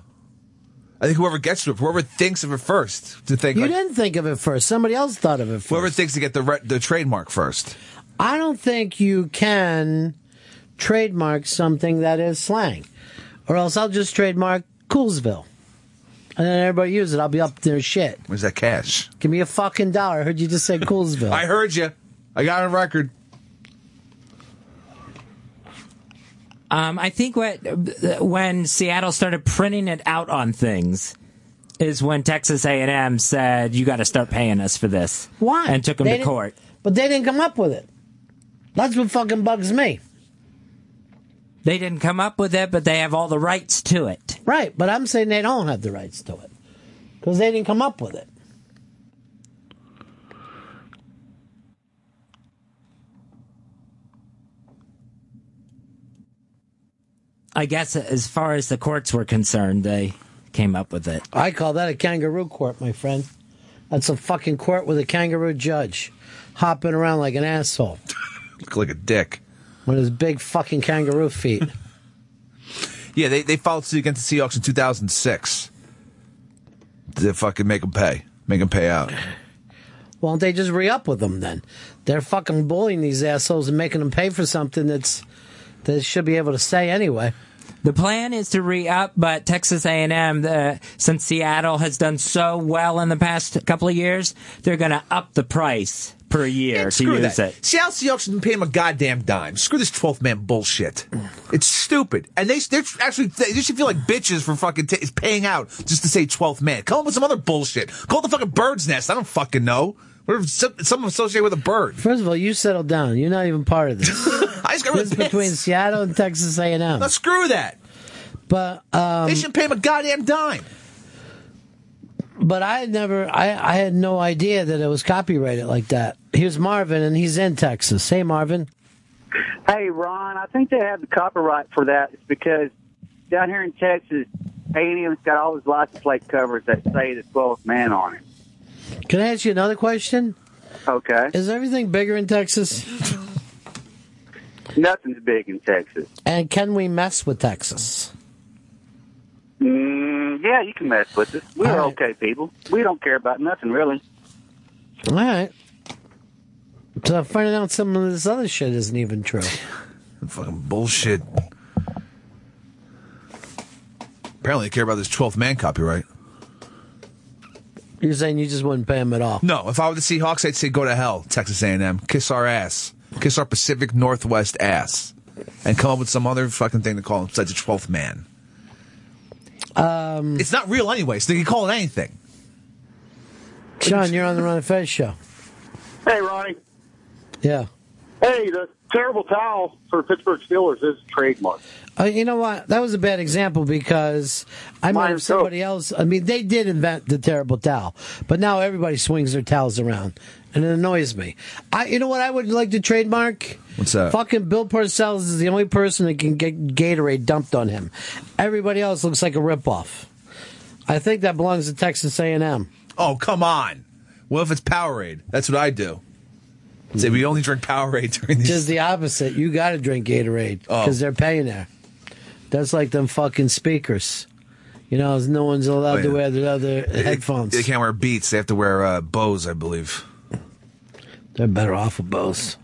[SPEAKER 6] I think whoever gets to it, whoever thinks of it first, to think
[SPEAKER 5] You
[SPEAKER 6] like,
[SPEAKER 5] didn't think of it first. Somebody else thought of it first.
[SPEAKER 6] whoever thinks to get the re- the trademark first.
[SPEAKER 5] I don't think you can trademark something that is slang, or else I'll just trademark Coolsville, and then everybody use it. I'll be up their shit.
[SPEAKER 6] Where's that cash?
[SPEAKER 5] Give me a fucking dollar. I heard you just say Coolsville.
[SPEAKER 6] I heard you. I got on record.
[SPEAKER 2] Um, I think what when Seattle started printing it out on things is when Texas A&M said you got to start paying us for this.
[SPEAKER 5] Why?
[SPEAKER 2] And took them
[SPEAKER 5] They
[SPEAKER 2] to
[SPEAKER 5] didn't-
[SPEAKER 2] court.
[SPEAKER 5] But they didn't come up with it. That's what fucking bugs me.
[SPEAKER 2] They didn't come up with it, but they have all the rights to it.
[SPEAKER 5] Right, but I'm saying they don't have the rights to it because they didn't come up with it.
[SPEAKER 2] I guess as far as the courts were concerned, they came up with it.
[SPEAKER 5] I call that a kangaroo court, my friend. That's a fucking court with a kangaroo judge hopping around like an asshole
[SPEAKER 6] Look like a dick.
[SPEAKER 5] with his big fucking kangaroo feet.
[SPEAKER 6] Yeah, they, they filed suit against the Seahawks in 2006 to fucking make them pay. Make them pay out.
[SPEAKER 5] Won't they just re up with them then? They're fucking bullying these assholes and making them pay for something that's they should be able to say anyway.
[SPEAKER 2] The plan is to re-up, but Texas A&M, the, uh, since Seattle has done so well in the past couple of years, they're going to up the price per year to
[SPEAKER 6] Screw
[SPEAKER 2] use
[SPEAKER 6] that.
[SPEAKER 2] it.
[SPEAKER 6] Seattle Seahawks didn't pay him a goddamn dime. Screw this 12th man bullshit. It's stupid. And they, they're actually, they should feel like bitches for fucking t- paying out just to say 12th man. Come up with some other bullshit. Call it the fucking bird's nest. I don't fucking know. Whatever, some, some associated with a bird.
[SPEAKER 5] First of all, you settle down. You're not even part of this.
[SPEAKER 6] I just got
[SPEAKER 5] this is between Seattle and Texas A&M.
[SPEAKER 6] Now screw that.
[SPEAKER 5] But um,
[SPEAKER 6] They shouldn't pay him a goddamn dime.
[SPEAKER 5] But I had never, I, I had no idea that it was copyrighted like that. Here's Marvin, and he's in Texas. Hey, Marvin.
[SPEAKER 35] Hey, Ron, I think they have the copyright for that. It's because down here in Texas, A&M's got all those license plate covers that say the 12th man on it.
[SPEAKER 5] Can I ask you another question?
[SPEAKER 35] Okay.
[SPEAKER 5] Is everything bigger in Texas?
[SPEAKER 35] Nothing's big in Texas.
[SPEAKER 5] And can we mess with Texas?
[SPEAKER 35] Mm, yeah, you can mess with us. We're okay people. We don't care about nothing, really.
[SPEAKER 5] All right. So I'm finding out some of this other shit isn't even true.
[SPEAKER 6] Fucking bullshit. Apparently, they care about this 12th man copyright.
[SPEAKER 5] You're saying you just wouldn't pay him at all.
[SPEAKER 6] No, if I were the Seahawks, I'd say go to hell, Texas A&M. Kiss our ass. Kiss our Pacific Northwest ass. And come up with some other fucking thing to call him besides a 12th man.
[SPEAKER 5] Um,
[SPEAKER 6] it's not real anyways. They can call it anything.
[SPEAKER 5] Sean, you're on the Ron and Fez show.
[SPEAKER 14] Hey, Ronnie.
[SPEAKER 5] Yeah.
[SPEAKER 14] Hey, the terrible towel for Pittsburgh Steelers is trademark.
[SPEAKER 5] Uh, you know what? That was a bad example because I might have somebody else. I mean, they did invent the terrible towel, but now everybody swings their towels around, and it annoys me. I, you know what? I would like to trademark.
[SPEAKER 6] What's that?
[SPEAKER 5] Fucking Bill Parcells is the only person that can get Gatorade dumped on him. Everybody else looks like a ripoff. I think that belongs to Texas A&M.
[SPEAKER 6] Oh, come on. What if it's Powerade? That's what I do. Say we only drink Powerade during these.
[SPEAKER 5] Just the opposite. You got to drink Gatorade
[SPEAKER 6] Oh.
[SPEAKER 5] because they're paying there. That's like them fucking speakers. You know, no one's allowed
[SPEAKER 6] Oh,
[SPEAKER 5] to
[SPEAKER 6] yeah.
[SPEAKER 5] wear the other headphones.
[SPEAKER 6] They can't wear Beats. They have to wear uh, Bose, I believe.
[SPEAKER 5] They're better off with Bose.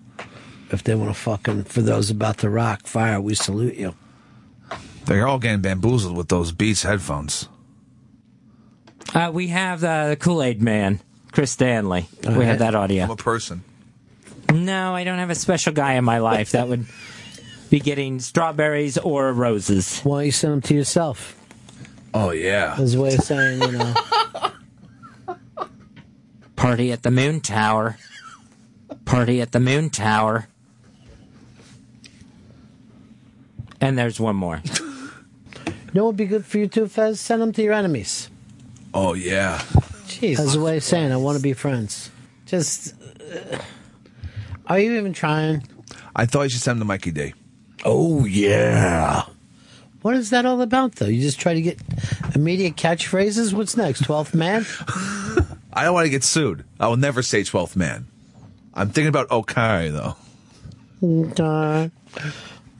[SPEAKER 5] If they want to fucking, for those about to rock fire, we salute you.
[SPEAKER 6] They're all getting bamboozled with those Beats headphones.
[SPEAKER 2] Uh, we have uh, the Kool Aid Man, Chris Stanley.
[SPEAKER 6] Uh,
[SPEAKER 2] We have that audio.
[SPEAKER 6] I'm a person.
[SPEAKER 2] No, I don't have a special guy in my life that would be getting strawberries or roses.
[SPEAKER 5] Why don't you send them to yourself?
[SPEAKER 6] Oh yeah.
[SPEAKER 5] As a way of saying, you know,
[SPEAKER 2] Party at the Moon Tower. Party at the Moon Tower. And there's one more.
[SPEAKER 5] you know what would be good for you too, Fez? Send them to your enemies.
[SPEAKER 6] Oh yeah.
[SPEAKER 5] Jeez. As a way of saying, I want to be friends. Just, uh, are you even trying?
[SPEAKER 6] I thought you should send them to Mikey D.
[SPEAKER 5] Oh yeah. What is that all about, though? You just try to get immediate catchphrases? What's next? 12th man?
[SPEAKER 6] I don't want to get sued. I will never say 12th man. I'm thinking about Okari though.
[SPEAKER 5] Okay.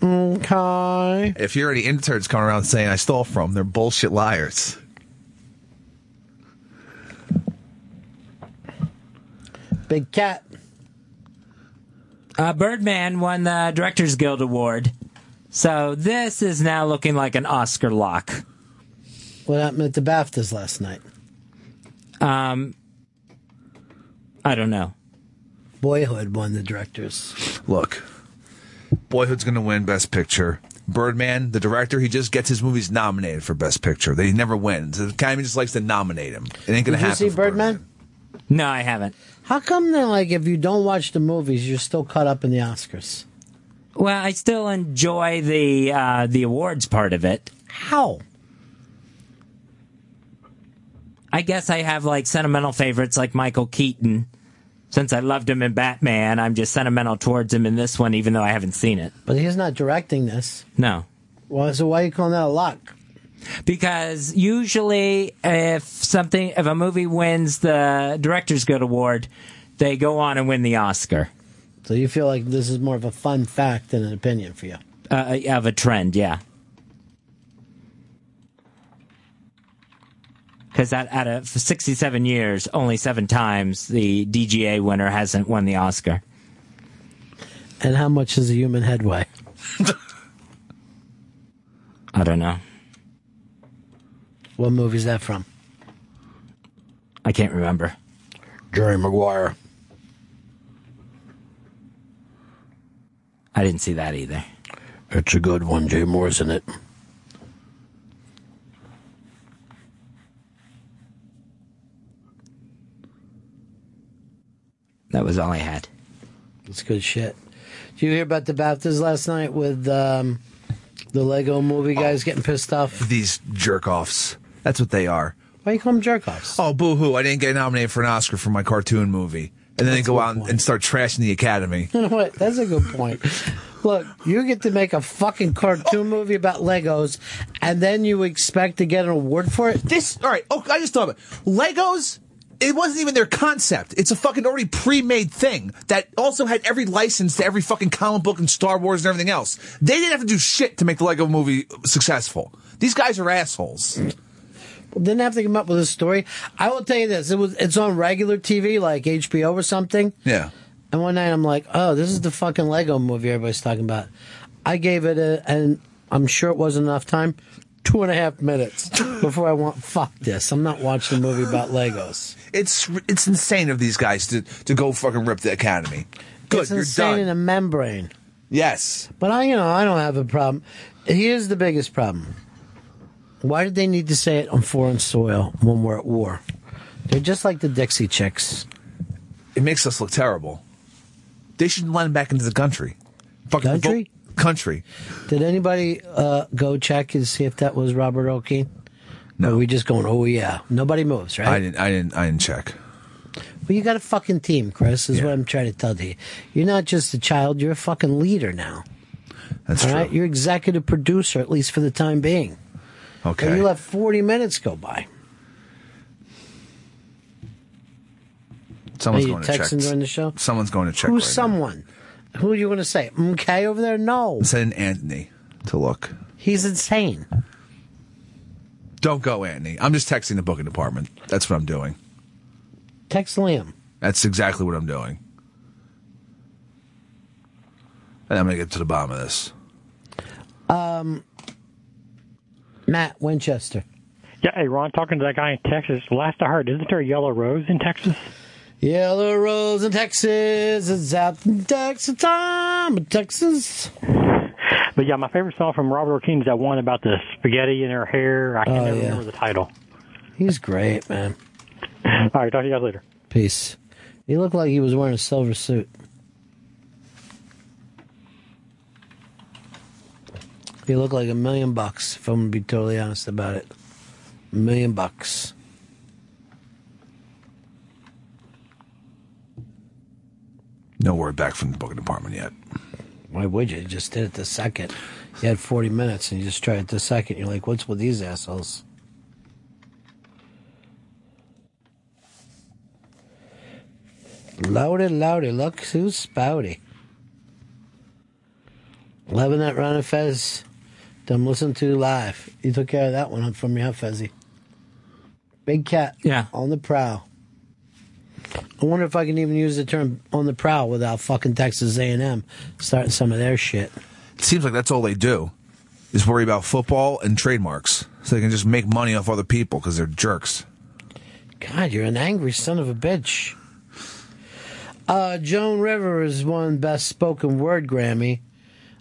[SPEAKER 5] Okay.
[SPEAKER 6] If you're any interns coming around saying I stole from, they're bullshit liars.
[SPEAKER 5] Big cat.
[SPEAKER 2] Uh, Birdman won the Directors Guild Award. So this is now looking like an Oscar lock.
[SPEAKER 5] What happened at the BAFTAs last night?
[SPEAKER 2] Um, I don't know.
[SPEAKER 5] Boyhood won the directors.
[SPEAKER 6] Look, Boyhood's going to win Best Picture. Birdman, the director, he just gets his movies nominated for Best Picture. They never win. So the Academy just likes to nominate him. It
[SPEAKER 5] Did
[SPEAKER 6] ain't going to
[SPEAKER 5] you
[SPEAKER 6] happen.
[SPEAKER 5] see Birdman?
[SPEAKER 2] No, I haven't.
[SPEAKER 5] How come then, like, if you don't watch the movies, you're still caught up in the Oscars?
[SPEAKER 2] Well, I still enjoy the uh, the awards part of it.
[SPEAKER 5] How?
[SPEAKER 2] I guess I have like sentimental favorites like Michael Keaton. Since I loved him in Batman, I'm just sentimental towards him in this one, even though I haven't seen it.
[SPEAKER 5] But he's not directing this.
[SPEAKER 2] No.
[SPEAKER 5] Well, so why are you calling that a lock?
[SPEAKER 2] Because usually, if something, if a movie wins the Directors Guild Award, they go on and win the Oscar
[SPEAKER 5] So you feel like this is more of a fun fact than an opinion for you.
[SPEAKER 2] uh, of a trend, yeah. Because out, out of 67 years, only seven times the DGA winner hasn't won the Oscar.
[SPEAKER 5] And how much does a human head weigh?
[SPEAKER 2] I don't know.
[SPEAKER 5] What movie is that from?
[SPEAKER 2] I can't remember.
[SPEAKER 5] Jerry Maguire.
[SPEAKER 2] I didn't see that either.
[SPEAKER 5] It's a good one. Jay Moore's in it.
[SPEAKER 2] That was all I had.
[SPEAKER 5] That's good shit. Did you hear about the BAFTAs last night with um, the Lego movie guys getting pissed off?
[SPEAKER 6] These jerk offs. That's what they are.
[SPEAKER 5] Why you call them jerk offs?
[SPEAKER 6] Oh, boo hoo. I didn't get nominated for an Oscar for my cartoon movie. And then they go out and start trashing the Academy.
[SPEAKER 5] You know what? That's a good point. Look, you get to make a fucking cartoon movie about Legos, and then you expect to get an award for it?
[SPEAKER 6] This, all right. Oh, I just thought of it. Legos. It wasn't even their concept. It's a fucking already pre-made thing that also had every license to every fucking comic book and Star Wars and everything else. They didn't have to do shit to make the Lego movie successful. These guys are assholes.
[SPEAKER 5] Didn't have to come up with a story. I will tell you this: it was it's on regular TV, like HBO or something.
[SPEAKER 6] Yeah.
[SPEAKER 5] And one night I'm like, oh, this is the fucking Lego movie everybody's talking about. I gave it a, and I'm sure it wasn't enough time, two and a half minutes before I want fuck this. I'm not watching a movie about Legos.
[SPEAKER 6] It's it's insane of these guys to to go fucking rip the academy. Good,
[SPEAKER 5] it's
[SPEAKER 6] you're
[SPEAKER 5] insane
[SPEAKER 6] done.
[SPEAKER 5] in a membrane.
[SPEAKER 6] Yes.
[SPEAKER 5] But I, you know, I don't have a problem. Here's the biggest problem. Why did they need to say it on foreign soil when we're at war? They're just like the Dixie Chicks.
[SPEAKER 6] It makes us look terrible. They should let him back into the country. Fucking
[SPEAKER 5] Country?
[SPEAKER 6] vote- country.
[SPEAKER 5] Did anybody uh, go check and see if that was Robert O'Keefe? No. Or are we just going, oh yeah. Nobody moves, right?
[SPEAKER 6] I didn't. I didn't. I didn't check.
[SPEAKER 5] Well, you got a fucking team, Chris, is what I'm trying to tell you. You're not just a child, you're a fucking leader now.
[SPEAKER 6] That's
[SPEAKER 5] right. You're executive producer, at least for the time being.
[SPEAKER 6] Okay.
[SPEAKER 5] And you let 40 minutes go by.
[SPEAKER 6] Someone's
[SPEAKER 5] Are you
[SPEAKER 6] going to check.
[SPEAKER 5] texting during the show?
[SPEAKER 6] Someone's going to check.
[SPEAKER 5] Who's
[SPEAKER 6] right
[SPEAKER 5] someone? Who are you going to say? MK over there? No.
[SPEAKER 6] now. Send Anthony to look.
[SPEAKER 5] He's insane.
[SPEAKER 6] Don't go, Anthony. I'm just texting the booking department. That's what I'm doing.
[SPEAKER 5] Text Liam.
[SPEAKER 6] That's exactly what I'm doing. And I'm gonna get to the bottom of this.
[SPEAKER 5] Um, Matt Winchester.
[SPEAKER 12] Yeah, hey, Ron, talking to that guy in Texas. Last I heard, isn't there a yellow rose in Texas?
[SPEAKER 5] Yellow Rose in Texas. It's out in Texas time. Texas.
[SPEAKER 12] But yeah, my favorite song from Robert O'Keefe is that one about the spaghetti in her hair. I can't
[SPEAKER 5] Oh,
[SPEAKER 12] never
[SPEAKER 5] yeah.
[SPEAKER 12] remember the title.
[SPEAKER 5] He's great, man.
[SPEAKER 12] All right, talk to you guys later.
[SPEAKER 5] Peace. He looked like he was wearing a silver suit. He looked like a million bucks, if I'm going to be totally honest about it. A million bucks.
[SPEAKER 6] No word back from the booking department yet.
[SPEAKER 5] Why would you? You just did it the second. You had 40 minutes and you just tried it the second. You're like, what's with these assholes? Loudy, loudy, look who's spouty. Loving that Ron and Fez. Done listen to live. You took care of that one from you, huh, Fezzy? Big cat. Yeah. On the prowl. I wonder if I can even use the term on the prowl without fucking Texas A&M starting some of their shit.
[SPEAKER 6] It seems like that's all they do is worry about football and trademarks, so they can just make money off other people because they're jerks.
[SPEAKER 5] God, you're an angry son of a bitch. Uh, Joan Rivers won Best Spoken Word Grammy.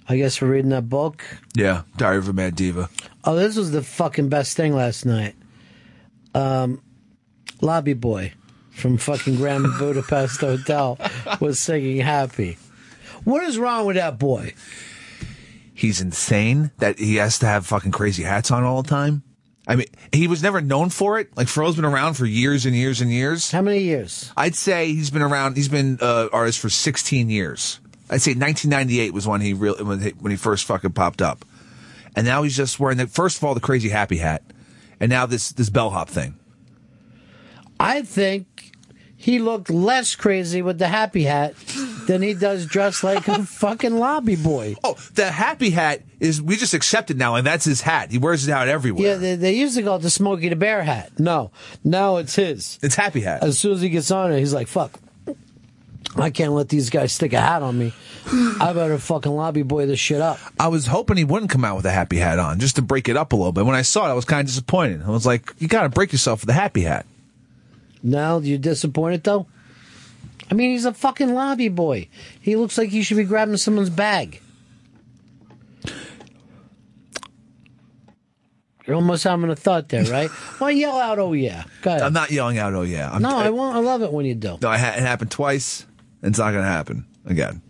[SPEAKER 5] I guess for reading that book.
[SPEAKER 6] Yeah, Diary of a Mad Diva.
[SPEAKER 5] Oh, this was the fucking best thing last night. Um, Lobby Boy from fucking Grand Budapest Hotel was singing Happy. What is wrong with that boy?
[SPEAKER 6] He's insane that he has to have fucking crazy hats on all the time. I mean, he was never known for it. Like Fro's been around for years and years and years.
[SPEAKER 5] How many years?
[SPEAKER 6] I'd say he's been around. He's been uh, artist for 16 years. I'd say 1998 was when he real when he, when he first fucking popped up, and now he's just wearing the first of all the crazy happy hat, and now this this bellhop thing.
[SPEAKER 5] I think he looked less crazy with the happy hat than he does dressed like a fucking lobby boy.
[SPEAKER 6] Oh, the happy hat is we just accept it now, and that's his hat. He wears it out everywhere.
[SPEAKER 5] Yeah, they, they used to call it the Smokey the Bear hat. No, now it's his.
[SPEAKER 6] It's Happy Hat.
[SPEAKER 5] As soon as he gets on it, he's like, fuck. I can't let these guys stick a hat on me. I better fucking lobby boy this shit up.
[SPEAKER 6] I was hoping he wouldn't come out with a happy hat on just to break it up a little bit. When I saw it, I was kind of disappointed. I was like, you got to break yourself with a happy hat.
[SPEAKER 5] Now you're disappointed though? I mean, he's a fucking lobby boy. He looks like he should be grabbing someone's bag. You're almost having a thought there, right? Why yell out, oh yeah? Go ahead.
[SPEAKER 6] I'm not yelling out, oh yeah. I'm,
[SPEAKER 5] no, I won't. I love it when you do.
[SPEAKER 6] No, it ha- it happened twice, and it's not going to happen again.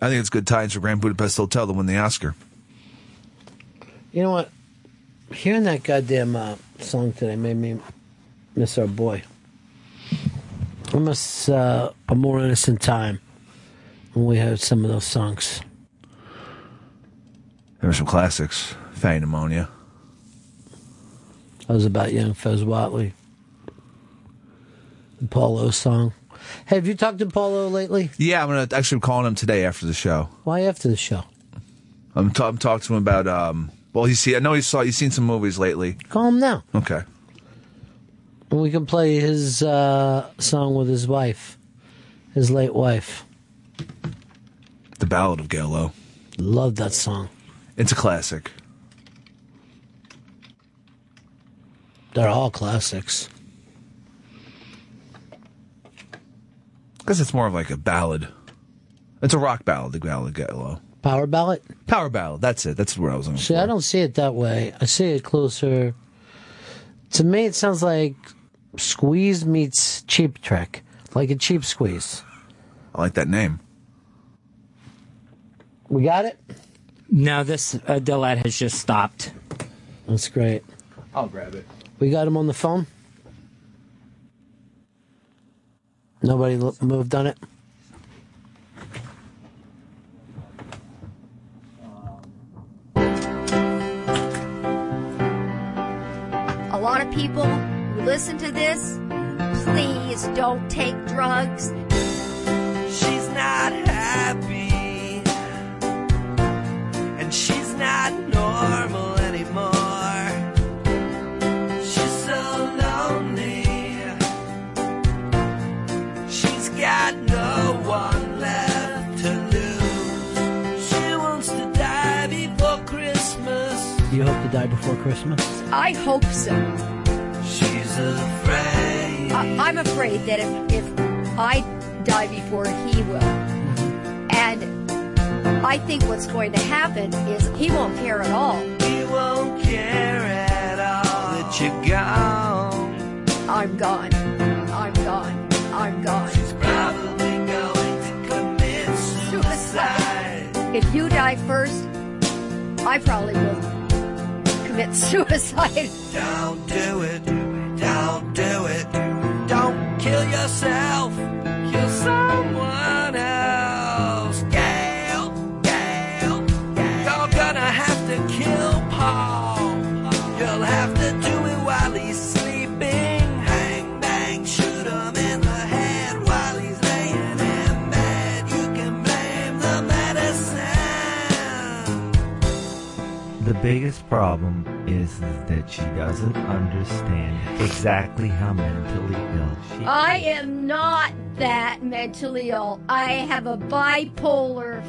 [SPEAKER 6] I think it's good times for Grand Budapest Hotel to win the Oscar.
[SPEAKER 5] You know what? Hearing that goddamn uh, song today made me miss our boy. I miss uh, a more innocent time when we had some of those songs.
[SPEAKER 6] There were some classics. Fatty Pneumonia.
[SPEAKER 5] That was about young Fez Watley. The Paulo song. Hey, have you talked to Paulo lately?
[SPEAKER 6] Yeah, I'm going to actually I'm calling him today after the show.
[SPEAKER 5] Why after the show?
[SPEAKER 6] I'm, ta- I'm talking to him about, um, well, he's see, I know he's saw, he's seen some movies lately.
[SPEAKER 5] Call him now.
[SPEAKER 6] Okay.
[SPEAKER 5] And we can play his uh, song with his wife, his late wife.
[SPEAKER 6] The Ballad of Gail Lowe.
[SPEAKER 5] Love that song.
[SPEAKER 6] It's a classic.
[SPEAKER 5] They're all classics.
[SPEAKER 6] Because it's more of like a ballad. It's a rock ballad, the Ballad of Gail Lowe.
[SPEAKER 5] Power ballad?
[SPEAKER 6] Power ballad. That's it. That's what I was on.
[SPEAKER 5] See, I don't see it that way. I see it closer. To me, it sounds like squeeze meets cheap trick, like a cheap squeeze.
[SPEAKER 6] I like that name.
[SPEAKER 5] We got it.
[SPEAKER 2] No, this uh, Dillette has just stopped.
[SPEAKER 5] That's great.
[SPEAKER 6] I'll grab it.
[SPEAKER 5] We got him on the phone. Nobody lo- moved on it.
[SPEAKER 13] a lot of people who listen to this, please don't take drugs.
[SPEAKER 4] She's not happy. And she's not normal anymore. She's so lonely. She's got no one left to lose. She wants to die before Christmas.
[SPEAKER 5] You hope to die before Christmas.
[SPEAKER 13] I hope so.
[SPEAKER 4] She's afraid.
[SPEAKER 13] I, I'm afraid that if, if I die before he will, and I think what's going to happen is he won't care at all.
[SPEAKER 4] He won't care at all that you're gone.
[SPEAKER 13] Oh, I'm gone. I'm gone. I'm gone.
[SPEAKER 4] She's probably going to commit suicide.
[SPEAKER 13] If you die first, I probably will commit suicide.
[SPEAKER 4] Don't do it. Don't do it. Don't kill yourself. Kill someone else. Gail, Gail, you're gonna have to kill Paul. You'll have to do it while he's sleeping. Hang, bang, shoot him in the head while he's laying in bed. You can blame the medicine.
[SPEAKER 36] The biggest problem is that she doesn't understand exactly how mentally ill she
[SPEAKER 13] I am not that mentally ill. I have a bipolar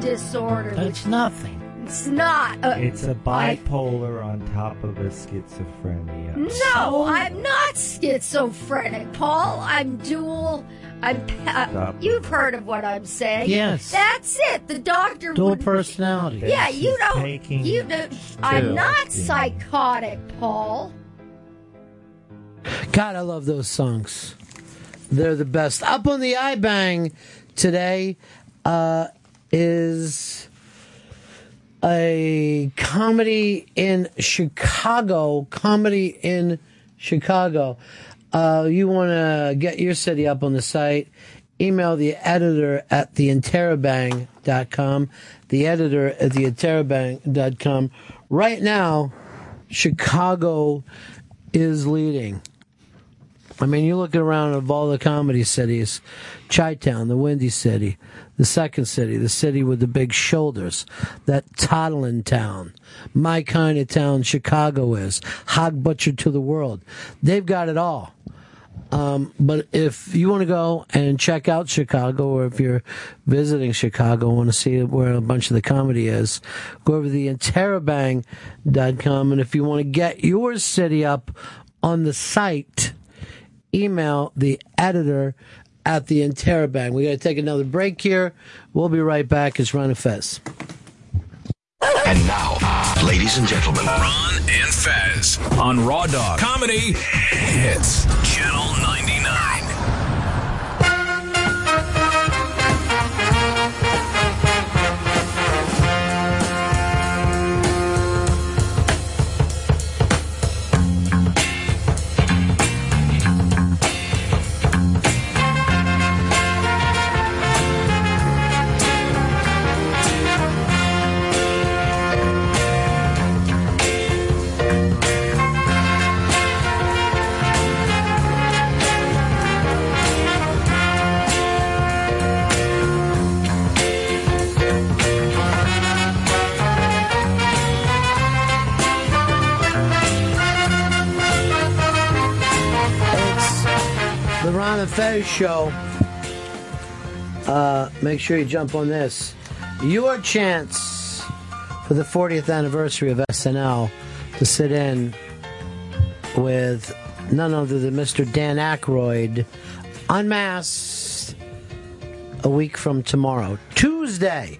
[SPEAKER 13] disorder.
[SPEAKER 36] That's
[SPEAKER 5] nothing.
[SPEAKER 13] It's not. A,
[SPEAKER 36] It's a bipolar on top of a schizophrenia.
[SPEAKER 13] no, I'm not schizophrenic, Paul. I'm dual. I'm. Uh,
[SPEAKER 36] Stop.
[SPEAKER 13] you've heard of what I'm saying.
[SPEAKER 5] Yes.
[SPEAKER 13] That's it. The doctor.
[SPEAKER 5] Dual
[SPEAKER 13] would-
[SPEAKER 5] personality.
[SPEAKER 13] Yeah, you don't. You don't. I'm
[SPEAKER 5] Two.
[SPEAKER 13] not psychotic, Paul.
[SPEAKER 5] God, I love those songs. They're the best. Up on the iBang today uh, is a comedy in Chicago. Comedy in Chicago. Uh, you want to get your city up on the site? Email the editor at theinterabang.com. The editor at theinterabang.com. Right now, Chicago is leading. I mean, you look around of all the comedy cities, Chi-Town, the Windy City, the second city, the city with the big shoulders, that toddling town, my kind of town Chicago is, hog butcher to the world. They've got it all. Um, but if you want to go and check out Chicago, or if you're visiting Chicago and want to see where a bunch of the comedy is, go over to the interabang.com. And if you want to get your city up on the site, email the editor at the Interabang. We got to take another break here. We'll be right back. It's Ron and Fez.
[SPEAKER 9] And now, ladies and gentlemen, Ron and Fez on Raw Dog Comedy Hits Channel 99.
[SPEAKER 5] The Ron and Fez show. Uh, make sure you jump on this. your chance for the 40th anniversary of SNL to sit in with none other than Mr. Dan Aykroyd unmasked a week from tomorrow, Tuesday.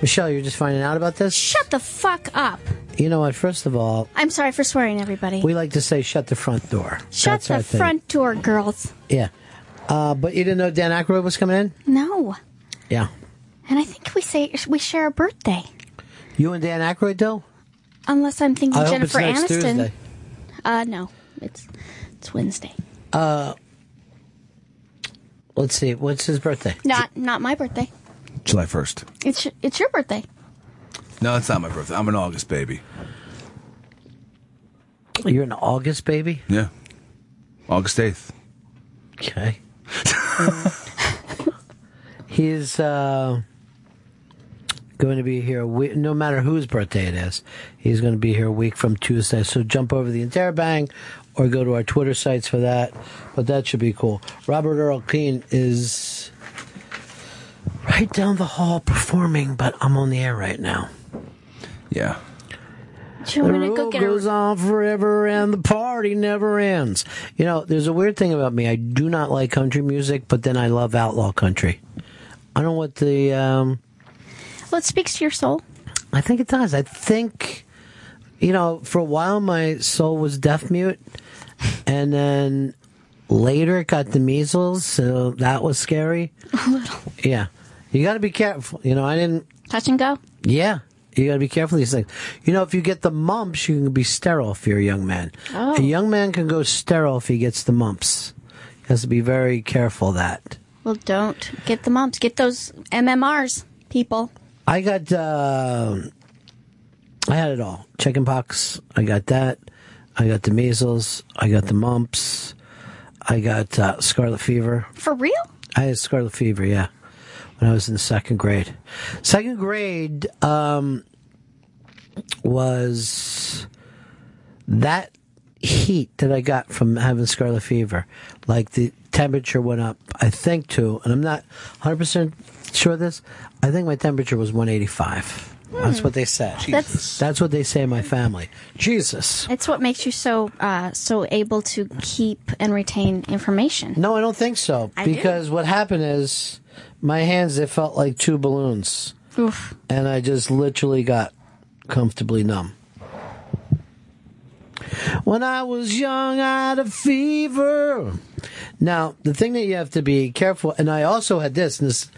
[SPEAKER 5] Michelle, you're just finding out about this? Shut
[SPEAKER 21] the fuck up.
[SPEAKER 5] You know what? First of all,
[SPEAKER 21] I'm sorry for swearing, everybody.
[SPEAKER 5] we like to say shut the front door.
[SPEAKER 21] Shut
[SPEAKER 5] That's our
[SPEAKER 21] the
[SPEAKER 5] thing.
[SPEAKER 21] front door, girls.
[SPEAKER 5] Yeah. Uh, but you didn't know Dan Aykroyd was coming in?
[SPEAKER 21] No.
[SPEAKER 5] Yeah.
[SPEAKER 21] And I think we say we share a birthday,
[SPEAKER 5] You and Dan Aykroyd, though?
[SPEAKER 21] unless I'm thinking
[SPEAKER 5] I hope it's
[SPEAKER 21] Mm-hmm. Jennifer
[SPEAKER 5] next
[SPEAKER 21] Aniston.
[SPEAKER 5] Tuesday.
[SPEAKER 21] Uh, no, it's it's Wednesday.
[SPEAKER 5] Uh, let's see. What's his birthday?
[SPEAKER 21] Not not my birthday.
[SPEAKER 6] July 1st.
[SPEAKER 21] It's it's your birthday.
[SPEAKER 6] No, it's not my birthday. I'm an August baby.
[SPEAKER 5] You're an August baby?
[SPEAKER 6] Yeah. August 8th.
[SPEAKER 5] Okay. He's uh, going to be here, a we- no matter whose birthday it is. He's going to be here a week from Tuesday. So jump over the Interabang or go to our Twitter sites for that. But that should be cool. Robert Earl Keane is right down the hall performing, but I'm on the air right now.
[SPEAKER 6] Yeah.
[SPEAKER 21] Do you want me to
[SPEAKER 5] the
[SPEAKER 21] go
[SPEAKER 5] road
[SPEAKER 21] get a-
[SPEAKER 5] goes on forever and the party never ends. You know, there's a weird thing about me. I do not like country music, but then I love outlaw country. I don't know what the. Um,
[SPEAKER 21] Well, it speaks to your soul.
[SPEAKER 5] I think it does. I think, you know, for a while my soul was deaf mute, and then later it got the measles, so that was scary. Yeah, you got to be careful. You know, I didn't
[SPEAKER 21] touch and go.
[SPEAKER 5] yeah. You got to be careful of these things. You know, if you get the mumps, you can be sterile if you're a young man.
[SPEAKER 21] Oh.
[SPEAKER 5] A young man can go sterile if he gets the mumps. He has to be very careful of that.
[SPEAKER 21] Well, don't get the mumps. Get those MMRs, people.
[SPEAKER 5] I got, uh, I had it all. Chicken pox. I got that. I got the measles. I got the mumps. I got uh, scarlet fever.
[SPEAKER 21] For real?
[SPEAKER 5] I had scarlet fever, yeah, when I was in second grade. Second grade um, was that heat that I got from having scarlet fever. Like the temperature went up, I think, to, and I'm not 100% sure of this, I think my temperature was 185. That's
[SPEAKER 21] Hmm.
[SPEAKER 5] what they said.
[SPEAKER 21] Jesus.
[SPEAKER 5] That's what they say in my family. Jesus.
[SPEAKER 21] It's what makes you so uh, so able to keep and retain information.
[SPEAKER 5] No, I don't think so.
[SPEAKER 21] I do.
[SPEAKER 5] because what happened is my hands they felt like two balloons,
[SPEAKER 21] Oof.
[SPEAKER 5] and I just literally got comfortably numb. When I was young, I had a fever. Now, the thing that you have to be careful, and I also had this, and this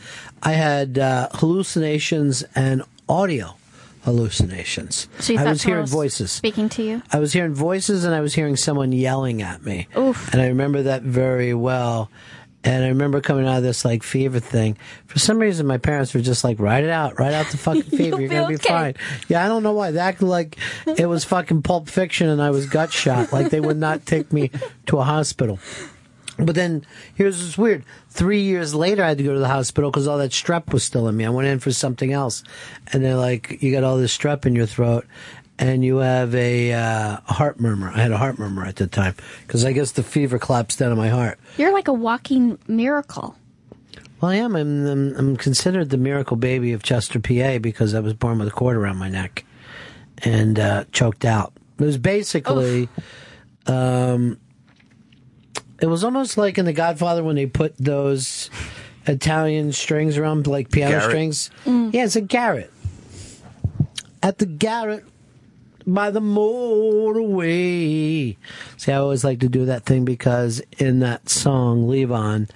[SPEAKER 5] I had uh, hallucinations and audio hallucinations.
[SPEAKER 21] So you
[SPEAKER 5] I
[SPEAKER 21] thought
[SPEAKER 5] was
[SPEAKER 21] someone
[SPEAKER 5] hearing
[SPEAKER 21] was
[SPEAKER 5] voices.
[SPEAKER 21] speaking to you.
[SPEAKER 5] I was hearing voices and I was hearing someone yelling at me.
[SPEAKER 21] Oof.
[SPEAKER 5] And I remember that very well. And I remember coming out of this like fever thing. For some reason, my parents were just like, "Ride it out, ride out the fucking fever. You're
[SPEAKER 21] be
[SPEAKER 5] gonna be
[SPEAKER 21] okay."
[SPEAKER 5] fine." Yeah, I don't know why. They acted like it was fucking Pulp Fiction, and I was gut shot. Like they would not take me to a hospital. But then here's what's weird. Three years later, I had to go to the hospital because all that strep was still in me. I went in for something else, and they're like, "You got all this strep in your throat, and you have a uh, heart murmur." I had a heart murmur at the time because I guess the fever collapsed down in my heart.
[SPEAKER 21] You're like a walking miracle.
[SPEAKER 5] Well, I am. I'm, I'm, I'm considered the miracle baby of Chester, PA, because I was born with a cord around my neck and uh, choked out. It was basically, um, it was almost like in The Godfather when they put those Italian strings around, like piano
[SPEAKER 6] Garrett.
[SPEAKER 5] strings. Yeah, it's a garret. At the garret by the motorway. See, I always like to do that thing because in that song Levon,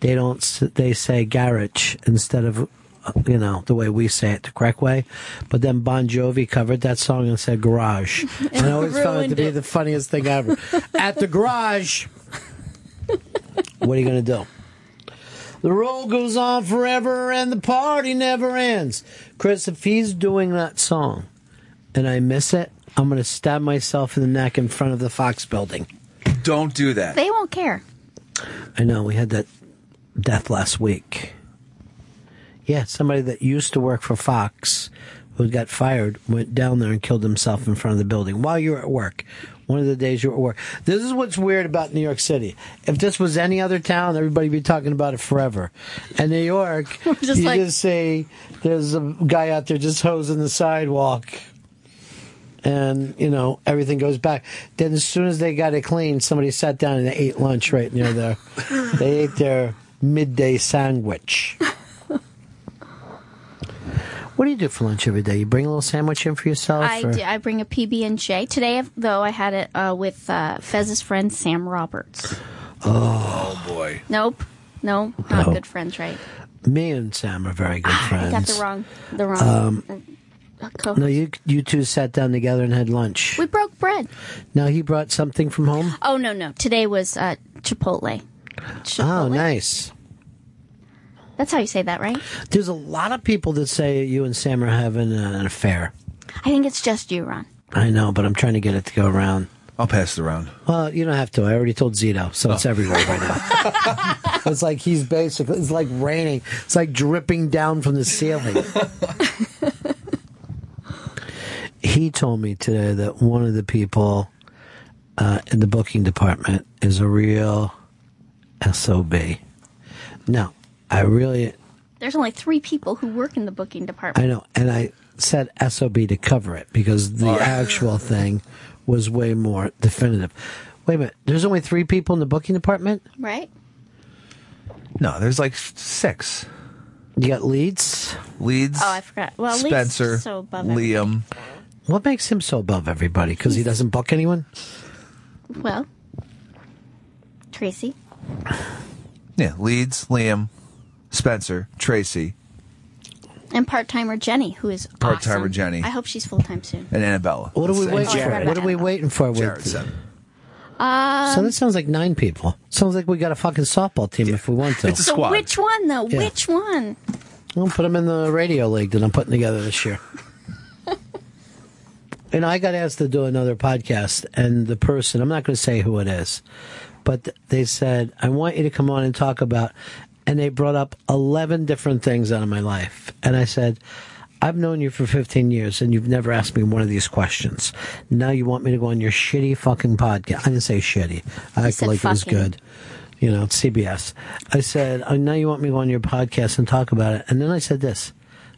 [SPEAKER 5] they don't s- they say garage instead of uh, you know the way we say it the correct way. But then Bon Jovi covered that song and said garage, and I always found it to
[SPEAKER 6] ruined
[SPEAKER 5] be
[SPEAKER 6] it.
[SPEAKER 5] the funniest thing ever. At the garage, what are you gonna do? The road goes on forever and the party never ends. Chris, if he's doing that song and I miss it, I'm going to stab myself in the neck in front of the Fox building.
[SPEAKER 6] Don't do that.
[SPEAKER 21] They won't care.
[SPEAKER 5] I know, we had that death last week. Yeah, somebody that used to work for Fox who got fired went down there and killed himself in front of the building while you were at work. one of the days you're at work. This is what's weird about New York City. If this was any other town, everybody would be talking about it forever. And New York,
[SPEAKER 23] Just
[SPEAKER 5] you
[SPEAKER 23] like-
[SPEAKER 5] just say there's a guy out there just hosing the sidewalk. And you know everything goes back. Then as soon as they got it clean, somebody sat down and ate lunch right near there. they ate their midday sandwich. What do you do for lunch every day? You bring a little sandwich in for yourself?
[SPEAKER 21] I,
[SPEAKER 5] or-
[SPEAKER 21] do, I bring a PB and J today, though I had it uh, with uh, Fez's friend Sam Roberts.
[SPEAKER 5] Oh. boy.
[SPEAKER 21] Nope, no, not
[SPEAKER 5] No.
[SPEAKER 21] good friends, right?
[SPEAKER 5] Me and Sam are very good
[SPEAKER 21] Ah, I
[SPEAKER 5] friends.
[SPEAKER 21] got the wrong, the wrong.
[SPEAKER 5] Um,
[SPEAKER 21] uh, co-
[SPEAKER 5] No, you you two sat down together and had lunch.
[SPEAKER 21] we broke bread.
[SPEAKER 5] Now he brought something from home.
[SPEAKER 21] Oh no, no, today was uh, Chipotle.
[SPEAKER 5] Oh, nice.
[SPEAKER 21] That's how you say that, right?
[SPEAKER 5] There's a lot of people that say you and Sam are having an affair.
[SPEAKER 21] I think it's just you, Ron.
[SPEAKER 5] I know, but I'm trying to get it to go around.
[SPEAKER 6] I'll pass it around. Oh.
[SPEAKER 5] Well, you don't have to. I already told Zito, so it's everywhere right now. it's like he's basically, it's like raining. It's like dripping down from the ceiling. he told me today that one of the people uh, in the booking department is a real SOB. No, I really,
[SPEAKER 21] There's only three people who work in the booking department.
[SPEAKER 5] I know. And I said SOB to cover it because
[SPEAKER 6] Oh.
[SPEAKER 5] the actual thing was way more definitive. Wait a minute. There's only three people in the booking department?
[SPEAKER 21] Right?
[SPEAKER 6] No, there's like six.
[SPEAKER 5] You got Leeds?
[SPEAKER 6] Leeds.
[SPEAKER 21] Oh, I forgot. Well, Leeds is
[SPEAKER 6] Spencer.
[SPEAKER 21] so above
[SPEAKER 6] Liam.
[SPEAKER 5] What makes him so above everybody? Because he doesn't book anyone?
[SPEAKER 21] Well, Tracy,
[SPEAKER 6] Yeah, Leeds, Liam, Spencer, Tracy,
[SPEAKER 21] and part timer Jenny, who is
[SPEAKER 6] Part timer
[SPEAKER 21] awesome.
[SPEAKER 6] Jenny.
[SPEAKER 21] I hope she's full time soon.
[SPEAKER 6] and Annabella.
[SPEAKER 5] What are we
[SPEAKER 6] That's-
[SPEAKER 5] waiting
[SPEAKER 21] Oh, I
[SPEAKER 5] for?
[SPEAKER 21] forgot
[SPEAKER 5] What are we waiting for? With
[SPEAKER 6] Jared said.
[SPEAKER 21] Um,
[SPEAKER 5] so that sounds like nine people. Sounds like we got a fucking softball team if we want to.
[SPEAKER 21] so which one though?
[SPEAKER 5] Yeah.
[SPEAKER 21] Which one?
[SPEAKER 5] I'll put them in the radio league that I'm putting together this year. and I got asked to do another podcast, and the person, I'm not going to say who it is, but they said, I want you to come on and talk about, and they brought up 11 different things out of my life. And I said, I've known you for 15 years and you've never asked me one of these questions. Now you want me to go on your shitty fucking podcast. I didn't say shitty. I acted
[SPEAKER 23] said
[SPEAKER 5] like it was
[SPEAKER 23] fucking.
[SPEAKER 5] good you know, it's CBS. I said, oh, now you want me to go on your podcast and talk about it. And then I said this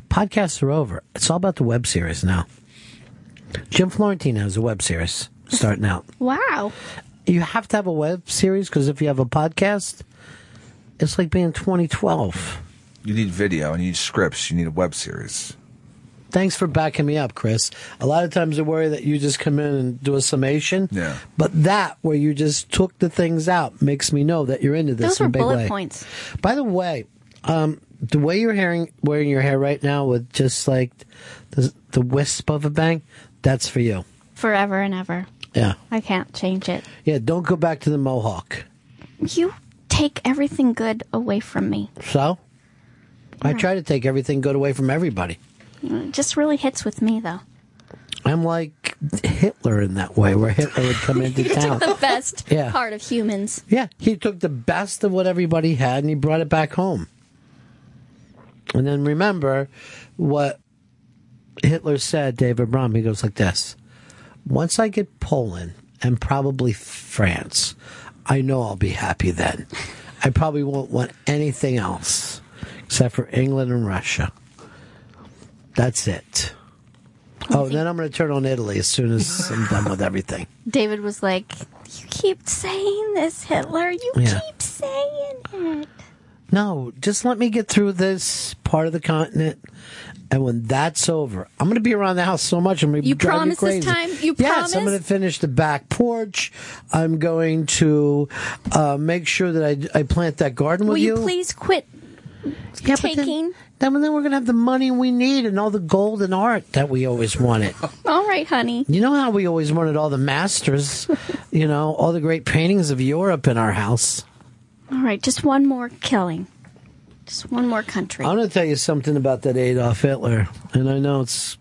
[SPEAKER 5] podcasts are over. It's all about the web series now. Jim Florentine has a web series starting out.
[SPEAKER 21] Wow.
[SPEAKER 5] You have to have a web series because if you have a podcast, it's like being 2012.
[SPEAKER 6] You need video and you need scripts. You need a web series.
[SPEAKER 5] Thanks for backing me up, Chris. A lot of times I worry that you just come in and do a summation.
[SPEAKER 6] Yeah.
[SPEAKER 5] But that, where you just took the things out, makes me know that you're into this
[SPEAKER 21] Those
[SPEAKER 5] in
[SPEAKER 21] were
[SPEAKER 5] a big
[SPEAKER 21] bullet
[SPEAKER 5] way.
[SPEAKER 21] points.
[SPEAKER 5] By the way, um, the way you're wearing wearing your hair right now with just like the, the wisp of a bang, that's for you.
[SPEAKER 21] Forever and ever.
[SPEAKER 5] Yeah,
[SPEAKER 21] I can't change it.
[SPEAKER 5] yeah. Don't go back to the mohawk.
[SPEAKER 21] You take everything good away from me.
[SPEAKER 5] So, I try to take everything good away from everybody.
[SPEAKER 21] It just really hits with me though.
[SPEAKER 5] I'm like Hitler in that way, where Hitler would come into
[SPEAKER 21] You
[SPEAKER 5] town.
[SPEAKER 21] took the best
[SPEAKER 5] Yeah.
[SPEAKER 21] part of humans.
[SPEAKER 5] Yeah, he took the best of what everybody had and he brought it back home. And then remember what Hitler said, David Brum. He goes like this Once I get Poland and probably France, I know I'll be happy then. I probably won't want anything else except for England and Russia. That's it. Oh, then I'm going to turn on Italy as soon as I'm done with everything.
[SPEAKER 21] David was like, "You keep saying this, Hitler. You
[SPEAKER 5] Yeah.
[SPEAKER 21] keep saying it."
[SPEAKER 5] No, just let me get through this part of the continent. And when that's over, I'm going to be around the house so much. I'm going to
[SPEAKER 23] You
[SPEAKER 5] drive
[SPEAKER 23] promise this
[SPEAKER 5] crazy.
[SPEAKER 23] time? You
[SPEAKER 5] yes, I'm
[SPEAKER 23] promise?
[SPEAKER 5] going to finish the back porch. I'm going to uh, make sure that I, I plant that garden
[SPEAKER 21] Will
[SPEAKER 5] with
[SPEAKER 21] you please quit
[SPEAKER 5] Yeah, but then-
[SPEAKER 21] taking?
[SPEAKER 5] Then, then we're going to have the money we need and all the gold and art that we always wanted.
[SPEAKER 21] All right, honey.
[SPEAKER 5] You know how we always wanted all the masters, you know, all the great paintings of Europe in our house.
[SPEAKER 21] All right, just one more killing. Just one more country.
[SPEAKER 5] I'm going to tell you something about that Adolf Hitler, and I know it's.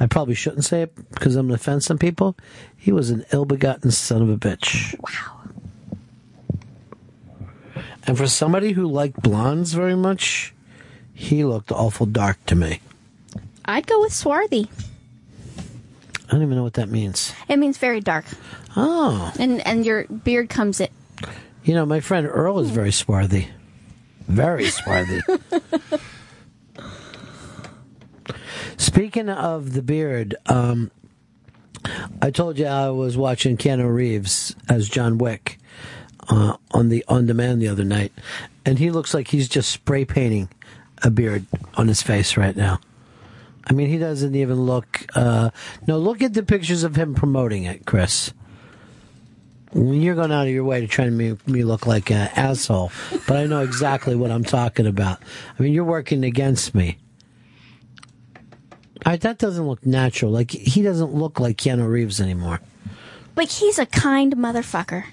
[SPEAKER 5] I probably shouldn't say it because I'm going to offend some people. He was an ill-begotten son of a bitch. Wow. And for somebody who liked blondes very much, he looked awful dark to me.
[SPEAKER 21] I'd go with Swarthy.
[SPEAKER 5] I don't even know what that means.
[SPEAKER 21] It means very dark.
[SPEAKER 5] Oh.
[SPEAKER 21] And and your beard comes in.
[SPEAKER 5] You know, my friend Earl is very swarthy. Very swarthy. Speaking of the beard, um, I told you I was watching Keanu Reeves as John Wick uh, on the on demand the other night, and he looks like he's just spray painting a beard on his face right now. I mean, he doesn't even look. Uh, no, look at the pictures of him promoting it, Chris. You're going out of your way to try to make me look like an asshole, but I know exactly what I'm talking about. I mean, you're working against me. All right, that doesn't look natural. Like he doesn't look like Keanu Reeves anymore.
[SPEAKER 21] Like he's a kind motherfucker.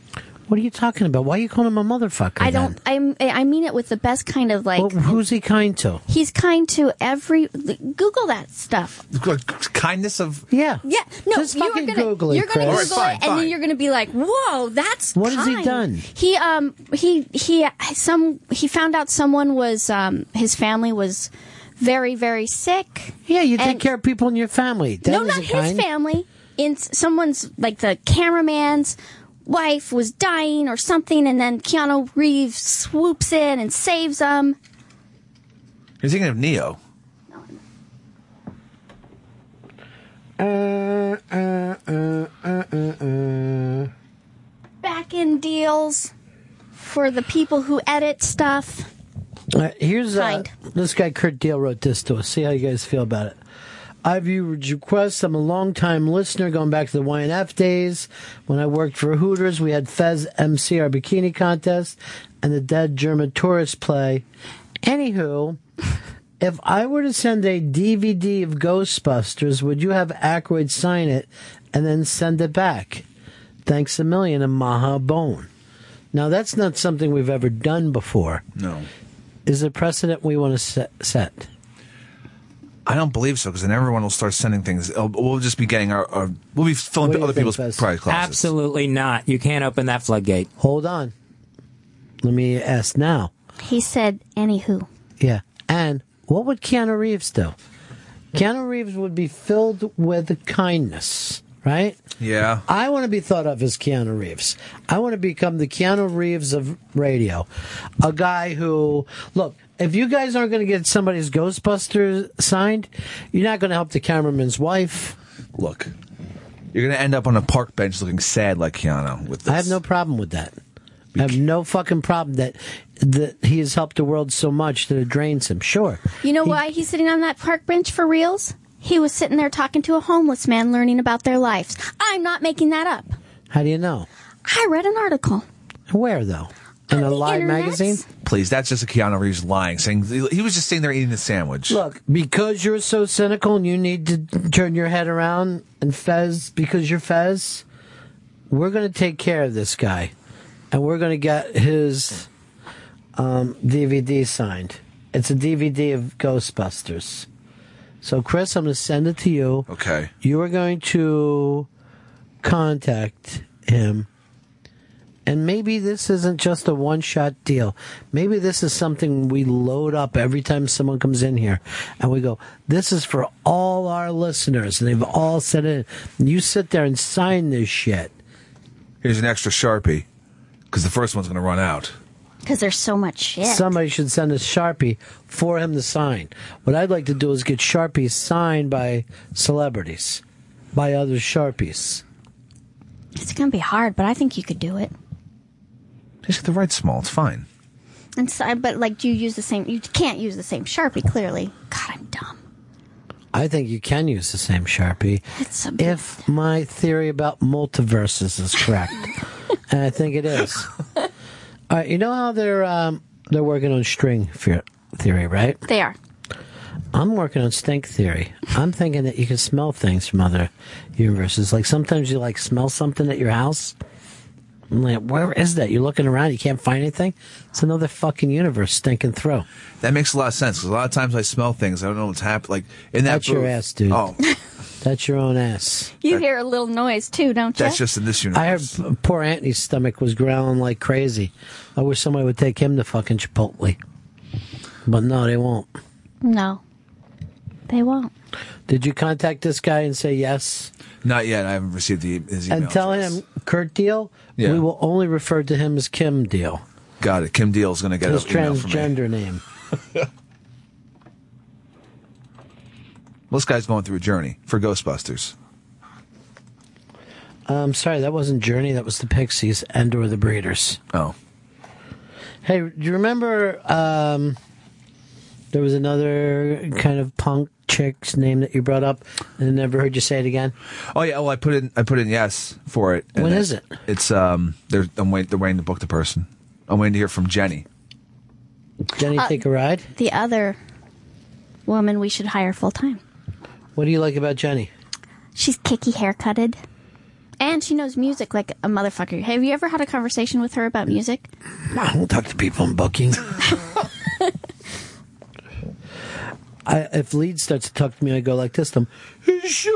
[SPEAKER 5] What are you talking about? Why are you calling him a motherfucker?
[SPEAKER 21] I don't. I'm. I mean it with the best kind of like.
[SPEAKER 5] Well, who's he kind to?
[SPEAKER 21] He's kind to every. Google that stuff.
[SPEAKER 6] Kindness of
[SPEAKER 5] yeah.
[SPEAKER 21] Yeah. No,
[SPEAKER 5] Just
[SPEAKER 21] you're
[SPEAKER 5] fucking
[SPEAKER 21] gonna
[SPEAKER 5] Google it,
[SPEAKER 21] you're gonna
[SPEAKER 5] Chris.
[SPEAKER 21] Google
[SPEAKER 5] All right, fine,
[SPEAKER 21] it, and
[SPEAKER 5] fine.
[SPEAKER 21] then you're gonna be like, "Whoa, that's
[SPEAKER 5] What has
[SPEAKER 21] kind.
[SPEAKER 5] he done?
[SPEAKER 21] He um he he uh, some he found out someone was um his family was very very sick.
[SPEAKER 5] Yeah, you
[SPEAKER 21] and,
[SPEAKER 5] take care of people in your family. That
[SPEAKER 21] no, not
[SPEAKER 5] isn't
[SPEAKER 21] his
[SPEAKER 5] kind.
[SPEAKER 21] family. In s- someone's like the cameraman's wife was dying or something, and then Keanu Reeves swoops in and saves them.
[SPEAKER 6] You're thinking of Neo.
[SPEAKER 5] Uh, uh, uh, uh, uh, uh.
[SPEAKER 21] Back in deals for the people who edit stuff.
[SPEAKER 5] All right, here's uh,
[SPEAKER 21] Kind.
[SPEAKER 5] this guy Kurt Deal wrote this to us. See how you guys feel about it. I've your request. I'm a longtime listener going back to the YNF days when I worked for Hooters. We had Fez MC our bikini contest and the Dead German Tourist play. Anywho, if I were to send a DVD of Ghostbusters, would you have Aykroyd sign it and then send it back? Thanks a million, and Maha Bone. Now that's not something we've ever done before
[SPEAKER 6] No.
[SPEAKER 5] is a precedent we want to set. set.
[SPEAKER 6] I don't believe so because then everyone will start sending things. It'll- We'll just be getting our, our we'll be filling
[SPEAKER 5] What do you
[SPEAKER 6] other
[SPEAKER 5] think,
[SPEAKER 6] people's
[SPEAKER 5] Fez?
[SPEAKER 6] private classes.
[SPEAKER 2] Absolutely not. You can't open that floodgate.
[SPEAKER 5] Hold on. Let me ask now.
[SPEAKER 21] He said, "Anywho."
[SPEAKER 5] Yeah. And what would Keanu Reeves do? Keanu Reeves would be filled with kindness, right?
[SPEAKER 6] Yeah.
[SPEAKER 5] I want to be thought of as Keanu Reeves. I want to become the Keanu Reeves of radio. A guy who, look, if you guys aren't going to get somebody's Ghostbusters signed, you're not going to help the cameraman's wife.
[SPEAKER 6] Look, you're gonna end up on a park bench looking sad like Keanu with this.
[SPEAKER 5] I have no problem with that. I have no fucking problem that that he has helped the world so much that it drains him. Sure.
[SPEAKER 21] You know why he's sitting on that park bench for reals? He was sitting there talking to a homeless man learning about their lives. I'm not making that up.
[SPEAKER 5] How do you know?
[SPEAKER 21] I read an article.
[SPEAKER 5] Where though? In a live
[SPEAKER 21] internets.
[SPEAKER 5] magazine?
[SPEAKER 6] Please, that's just a Keanu Reeves lying, saying he was just sitting there eating a sandwich.
[SPEAKER 5] Look, because you're so cynical and you need to turn your head around and Fez, because you're Fez, we're going to take care of this guy and we're going to get his um, DVD signed. It's a DVD of Ghostbusters. So, Chris, I'm going to send it to you.
[SPEAKER 6] Okay.
[SPEAKER 5] You are going to contact him. And maybe this isn't just a one shot deal. Maybe this is something we load up every time someone comes in here and we go, this is for all our listeners. And they've all said it. You sit there and sign this shit.
[SPEAKER 6] Here's an extra sharpie because the first one's gonna run out.
[SPEAKER 21] Because there's so much shit.
[SPEAKER 5] Somebody should send a Sharpie for him to sign. What I'd like to do is get Sharpies signed by celebrities, by other Sharpies.
[SPEAKER 21] It's going to be hard, but I think you could do it.
[SPEAKER 6] Just get the right small. It's fine.
[SPEAKER 21] And so, but like, do you use the same? You can't use the same Sharpie, clearly. God, I'm dumb.
[SPEAKER 5] I think you can use the same Sharpie
[SPEAKER 21] It's a
[SPEAKER 5] if my theory about multiverses is correct, and I think it is. All right, you know how they're um, they're working on string fear- theory, right?
[SPEAKER 21] They are.
[SPEAKER 5] I'm working on stink theory. I'm thinking that you can smell things from other universes. Like sometimes you like smell something at your house. I'm like, where is that? You're looking around, you can't find anything. It's another fucking universe stinking through.
[SPEAKER 6] That makes a lot of sense because a lot of times I smell things I don't know what's happening. Like in that
[SPEAKER 5] That's your
[SPEAKER 6] booth-
[SPEAKER 5] ass, dude.
[SPEAKER 6] Oh,
[SPEAKER 5] That's your own ass.
[SPEAKER 21] You hear a little noise too, don't you?
[SPEAKER 6] that's just in this
[SPEAKER 5] I
[SPEAKER 6] universe.
[SPEAKER 5] heard p- poor Anthony's stomach was growling like crazy. I wish somebody would take him to fucking Chipotle. But no, they won't.
[SPEAKER 21] no. They won't.
[SPEAKER 5] Did you contact this guy and say yes?
[SPEAKER 6] Not yet. I haven't received the, his email.
[SPEAKER 5] and tell him Kurt Deal.
[SPEAKER 6] Yeah.
[SPEAKER 5] We will only refer to him as Kim Deal.
[SPEAKER 6] Got it. Kim Deal's going to get
[SPEAKER 5] His
[SPEAKER 6] an email from me.
[SPEAKER 5] transgender name.
[SPEAKER 6] Well, this guy's going through a journey for Ghostbusters.
[SPEAKER 5] I'm Um, sorry, that wasn't Journey. That was the Pixies and or the Breeders.
[SPEAKER 6] Oh.
[SPEAKER 5] Hey, do you remember um, there was another kind of punk chick's name that you brought up and I never heard you say it again?
[SPEAKER 6] Oh yeah. Well, I put in I put in yes for it.
[SPEAKER 5] When
[SPEAKER 6] When
[SPEAKER 5] is
[SPEAKER 6] is it? It's um. They're I'm wait, they're waiting to book the person. I'm waiting to hear from Jenny.
[SPEAKER 5] Jenny,
[SPEAKER 21] Uh,
[SPEAKER 5] take a ride.
[SPEAKER 21] The other woman we should hire full time.
[SPEAKER 5] What do you like about Jenny?
[SPEAKER 21] She's kicky haircutted. And she knows music like a motherfucker. Have you ever had a conversation with her about music?
[SPEAKER 5] I don't talk to people in booking. I, if Lead starts to talk to me, I go like this to him. He's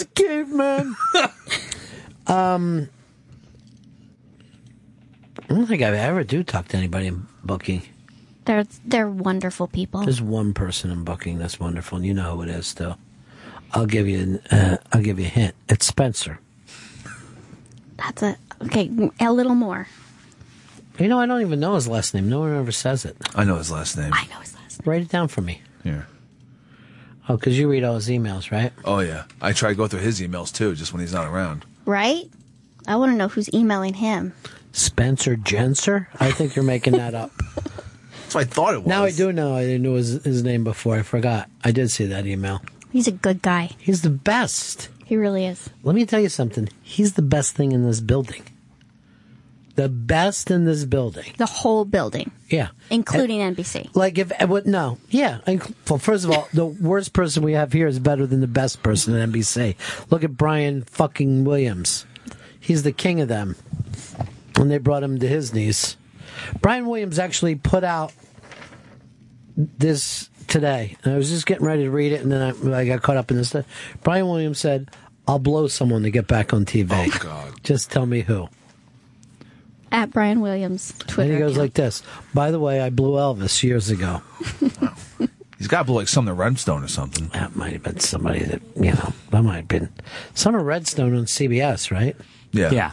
[SPEAKER 5] a caveman. um, I don't think I ever do talk to anybody in booking.
[SPEAKER 21] They're they're wonderful
[SPEAKER 6] Oh.
[SPEAKER 21] people.
[SPEAKER 5] There's one person in booking that's wonderful, and you know who it is, though. I'll give you an, uh, I'll give you a hint. It's Spencer.
[SPEAKER 21] That's a okay. A little more.
[SPEAKER 5] You know, I don't even know his last name. No one ever says it.
[SPEAKER 6] I know his last name. I
[SPEAKER 21] know his last
[SPEAKER 5] name. Write it down for me.
[SPEAKER 6] Yeah.
[SPEAKER 5] Oh, because you read all his emails, right?
[SPEAKER 6] Oh yeah. I try to go through his emails too, just when he's not around.
[SPEAKER 21] Right? I want to know who's emailing him.
[SPEAKER 5] Spencer Jenser? I think you're making that up.
[SPEAKER 6] That's what I thought it was.
[SPEAKER 5] Now I do know. I didn't know his, his name before. I forgot. I did see that email.
[SPEAKER 21] He's a good guy.
[SPEAKER 5] He's the best.
[SPEAKER 21] He really is.
[SPEAKER 5] Let me tell you something. He's the best thing in this building. The best in this building.
[SPEAKER 21] The whole building,
[SPEAKER 5] Yeah.
[SPEAKER 21] including NBC.
[SPEAKER 5] Like if what? No, yeah. I, well, first of all, the worst person we have here is better than the best person at NBC. Look at Brian fucking Williams. He's the king of them, and they brought him to his knees. Brian Williams actually put out this today, and I was just getting ready to read it, and then I, I got caught up in this. stuff. Brian Williams said, "I'll blow someone to get back on TV." Oh God! Just tell me who.
[SPEAKER 21] At Brian Williams Twitter.
[SPEAKER 5] and he goes
[SPEAKER 21] account.
[SPEAKER 5] like this. By the way, I blew Elvis years ago.
[SPEAKER 6] He's got to be like Sumner Redstone or something.
[SPEAKER 5] That might have been somebody that you know. That might have been Summer Redstone on CBS, right?
[SPEAKER 6] Yeah.
[SPEAKER 2] Yeah.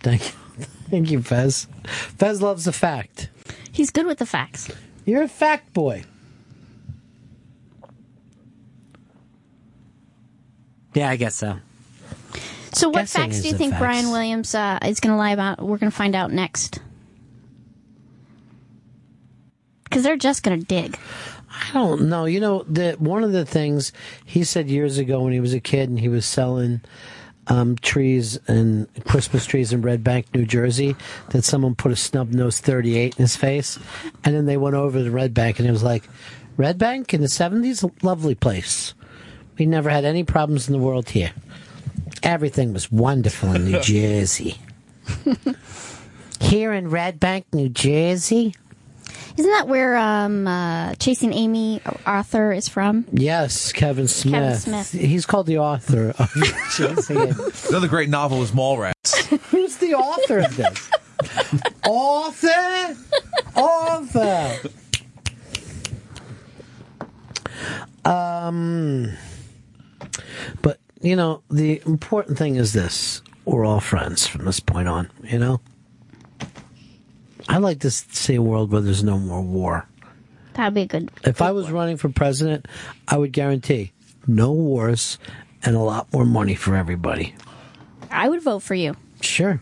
[SPEAKER 5] Thank you, thank you, Fez. Fez loves the fact.
[SPEAKER 21] He's good with the facts.
[SPEAKER 5] You're a fact boy.
[SPEAKER 2] Yeah, I guess so.
[SPEAKER 21] So, what
[SPEAKER 2] Guessing
[SPEAKER 21] facts
[SPEAKER 2] is
[SPEAKER 21] do you
[SPEAKER 2] the
[SPEAKER 21] think
[SPEAKER 2] facts.
[SPEAKER 21] Brian Williams uh, is going to lie about? We're going to find out next. Because they're just going to dig.
[SPEAKER 5] I don't know. You know that one of the things he said years ago when he was a kid and he was selling um, trees and Christmas trees in Red Bank, New Jersey, that someone put a snub nose 38 in his face, and then they went over to Red Bank and it was like, Red Bank in the 70s, lovely place. We never had any problems in the world here. Everything was wonderful in New Jersey. Here in Red Bank, New Jersey.
[SPEAKER 21] Isn't that where um, uh, Chasing Amy Arthur is from?
[SPEAKER 5] Yes, Kevin Smith.
[SPEAKER 21] Smith.
[SPEAKER 5] He's called the author of Chasing Amy.
[SPEAKER 6] Another great novel is Mallrats.
[SPEAKER 5] Who's the author of this? author? Author. Um, but, you know, the important thing is this we're all friends from this point on, you know? I like to s- see a world where there's no more war.
[SPEAKER 21] That'd be a good.
[SPEAKER 5] If I was running for president, I would guarantee no wars and a lot more money for everybody.
[SPEAKER 21] I would vote for you.
[SPEAKER 5] Sure.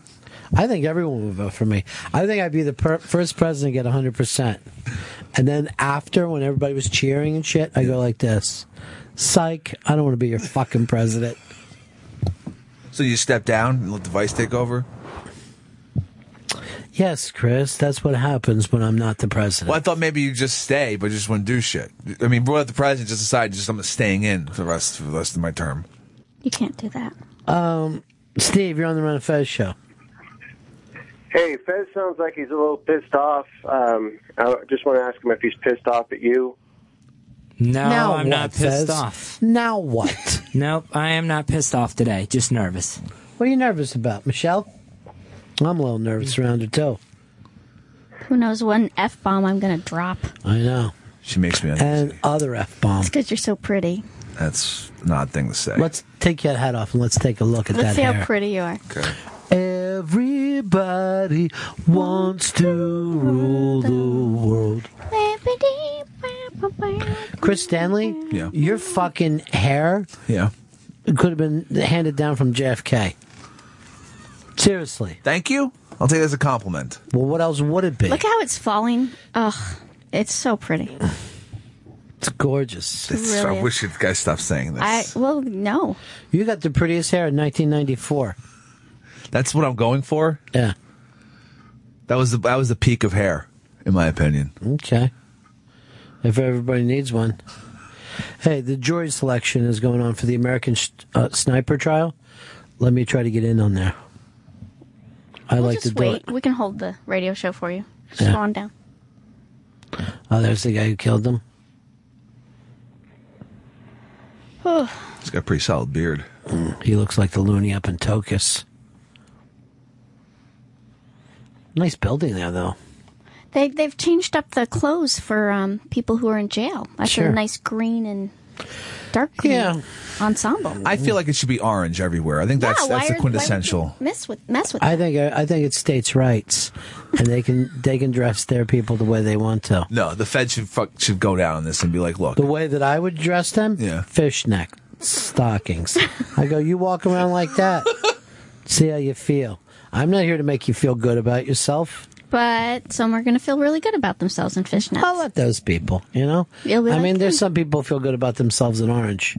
[SPEAKER 5] I think everyone would vote for me. I think I'd be the per- first president to get 100%. And then after, when everybody was cheering and shit, I go like this Psych, I don't want to be your fucking president.
[SPEAKER 6] so you step down and let the vice take over.
[SPEAKER 5] Yes, Chris, that's what happens when I'm not the president.
[SPEAKER 6] Well, I thought maybe you just stay, but just wouldn't do shit. I mean, what if the president just decided just I'm staying in for the rest for the rest of my term?
[SPEAKER 21] You can't do that.
[SPEAKER 5] Um, Steve, you're on the Run of Fez show.
[SPEAKER 22] Hey, Fez sounds like he's a little pissed off. Um, I just want to ask him if he's pissed off at you.
[SPEAKER 2] No,
[SPEAKER 5] Now
[SPEAKER 2] I'm not
[SPEAKER 5] what,
[SPEAKER 2] pissed
[SPEAKER 5] Fez?
[SPEAKER 2] off.
[SPEAKER 5] Now what?
[SPEAKER 2] nope, I am not pissed off today. Just nervous.
[SPEAKER 5] What are you nervous about, Michelle? I'm a little nervous around her, too.
[SPEAKER 21] Who knows what an F bomb I'm going to drop?
[SPEAKER 5] I know.
[SPEAKER 6] She makes me.
[SPEAKER 5] And other F
[SPEAKER 2] Um,
[SPEAKER 5] bomb.
[SPEAKER 21] It's because you're so pretty.
[SPEAKER 6] That's an odd thing to say.
[SPEAKER 5] Let's take your hat off and let's take a look at
[SPEAKER 21] Let's see
[SPEAKER 5] that
[SPEAKER 21] how
[SPEAKER 5] hair.
[SPEAKER 21] pretty you are.
[SPEAKER 5] Everybody wants to rule the world. Chris Stanley,
[SPEAKER 6] Yeah.
[SPEAKER 5] your fucking hair
[SPEAKER 6] Yeah.
[SPEAKER 5] could have been handed down from JFK. Seriously.
[SPEAKER 6] Thank you. I'll take it as a compliment.
[SPEAKER 5] Well, what else would it be?
[SPEAKER 21] Look how it's falling. Ugh, it's so pretty.
[SPEAKER 5] It's gorgeous.
[SPEAKER 21] It's- I Really? wish
[SPEAKER 6] you guys stopped saying
[SPEAKER 21] I well, no.
[SPEAKER 5] You got the prettiest hair in 1994.
[SPEAKER 6] That's what I'm going for.
[SPEAKER 5] Yeah.
[SPEAKER 6] That was the that was the peak of hair, in my opinion.
[SPEAKER 5] Okay. If everybody needs one. Hey, the jury selection is going on for the American sh- uh, sniper trial. Let me try to get in on there. I
[SPEAKER 21] We'll
[SPEAKER 5] like to
[SPEAKER 21] just
[SPEAKER 5] do
[SPEAKER 21] wait.
[SPEAKER 5] it.
[SPEAKER 21] We can hold the radio show for you. Just
[SPEAKER 5] Yeah.
[SPEAKER 21] go on down.
[SPEAKER 5] Oh, there's the guy who killed them.
[SPEAKER 21] Whew.
[SPEAKER 6] He's got a pretty solid beard.
[SPEAKER 5] Mm, He looks like the loony up in Tokus. Nice building there, though.
[SPEAKER 21] They they've changed up the clothes for um, people who are in jail. That's
[SPEAKER 6] Sure.
[SPEAKER 21] a nice green and dark green ensemble.
[SPEAKER 6] I feel like it should be orange everywhere. I think that's
[SPEAKER 21] Yeah, why
[SPEAKER 6] that's the
[SPEAKER 21] are- why would
[SPEAKER 6] quintessential.
[SPEAKER 21] you Mess with mess with.
[SPEAKER 5] I think I think it's states' rights, and they can they can dress their people the way they want to.
[SPEAKER 6] No, the Fed should fuck, should go down on this and be like, look,
[SPEAKER 5] The way that I would dress them, yeah, fishnet stockings. I go, you walk around like that, see how you feel. I'm not here to make you feel good about yourself.
[SPEAKER 21] But some are going to feel really good about themselves in fishnets.
[SPEAKER 5] I'll let those people, you know?
[SPEAKER 21] You'll be
[SPEAKER 5] I
[SPEAKER 21] like,
[SPEAKER 5] mean, there's some people who feel good about themselves in orange.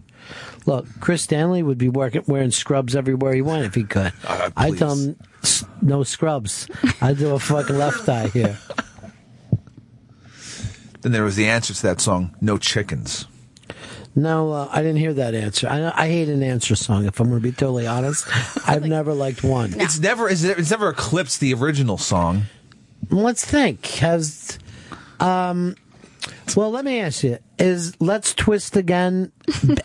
[SPEAKER 5] Look, Chris Stanley would be working, wearing scrubs everywhere he went if he could. I tell him, "S- no scrubs. I do a fucking left eye here.
[SPEAKER 6] then there was the answer to that song, "No Chickens."
[SPEAKER 5] No, uh, I didn't hear that answer. I, I hate an answer song, if I'm going to be totally honest. I've never liked one.
[SPEAKER 6] It's never it's never- it's never eclipsed the original song.
[SPEAKER 5] Let's think. Has um well, let me ask you: Is "Let's Twist Again"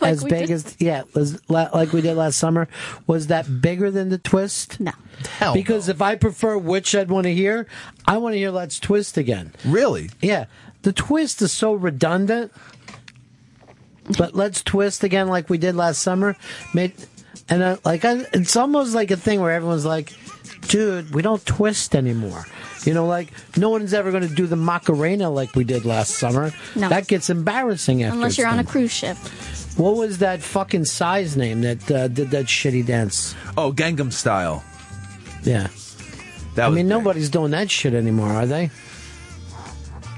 [SPEAKER 5] as
[SPEAKER 21] we
[SPEAKER 5] big
[SPEAKER 21] did-
[SPEAKER 5] as yeah, was la- like we did last summer? Was that bigger than the twist?
[SPEAKER 21] No,
[SPEAKER 6] Hell
[SPEAKER 5] because if I prefer which I'd want to hear, I want to hear "Let's Twist Again."
[SPEAKER 6] Really?
[SPEAKER 5] Yeah, the twist is so redundant. But let's twist again, like we did last summer. Made and I, like I, it's almost like a thing where everyone's like, "Dude, we don't twist anymore." You know, like no one's ever going to do the Macarena like we did last summer.
[SPEAKER 21] No.
[SPEAKER 5] That gets embarrassing after.
[SPEAKER 21] unless
[SPEAKER 5] it's
[SPEAKER 21] you're on a
[SPEAKER 5] done.
[SPEAKER 21] cruise ship.
[SPEAKER 5] What was that fucking size name that uh, did that shitty dance?
[SPEAKER 6] Oh, Gangnam Style.
[SPEAKER 5] Yeah.
[SPEAKER 6] That
[SPEAKER 5] I
[SPEAKER 6] was
[SPEAKER 5] mean, nobody's doing that shit anymore, are they?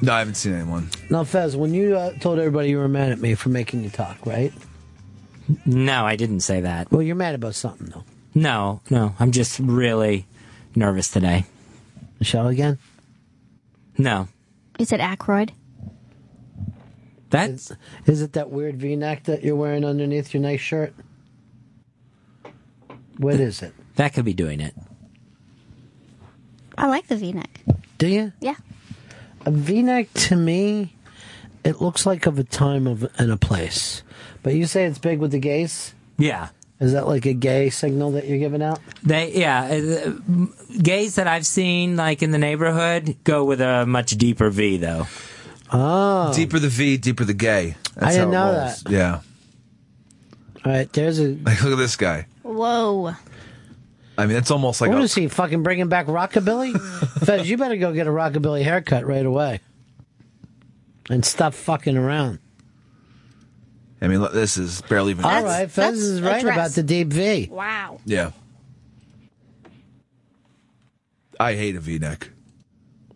[SPEAKER 6] no, I haven't seen anyone.
[SPEAKER 5] Now, Fez, when you uh, told everybody you were mad at me for making you talk, right?
[SPEAKER 2] No, I didn't say that.
[SPEAKER 5] Well, you're mad about something, though.
[SPEAKER 2] No, no, I'm just really nervous today.
[SPEAKER 5] Michelle again?
[SPEAKER 2] No,
[SPEAKER 21] Is it Ackroyd?
[SPEAKER 2] that's
[SPEAKER 5] Is it that weird V-neck that you're wearing underneath your nice shirt? What is it?
[SPEAKER 2] that could be doing it.
[SPEAKER 21] I like the V-neck.
[SPEAKER 5] Do you?
[SPEAKER 21] Yeah.
[SPEAKER 5] A V-neck to me, it looks like of a time of and a place. But you say it's big with the gays.
[SPEAKER 2] Yeah,
[SPEAKER 5] Is that like a gay signal that you're giving out?
[SPEAKER 2] they yeah, uh, m- gays that I've seen like in the neighborhood go with a much deeper V though.
[SPEAKER 5] Oh,
[SPEAKER 6] Deeper the V, deeper the gay.
[SPEAKER 5] I didn't
[SPEAKER 6] how it
[SPEAKER 5] know
[SPEAKER 6] rolls.
[SPEAKER 5] that.
[SPEAKER 6] Yeah,
[SPEAKER 5] All right, there's a.
[SPEAKER 6] like look at this guy.
[SPEAKER 21] Whoa.
[SPEAKER 6] I mean, it's almost like
[SPEAKER 5] What
[SPEAKER 6] a,
[SPEAKER 5] is he fucking bringing back rockabilly? Fez, you better go get a rockabilly haircut right away, and stop fucking around.
[SPEAKER 6] I mean, look, this is barely even.
[SPEAKER 5] All right, Fez
[SPEAKER 21] that's
[SPEAKER 5] is
[SPEAKER 21] a
[SPEAKER 5] right
[SPEAKER 21] dress.
[SPEAKER 5] about the deep V.
[SPEAKER 21] Wow.
[SPEAKER 6] Yeah. I hate a V-neck.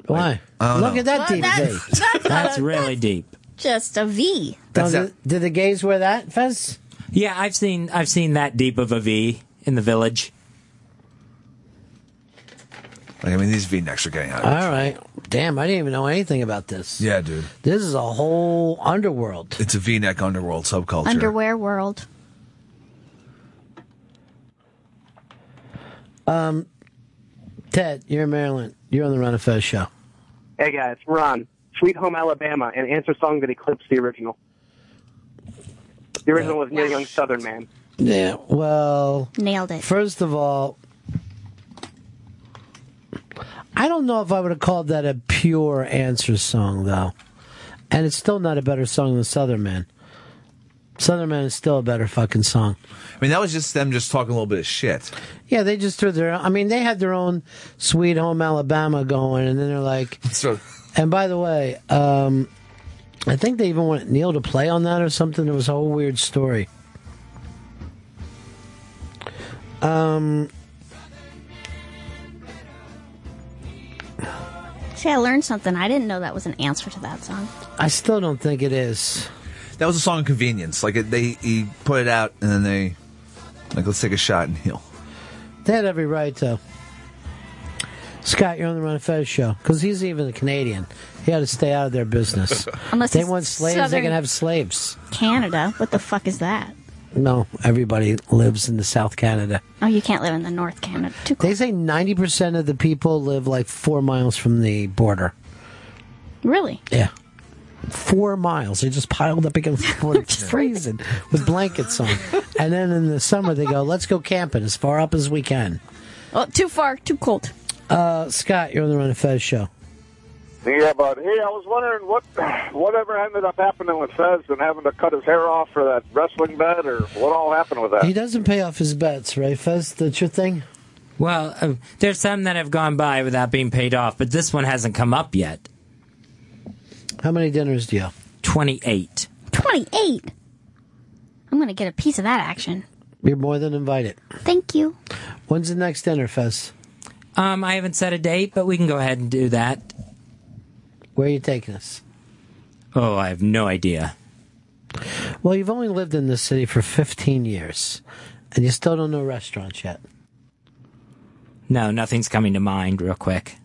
[SPEAKER 5] Why?
[SPEAKER 6] I don't
[SPEAKER 5] Look
[SPEAKER 6] know.
[SPEAKER 5] at that
[SPEAKER 21] Well,
[SPEAKER 5] deep
[SPEAKER 21] that's-
[SPEAKER 5] V.
[SPEAKER 21] that's- That's
[SPEAKER 2] really deep.
[SPEAKER 21] Just a V.
[SPEAKER 5] Does it- Oh, did the gays wear that, Fez?
[SPEAKER 2] Yeah, I've seen I've seen that deep of a V in the village.
[SPEAKER 6] Like, I mean, these V-necks are getting out.
[SPEAKER 5] All
[SPEAKER 6] of
[SPEAKER 5] right. Damn, I didn't even know anything about this.
[SPEAKER 6] Yeah, dude.
[SPEAKER 5] This is a whole underworld.
[SPEAKER 6] It's a V-neck underworld subculture.
[SPEAKER 21] Underwear world.
[SPEAKER 5] Um, Ted, you're in Maryland. You're on the Ron and Fez show.
[SPEAKER 15] Hey guys, Ron, Sweet Home Alabama, an answer song that eclipsed the original. The original was Neil Young Southern Man.
[SPEAKER 5] Yeah. Well,
[SPEAKER 21] nailed it.
[SPEAKER 5] First of all, I don't know if I would have called that a pure answer song though, and it's still not a better song than Southern Man. Southern Man is still a better fucking song.
[SPEAKER 6] I mean, that was just them just talking a little bit of shit.
[SPEAKER 5] Yeah, they just threw their. I mean, they had their own Sweet Home Alabama going, and then they're like. and by the way, um, I think they even wanted Neil to play on that or something. It was a whole weird story. Um,
[SPEAKER 21] See, I learned something. I didn't know that was an answer to that song.
[SPEAKER 5] I still don't think it is.
[SPEAKER 6] That was a song of convenience. Like it, they, he put it out, and then they, like, let's take a shot and heal.
[SPEAKER 5] They had every right to. Scott, you're on the Run of Fez show because he's even a Canadian. He had to stay out of their business.
[SPEAKER 21] Unless
[SPEAKER 5] they
[SPEAKER 21] it's
[SPEAKER 5] want slaves, they
[SPEAKER 21] Southern-
[SPEAKER 5] can have slaves.
[SPEAKER 21] Canada. What the fuck is that?
[SPEAKER 5] No, everybody lives in the South Canada.
[SPEAKER 21] Oh, you can't live in the North Canada. Too
[SPEAKER 5] They say 90% of the people live like four miles from the border.
[SPEAKER 21] Really?
[SPEAKER 5] Yeah. Four miles. They just piled up against the border, freezing with blankets on. And then in the summer, they go, let's go camping as far up as we can.
[SPEAKER 21] Oh, too far, too cold.
[SPEAKER 5] Uh, Scott, you're on the Run of Fez show.
[SPEAKER 10] Yeah, but hey, I was wondering what whatever ended up happening with Fez and having to cut his hair off for that wrestling bet, or what all happened with that?
[SPEAKER 5] He doesn't pay off his bets, right, Fez? That's your thing?
[SPEAKER 2] Well, uh, there's some that have gone by without being paid off, but this one hasn't come up yet.
[SPEAKER 5] How many dinners do you have?
[SPEAKER 2] 28.
[SPEAKER 21] 28. I'm going to get a piece of that action.
[SPEAKER 5] You're more than invited.
[SPEAKER 21] Thank you.
[SPEAKER 5] When's the next dinner, Fez?
[SPEAKER 2] Um, I haven't set a date, but we can go ahead and do that.
[SPEAKER 5] Where are you taking us?
[SPEAKER 2] Oh, I have no idea.
[SPEAKER 5] Well, you've only lived in this city for 15 years, and you still don't know restaurants yet.
[SPEAKER 2] No, nothing's coming to mind real quick.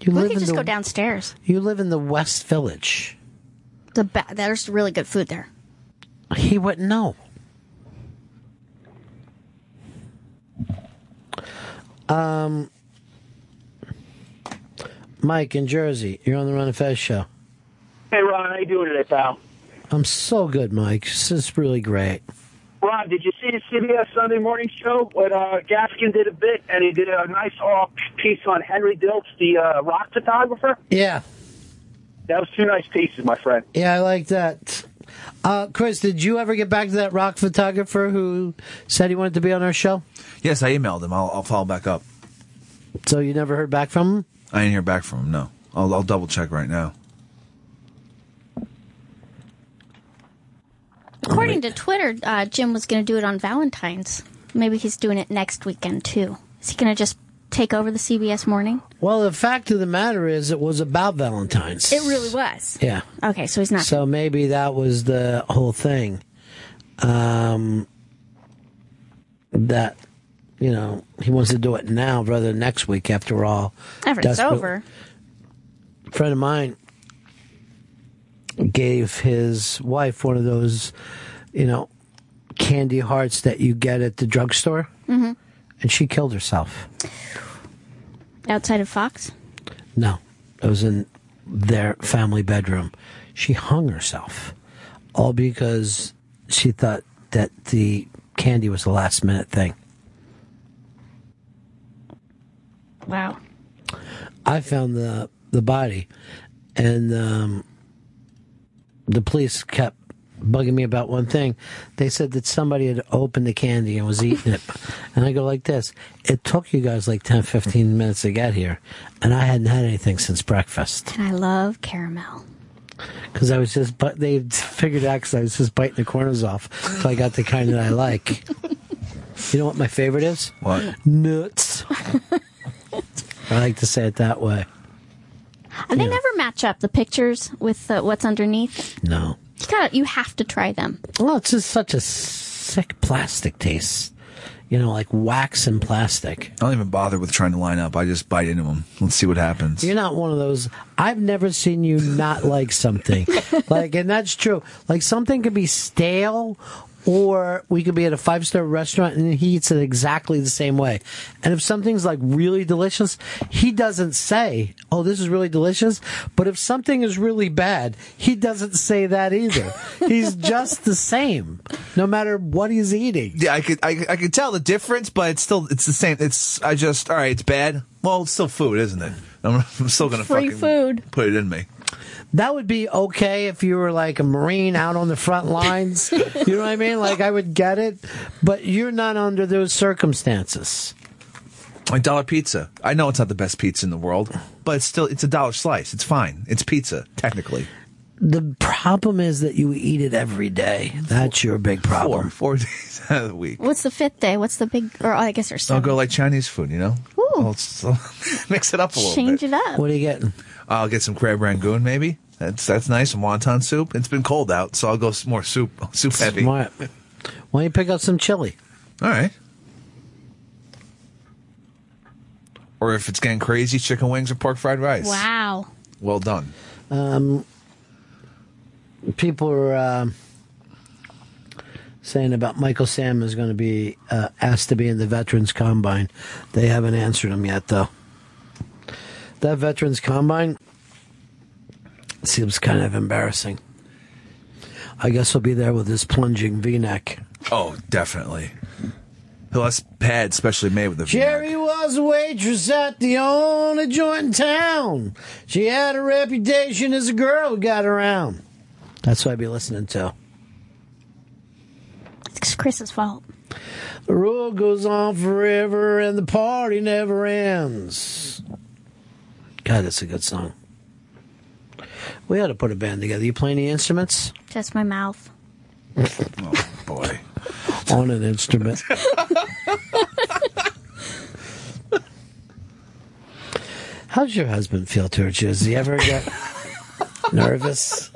[SPEAKER 5] You
[SPEAKER 21] we
[SPEAKER 5] live
[SPEAKER 21] could
[SPEAKER 5] in
[SPEAKER 21] just
[SPEAKER 5] the,
[SPEAKER 21] go downstairs.
[SPEAKER 5] You live in the West Village.
[SPEAKER 21] The ba- there's really good food there.
[SPEAKER 5] He wouldn't know. Um, Mike in Jersey, you're on the Run and Fez show.
[SPEAKER 17] Hey, Ron, how you doing today, pal?
[SPEAKER 5] I'm so good, Mike. This is really great.
[SPEAKER 17] Ron, did you see the CBS Sunday Morning Show? When uh, Gaskin did a bit, and he did a nice all piece on Henry Diltz, the uh, rock photographer.
[SPEAKER 5] Yeah,
[SPEAKER 17] That was two nice pieces, my friend.
[SPEAKER 5] yeah, I like that. Uh, Chris, did you ever get back to that rock photographer who said he wanted to be on our show?
[SPEAKER 6] Yes, I emailed him. I'll, I'll follow back up.
[SPEAKER 5] So you never heard back from him?
[SPEAKER 6] I didn't hear back from him. No, I'll, I'll double check right now.
[SPEAKER 21] According to Twitter, uh, Jim was going to do it on Valentine's. Maybe he's doing it next weekend too. Is he going to just take over the CBS morning?
[SPEAKER 5] Well, the fact of the matter is, it was about Valentine's.
[SPEAKER 21] It really was.
[SPEAKER 5] Yeah.
[SPEAKER 21] Okay, so he's not.
[SPEAKER 5] So maybe that was the whole thing. Um, that, you know, he wants to do it now rather than next week after we're all.
[SPEAKER 21] Everything's
[SPEAKER 5] desperate.
[SPEAKER 21] over.
[SPEAKER 5] A friend of mine gave his wife one of those, you know, candy hearts that you get at the drugstore,
[SPEAKER 21] hmm
[SPEAKER 5] and she killed herself.
[SPEAKER 21] Outside of Fox.
[SPEAKER 5] No, it was in their family bedroom. She hung herself, all because she thought that the candy was a last minute thing.
[SPEAKER 21] Wow.
[SPEAKER 5] I found the the body, and um, the police kept bugging me about one thing. They said that somebody had opened the candy and was eating it, and I go like this: It took you guys like 10, 15 minutes to get here, and I hadn't had anything since breakfast.
[SPEAKER 21] And I love caramel.
[SPEAKER 5] because I was just, but they figured out because I was just biting the corners off so I got the kind that I like. you know what my favorite is?
[SPEAKER 6] What?
[SPEAKER 5] Nuts. I like to say it that way.
[SPEAKER 21] And they never match up the pictures with uh, what's underneath.
[SPEAKER 5] No.
[SPEAKER 21] You got to You have to try them.
[SPEAKER 5] Well, it's just such a sick plastic taste. You know, like wax and plastic.
[SPEAKER 6] I don't even bother with trying to line up. I just bite into him. Let's see what happens.
[SPEAKER 5] You're not one of those. I've never seen you not like something. like, and that's true. Like, something could be stale, or we could be at a five star restaurant and he eats it exactly the same way. And if something's like really delicious, he doesn't say, "Oh, this is really delicious." But if something is really bad, he doesn't say that either. He's just the same, no matter what he's eating.
[SPEAKER 6] Yeah, I could I, I could tell the difference, but it's still it's the same. It's I just all right. It's bad. Well, it's still food, isn't it? I'm, I'm still gonna
[SPEAKER 5] Free
[SPEAKER 6] fucking
[SPEAKER 5] food.
[SPEAKER 6] put it in me.
[SPEAKER 5] That would be okay if you were like a Marine out on the front lines. you know what I mean? Like, I would get it, but you're not under those circumstances.
[SPEAKER 6] Like dollar pizza. I know it's not the best pizza in the world, but it's still it's a dollar slice. It's fine. It's pizza technically.
[SPEAKER 5] The problem is that you eat it every day. That's your big problem.
[SPEAKER 6] Four days out of the week.
[SPEAKER 21] What's the fifth day? What's the big? Or I guess there's
[SPEAKER 6] I'll
[SPEAKER 21] seven.
[SPEAKER 6] go like Chinese food, you know. I'll s- mix it up a little
[SPEAKER 21] Change
[SPEAKER 6] bit.
[SPEAKER 21] it up.
[SPEAKER 5] are you getting?
[SPEAKER 6] I'll get some crab rangoon, maybe. That's that's nice. Some wonton soup. It's been cold out, so I'll go s- more soup soup heavy.
[SPEAKER 5] Smart. Why don't you pick up some chili?
[SPEAKER 6] All right. Or if it's getting crazy, chicken wings or pork fried rice.
[SPEAKER 21] Wow.
[SPEAKER 6] Well done.
[SPEAKER 5] Um, people are um saying about Michael Sam is going to be uh, asked to be in the Veterans Combine. They haven't answered him yet, though. That Veterans Combine seems kind of embarrassing. I guess he'll be there with his plunging V-neck.
[SPEAKER 6] Oh, definitely. He'll have pads specially made with the
[SPEAKER 5] Jerry was a waitress at the only joint in town. She had a reputation as a girl who got around. That's what I'd be listening to.
[SPEAKER 21] It's Chris's fault.
[SPEAKER 5] The road goes on forever and the party never ends. God, that's a good song. We ought to put a band together. You play any instruments?
[SPEAKER 21] Just my mouth.
[SPEAKER 6] oh, boy.
[SPEAKER 5] On an instrument. How's your husband feel towards you? Does he ever get nervous?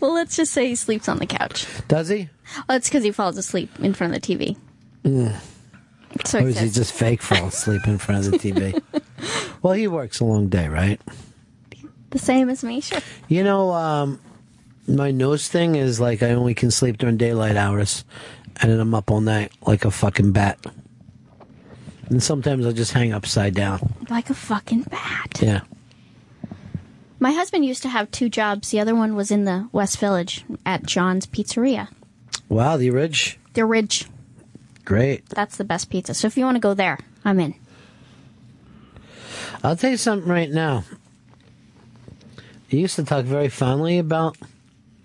[SPEAKER 21] Well, let's just say he sleeps on the couch.
[SPEAKER 5] Does he?
[SPEAKER 21] Well, it's because he falls asleep in front of the TV.
[SPEAKER 5] Mm.
[SPEAKER 21] So
[SPEAKER 5] or is he
[SPEAKER 21] exist-
[SPEAKER 5] just fake fall asleep in front of the TV? well, he works a long day, right?
[SPEAKER 21] The same as me, sure.
[SPEAKER 5] You know, um, my nose thing is like I only can sleep during daylight hours, and then I'm up all night like a fucking bat. And sometimes I'll just hang upside down.
[SPEAKER 21] Like a fucking bat.
[SPEAKER 5] Yeah.
[SPEAKER 21] My husband used to have two jobs. The other one was in the West Village at John's Pizzeria.
[SPEAKER 5] Wow, the ridge.
[SPEAKER 21] The Ridge.
[SPEAKER 5] Great.
[SPEAKER 21] That's the best pizza. So if you want to go there, I'm in.
[SPEAKER 5] I'll tell you something right now. You used to talk very fondly about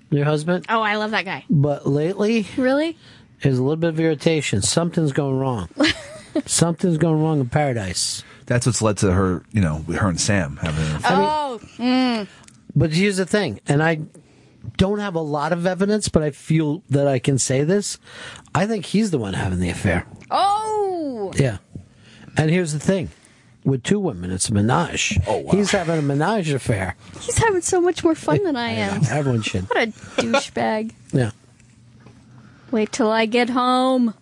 [SPEAKER 5] your husband,
[SPEAKER 21] Oh, I love that guy.
[SPEAKER 5] but lately,
[SPEAKER 21] really,
[SPEAKER 5] there's a little bit of irritation. Something's going wrong. Something's going wrong in paradise.
[SPEAKER 6] That's what's led to her, you know, her and Sam having. an affair.
[SPEAKER 21] oh, mm.
[SPEAKER 5] But here's the thing, and I don't have a lot of evidence, but I feel that I can say this. I think he's the one having the affair.
[SPEAKER 1] Oh!
[SPEAKER 5] Yeah. And here's the thing with two women, it's a menage. Oh, wow. He's having a menage affair.
[SPEAKER 21] he's having so much more fun than I am.
[SPEAKER 5] Everyone should.
[SPEAKER 21] What a douchebag.
[SPEAKER 5] Yeah.
[SPEAKER 21] Wait till I get home.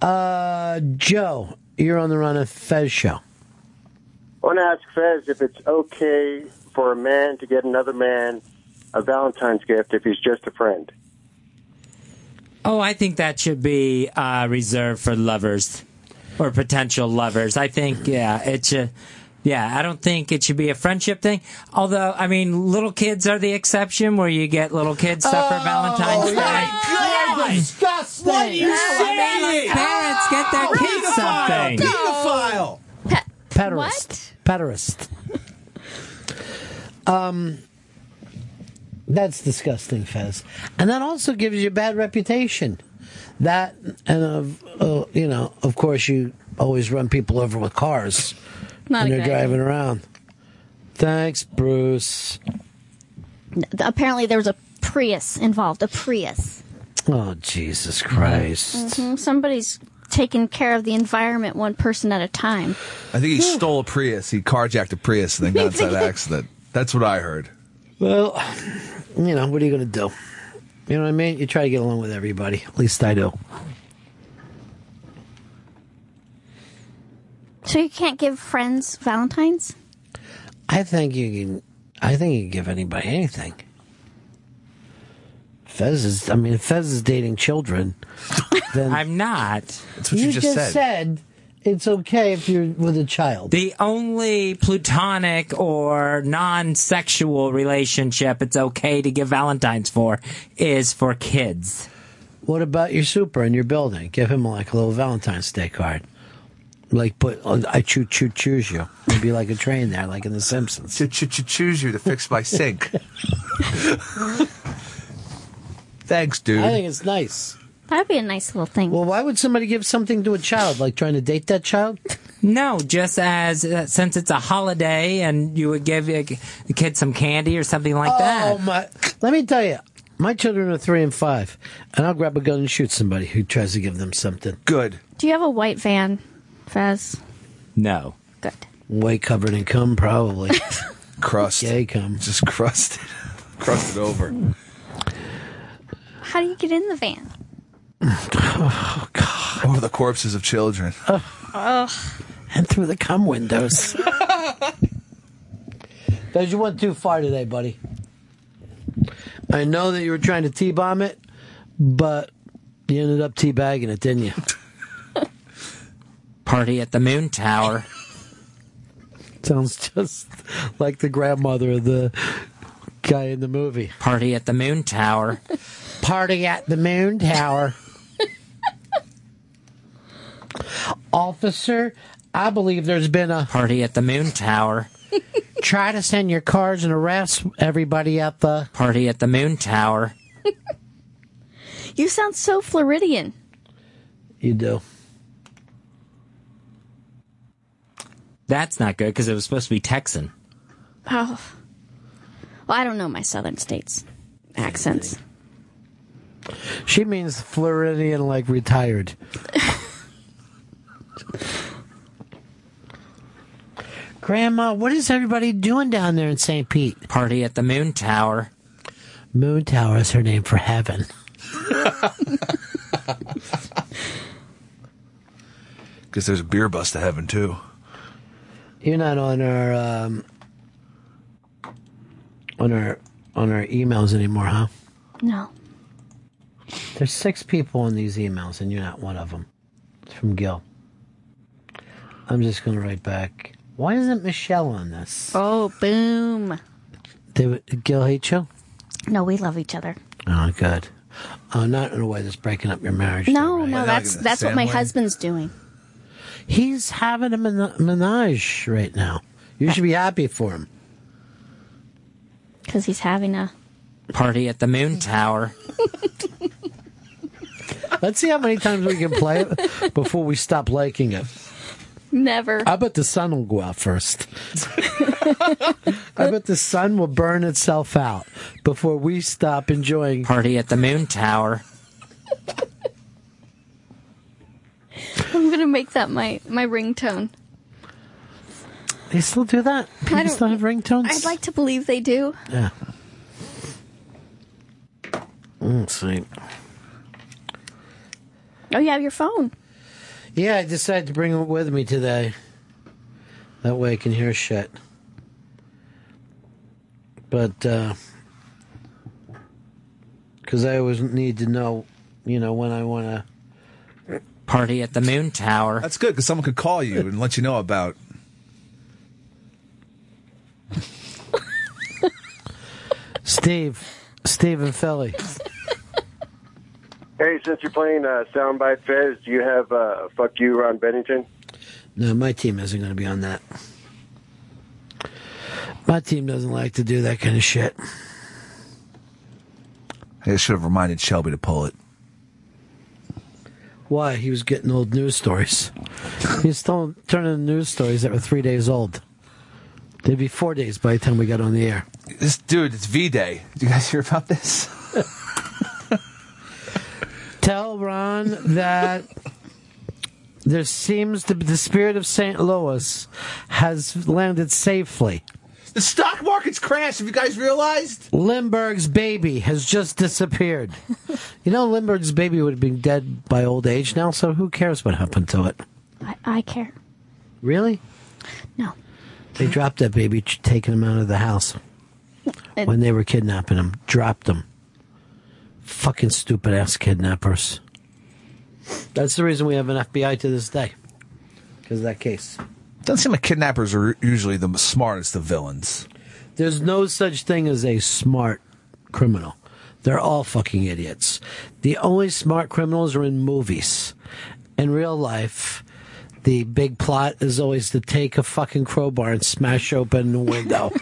[SPEAKER 5] Uh, Joe, you're on the Run of Fez show.
[SPEAKER 22] I want to ask Fez if it's okay for a man to get another man a Valentine's gift if he's just a friend.
[SPEAKER 2] Oh, I think that should be uh, reserved for lovers or potential lovers. I think, yeah, it should. Yeah, I don't think it should be a friendship thing. Although, I mean, little kids are the exception where you get little kids stuff for Valentine's Day.
[SPEAKER 23] God! Disgusting! What are you saying?
[SPEAKER 2] Parents, get their kids
[SPEAKER 21] Oh,
[SPEAKER 2] something.
[SPEAKER 6] Pedophile!
[SPEAKER 5] Pederast. Pederast. Um, that's disgusting, Fez. And that also gives you a bad reputation. That, and of, uh, you know, of course, you always run people over with cars
[SPEAKER 21] Not
[SPEAKER 5] when
[SPEAKER 21] a
[SPEAKER 5] you're
[SPEAKER 21] good idea.
[SPEAKER 5] driving around. Thanks, Bruce.
[SPEAKER 21] Apparently, there was a Prius involved. A Prius.
[SPEAKER 5] Oh, Jesus Christ.
[SPEAKER 21] hmm Somebody's taking care of the environment one person at a time.
[SPEAKER 6] I think he stole a Prius. He carjacked a Prius and then got into that accident. That's what I heard.
[SPEAKER 5] Well, you know, what are you going to do? You know what I mean? You try to get along with everybody. At least I do.
[SPEAKER 21] So you can't give friends Valentines?
[SPEAKER 5] I think you can. I think you can give anybody anything. Fez is. I mean, if Fez is dating children. Then
[SPEAKER 2] I'm not.
[SPEAKER 6] That's
[SPEAKER 2] what you just said.
[SPEAKER 5] said. It's okay if you're with a child.
[SPEAKER 2] The only plutonic or non sexual relationship it's okay to give Valentine's for is for kids.
[SPEAKER 5] What about your super in your building? Give him like a little Valentine's Day card. like put I choo choo choose you. It'd be like a train there, like in The Simpsons. Choo
[SPEAKER 6] choo choose you to fix my sink. Thanks, dude.
[SPEAKER 5] I think it's nice.
[SPEAKER 21] That'd be a nice little thing.
[SPEAKER 5] Well, why would somebody give something to a child? Like trying to date that child?
[SPEAKER 2] No, just as uh, since it's a holiday and you would give a, the kid some candy or something like that.
[SPEAKER 5] Oh my! Let me tell you, my children are three and five, and I'll grab a gun and shoot somebody who tries to give them something.
[SPEAKER 6] Good.
[SPEAKER 21] Do you have a white van, Fez?
[SPEAKER 2] No.
[SPEAKER 21] Good.
[SPEAKER 5] Way covered in cum, probably.
[SPEAKER 6] crust.
[SPEAKER 5] Yay, cum.
[SPEAKER 6] Just crusted, crusted over.
[SPEAKER 21] How do you get in the van?
[SPEAKER 5] Oh,
[SPEAKER 6] Over the corpses of children.
[SPEAKER 21] Oh,
[SPEAKER 5] and through the cum windows. Dad, you went too far today, buddy. I know that you were trying to t bomb it, but you ended up teabagging it, didn't you?
[SPEAKER 2] Party at the Moon Tower.
[SPEAKER 5] Sounds just like the grandmother of the guy in the movie.
[SPEAKER 2] Party at the Moon Tower.
[SPEAKER 5] Party at the Moon Tower. Officer, I believe there's been a
[SPEAKER 2] Party at the Moon Tower.
[SPEAKER 5] try to send your cars and arrest everybody at the
[SPEAKER 2] Party at the Moon Tower.
[SPEAKER 21] You sound so Floridian.
[SPEAKER 5] You do.
[SPEAKER 2] That's not good because it was supposed to be Texan.
[SPEAKER 21] Oh. Well, I don't know my southern states accents.
[SPEAKER 5] She means Floridian, like retired. Grandma, what is everybody doing down there in St. Pete?
[SPEAKER 2] Party at the Moon Tower.
[SPEAKER 5] Moon Tower is her name for heaven.
[SPEAKER 6] Because there's a beer bus to heaven, too.
[SPEAKER 5] You're not on our um, on our on our emails anymore, huh?
[SPEAKER 21] No.
[SPEAKER 5] There's six people in these emails, and you're not one of them. It's from Gil. I'm just going to write back. Why isn't Michelle on this?
[SPEAKER 21] Oh, boom.
[SPEAKER 5] Did Gil hate you?
[SPEAKER 21] No, we love each other.
[SPEAKER 5] Oh, good. Oh, not in a way that's breaking up your marriage.
[SPEAKER 21] No,
[SPEAKER 5] though, right?
[SPEAKER 21] no, that's that's what my husband's doing.
[SPEAKER 5] He's having a men- menage right now. You should be happy for him.
[SPEAKER 21] Because he's having a.
[SPEAKER 2] Party at the Moon Tower.
[SPEAKER 5] Let's see how many times we can play it before we stop liking it.
[SPEAKER 21] Never.
[SPEAKER 5] I bet the sun will go out first. I bet the sun will burn itself out before we stop enjoying.
[SPEAKER 2] Party at the Moon Tower.
[SPEAKER 21] I'm going to make that my, my ringtone.
[SPEAKER 5] They still do that? People
[SPEAKER 21] don't-
[SPEAKER 5] still have ringtones?
[SPEAKER 21] I'd like to believe they do.
[SPEAKER 5] Yeah. Mm, sweet.
[SPEAKER 21] Oh, you have your phone.
[SPEAKER 5] Yeah, I decided to bring it with me today. That way I can hear shit. But, uh 'cause because I always need to know, you know, when I want to.
[SPEAKER 2] Party at the Moon Tower.
[SPEAKER 6] That's good because someone could call you and let you know about.
[SPEAKER 5] Steve, Steve and Philly.
[SPEAKER 22] Hey, since you're playing uh, Soundbite Fez, do you have uh, Fuck You, Ron Bennington?
[SPEAKER 5] No, my team isn't going to be on that. My team doesn't like to do that kind of shit.
[SPEAKER 6] I should have reminded Shelby to pull it.
[SPEAKER 5] Why? He was getting old news stories. He was still turning news stories that were three days old. They'd be four days by the time we got on the air.
[SPEAKER 6] This dude, it's V Day. Did you guys hear about this?
[SPEAKER 5] Tell Ron that there seems to be the spirit of St. Louis has landed safely.
[SPEAKER 6] The stock market's crashed. Have you guys realized?
[SPEAKER 5] Lindbergh's baby has just disappeared. you know, Lindbergh's baby would have been dead by old age now, so who cares what happened to it?
[SPEAKER 21] I, I care.
[SPEAKER 5] Really?
[SPEAKER 21] No.
[SPEAKER 5] They dropped that baby, ch- taking him out of the house
[SPEAKER 21] It-
[SPEAKER 5] when they were kidnapping him. Dropped him. Fucking stupid ass kidnappers. That's the reason we have an FBI to this day. Because of that case.
[SPEAKER 6] Doesn't seem like kidnappers are usually the smartest of villains.
[SPEAKER 5] There's no such thing as a smart criminal. They're all fucking idiots. The only smart criminals are in movies. In real life, the big plot is always to take a fucking crowbar and smash open the window.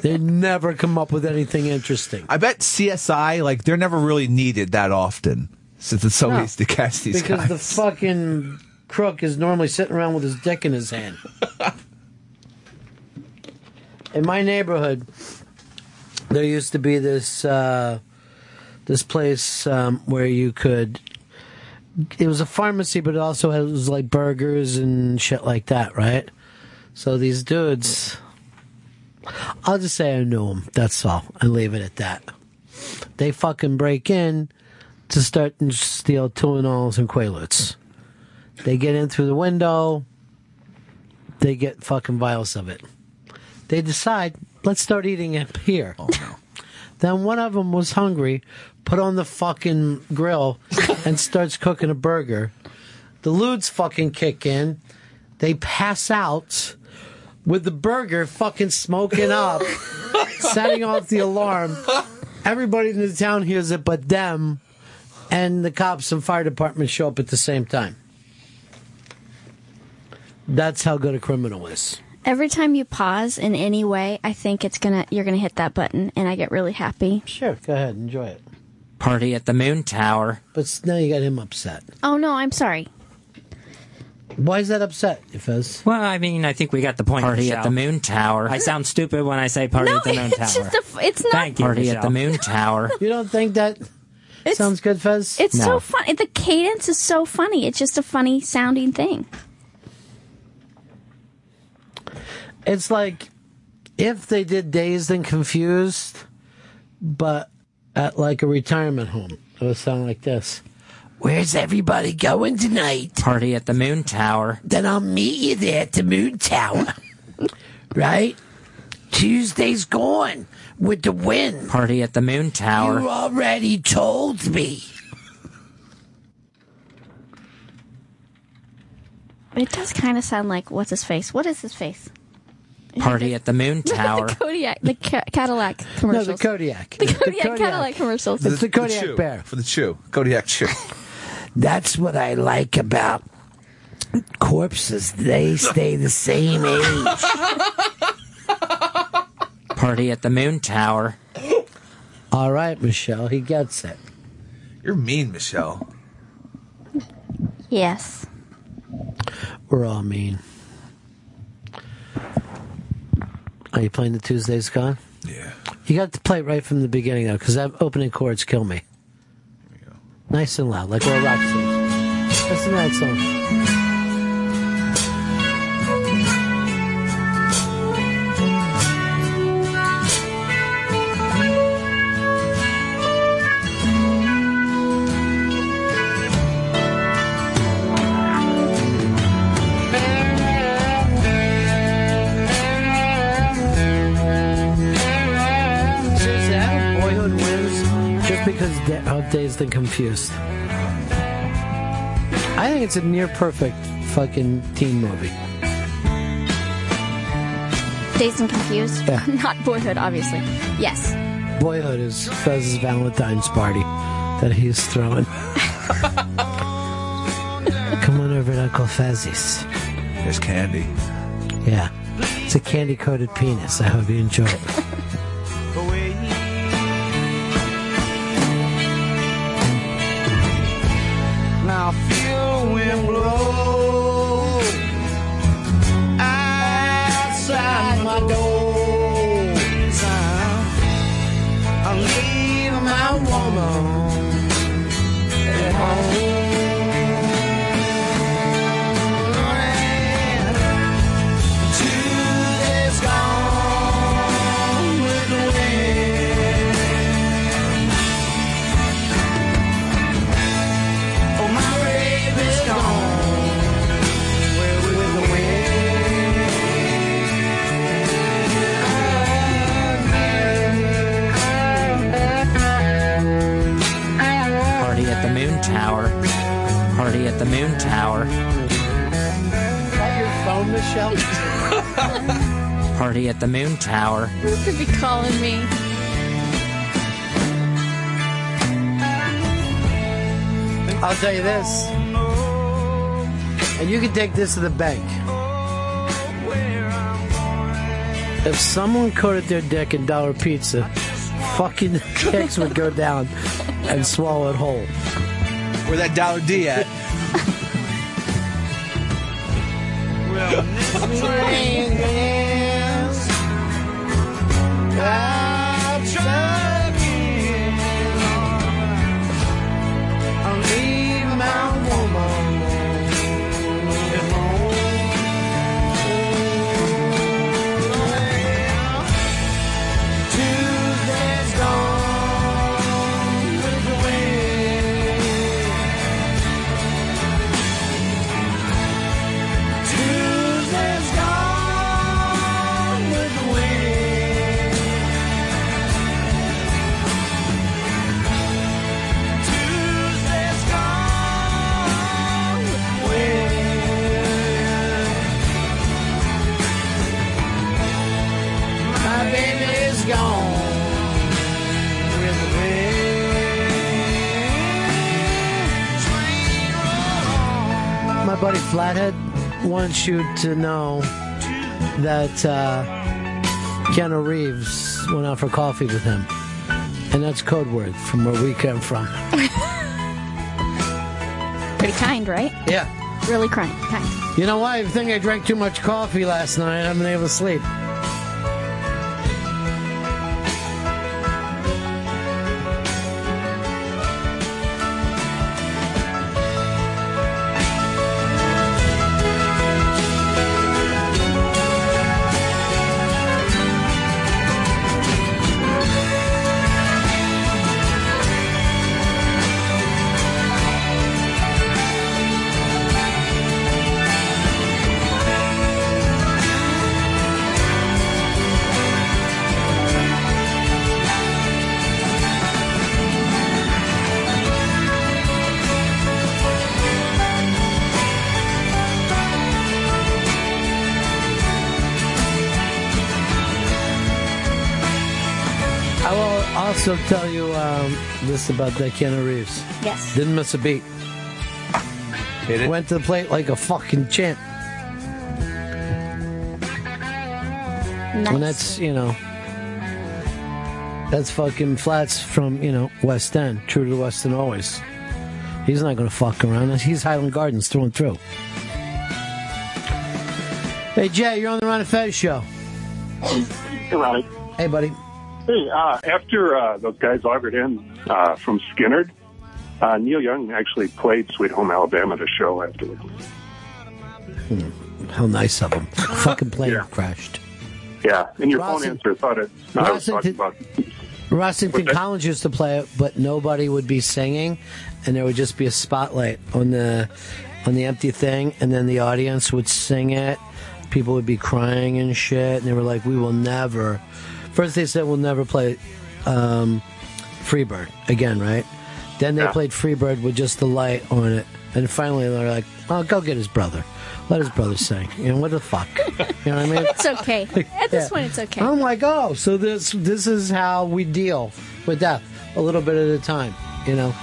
[SPEAKER 5] they never come up with anything interesting.
[SPEAKER 6] I bet CSI, like, they're never really needed that often since it's so
[SPEAKER 5] No.
[SPEAKER 6] easy to catch these
[SPEAKER 5] because
[SPEAKER 6] guys.
[SPEAKER 5] the fucking crook is normally sitting around with his dick in his hand. in my neighborhood, there used to be this uh, this place um, where you could. It was a pharmacy, but it also had, it was like burgers and shit like that, right? So these dudes, I'll just say I knew them. That's all, and leave it at that. They fucking break in to start and steal Tylenols and Quaaludes. They get in through the window. They get fucking vials of it. They decide, let's start eating it here. Oh, no. then one of them was hungry, put on the fucking grill, and starts cooking a burger. The lewds fucking kick in. They pass out with the burger fucking smoking up, setting off the alarm. Everybody in the town hears it but them, and the cops and fire department show up at the same time. That's how good a criminal is.
[SPEAKER 21] Every time you pause in any way, I think it's gonna you're gonna hit that button, and I get really happy.
[SPEAKER 5] Sure, go ahead, enjoy it.
[SPEAKER 2] Party at the Moon Tower.
[SPEAKER 5] But now you got him upset.
[SPEAKER 21] Oh no, I'm sorry.
[SPEAKER 5] Why is that upset, Fez?
[SPEAKER 2] Well, I mean, I think we got the point.
[SPEAKER 5] Party
[SPEAKER 2] Party
[SPEAKER 5] at
[SPEAKER 2] at the Moon Tower. I sound stupid when I say party
[SPEAKER 21] no,
[SPEAKER 2] at the Moon
[SPEAKER 21] it's
[SPEAKER 2] Tower.
[SPEAKER 21] just a, f- it's not.
[SPEAKER 2] Thank you. Party at the Moon Tower.
[SPEAKER 5] You don't think that sounds good, Fez?
[SPEAKER 21] It's
[SPEAKER 2] No.
[SPEAKER 21] so fun. it- The cadence is so funny. It's just a funny sounding thing.
[SPEAKER 5] It's like if they did Dazed and Confused, but at like a retirement home. It would sound like this. Where's everybody going tonight?
[SPEAKER 2] Party at the Moon Tower.
[SPEAKER 37] Then I'll meet you there at the Moon Tower. right? Tuesday's gone with the wind.
[SPEAKER 2] Party at the Moon Tower.
[SPEAKER 37] You already told me.
[SPEAKER 21] It does kind of sound like what's his face? What is his face?
[SPEAKER 2] Party at the Moon Tower.
[SPEAKER 21] the Kodiak, the ca- Cadillac commercials.
[SPEAKER 5] No, the Kodiak.
[SPEAKER 21] The Kodiak, Cadillac commercials.
[SPEAKER 6] chew. For the chew. Kodiak chew.
[SPEAKER 37] That's what I like about corpses. They stay the same age.
[SPEAKER 2] Party at the Moon Tower.
[SPEAKER 5] All right, Michelle, he gets it.
[SPEAKER 6] You're mean, Michelle.
[SPEAKER 21] Yes.
[SPEAKER 5] We're all mean. Are you playing the Tuesday's Gone?
[SPEAKER 6] Yeah.
[SPEAKER 5] You got to play it right from the beginning, though, because that opening chords kill me. Nice and loud, like all rock stars. Listen to that song. Seriously, I have boyhood whims just because da- of Dazed and Confused. I think it's a near perfect fucking teen movie.
[SPEAKER 21] Dazed and confused.
[SPEAKER 5] Yeah.
[SPEAKER 21] Not boyhood, obviously. Yes.
[SPEAKER 5] Boyhood is Fez's Valentine's party that he's throwing. Come on over to Uncle Fez's.
[SPEAKER 6] There's candy.
[SPEAKER 5] Yeah. It's a candy coated penis. I hope you enjoy it.
[SPEAKER 3] Now feel the wind blow outside my door. I'm leaving my woman at home. Tuesday's gone with the wind. Oh, my baby's gone with, with the wind.
[SPEAKER 2] Party at the Moon Tower. Party at the Moon Tower.
[SPEAKER 5] Is that your phone, Michelle?
[SPEAKER 2] Party at the Moon Tower.
[SPEAKER 21] Who could be calling me?
[SPEAKER 5] I'll tell you this. And you can take this to the bank. If someone coated their dick in dollar pizza, fucking dicks would go down and swallow it whole.
[SPEAKER 6] Where that dollar D at?
[SPEAKER 5] My baby's gone. My buddy Flathead wants you to know that uh, Keanu Reeves went out for coffee with him. And that's code word from where we come from.
[SPEAKER 21] Pretty kind, right?
[SPEAKER 5] Yeah.
[SPEAKER 21] Really kind. kind.
[SPEAKER 5] You know why? I think I drank too much coffee last night. I haven't been able to sleep. I will also tell you um, this about that Keanu Reeves.
[SPEAKER 21] Yes.
[SPEAKER 5] Didn't miss a beat. Went to the plate like a fucking champ. And that's, you know, that's fucking flats from, you know, West End. True to West End always. He's not going to fuck around. He's Highland Gardens through and through. Hey, Jay, you're on the Ron and Fez show.
[SPEAKER 16] Hey, Ronnie.
[SPEAKER 5] Hey, buddy.
[SPEAKER 16] Hey, uh, after uh, those guys augered in uh, from Skinnerd, uh, Neil Young actually played Sweet Home Alabama to show afterwards.
[SPEAKER 5] Hmm. How nice of him. fucking plane crashed.
[SPEAKER 16] Yeah, and your
[SPEAKER 5] Ross-
[SPEAKER 16] phone answer thought it. I was
[SPEAKER 5] Ross-
[SPEAKER 16] talking about.
[SPEAKER 5] Rossington Collins used to play it, but nobody would be singing, and there would just be a spotlight on the on the empty thing, and then the audience would sing it. People would be crying and shit, and they were like, "We will never." First, they said, "We'll never play um, Freebird again," right? Then they
[SPEAKER 16] Yeah.
[SPEAKER 5] played Freebird with just the light on it, and finally they're like, "Oh, go get his brother. Let his brother sing." You know what the fuck? You know what I mean?
[SPEAKER 21] It's okay. At this
[SPEAKER 5] Yeah.
[SPEAKER 21] point, it's okay.
[SPEAKER 5] I'm like, oh, so this this is how we deal with death, a little bit at a time, you know.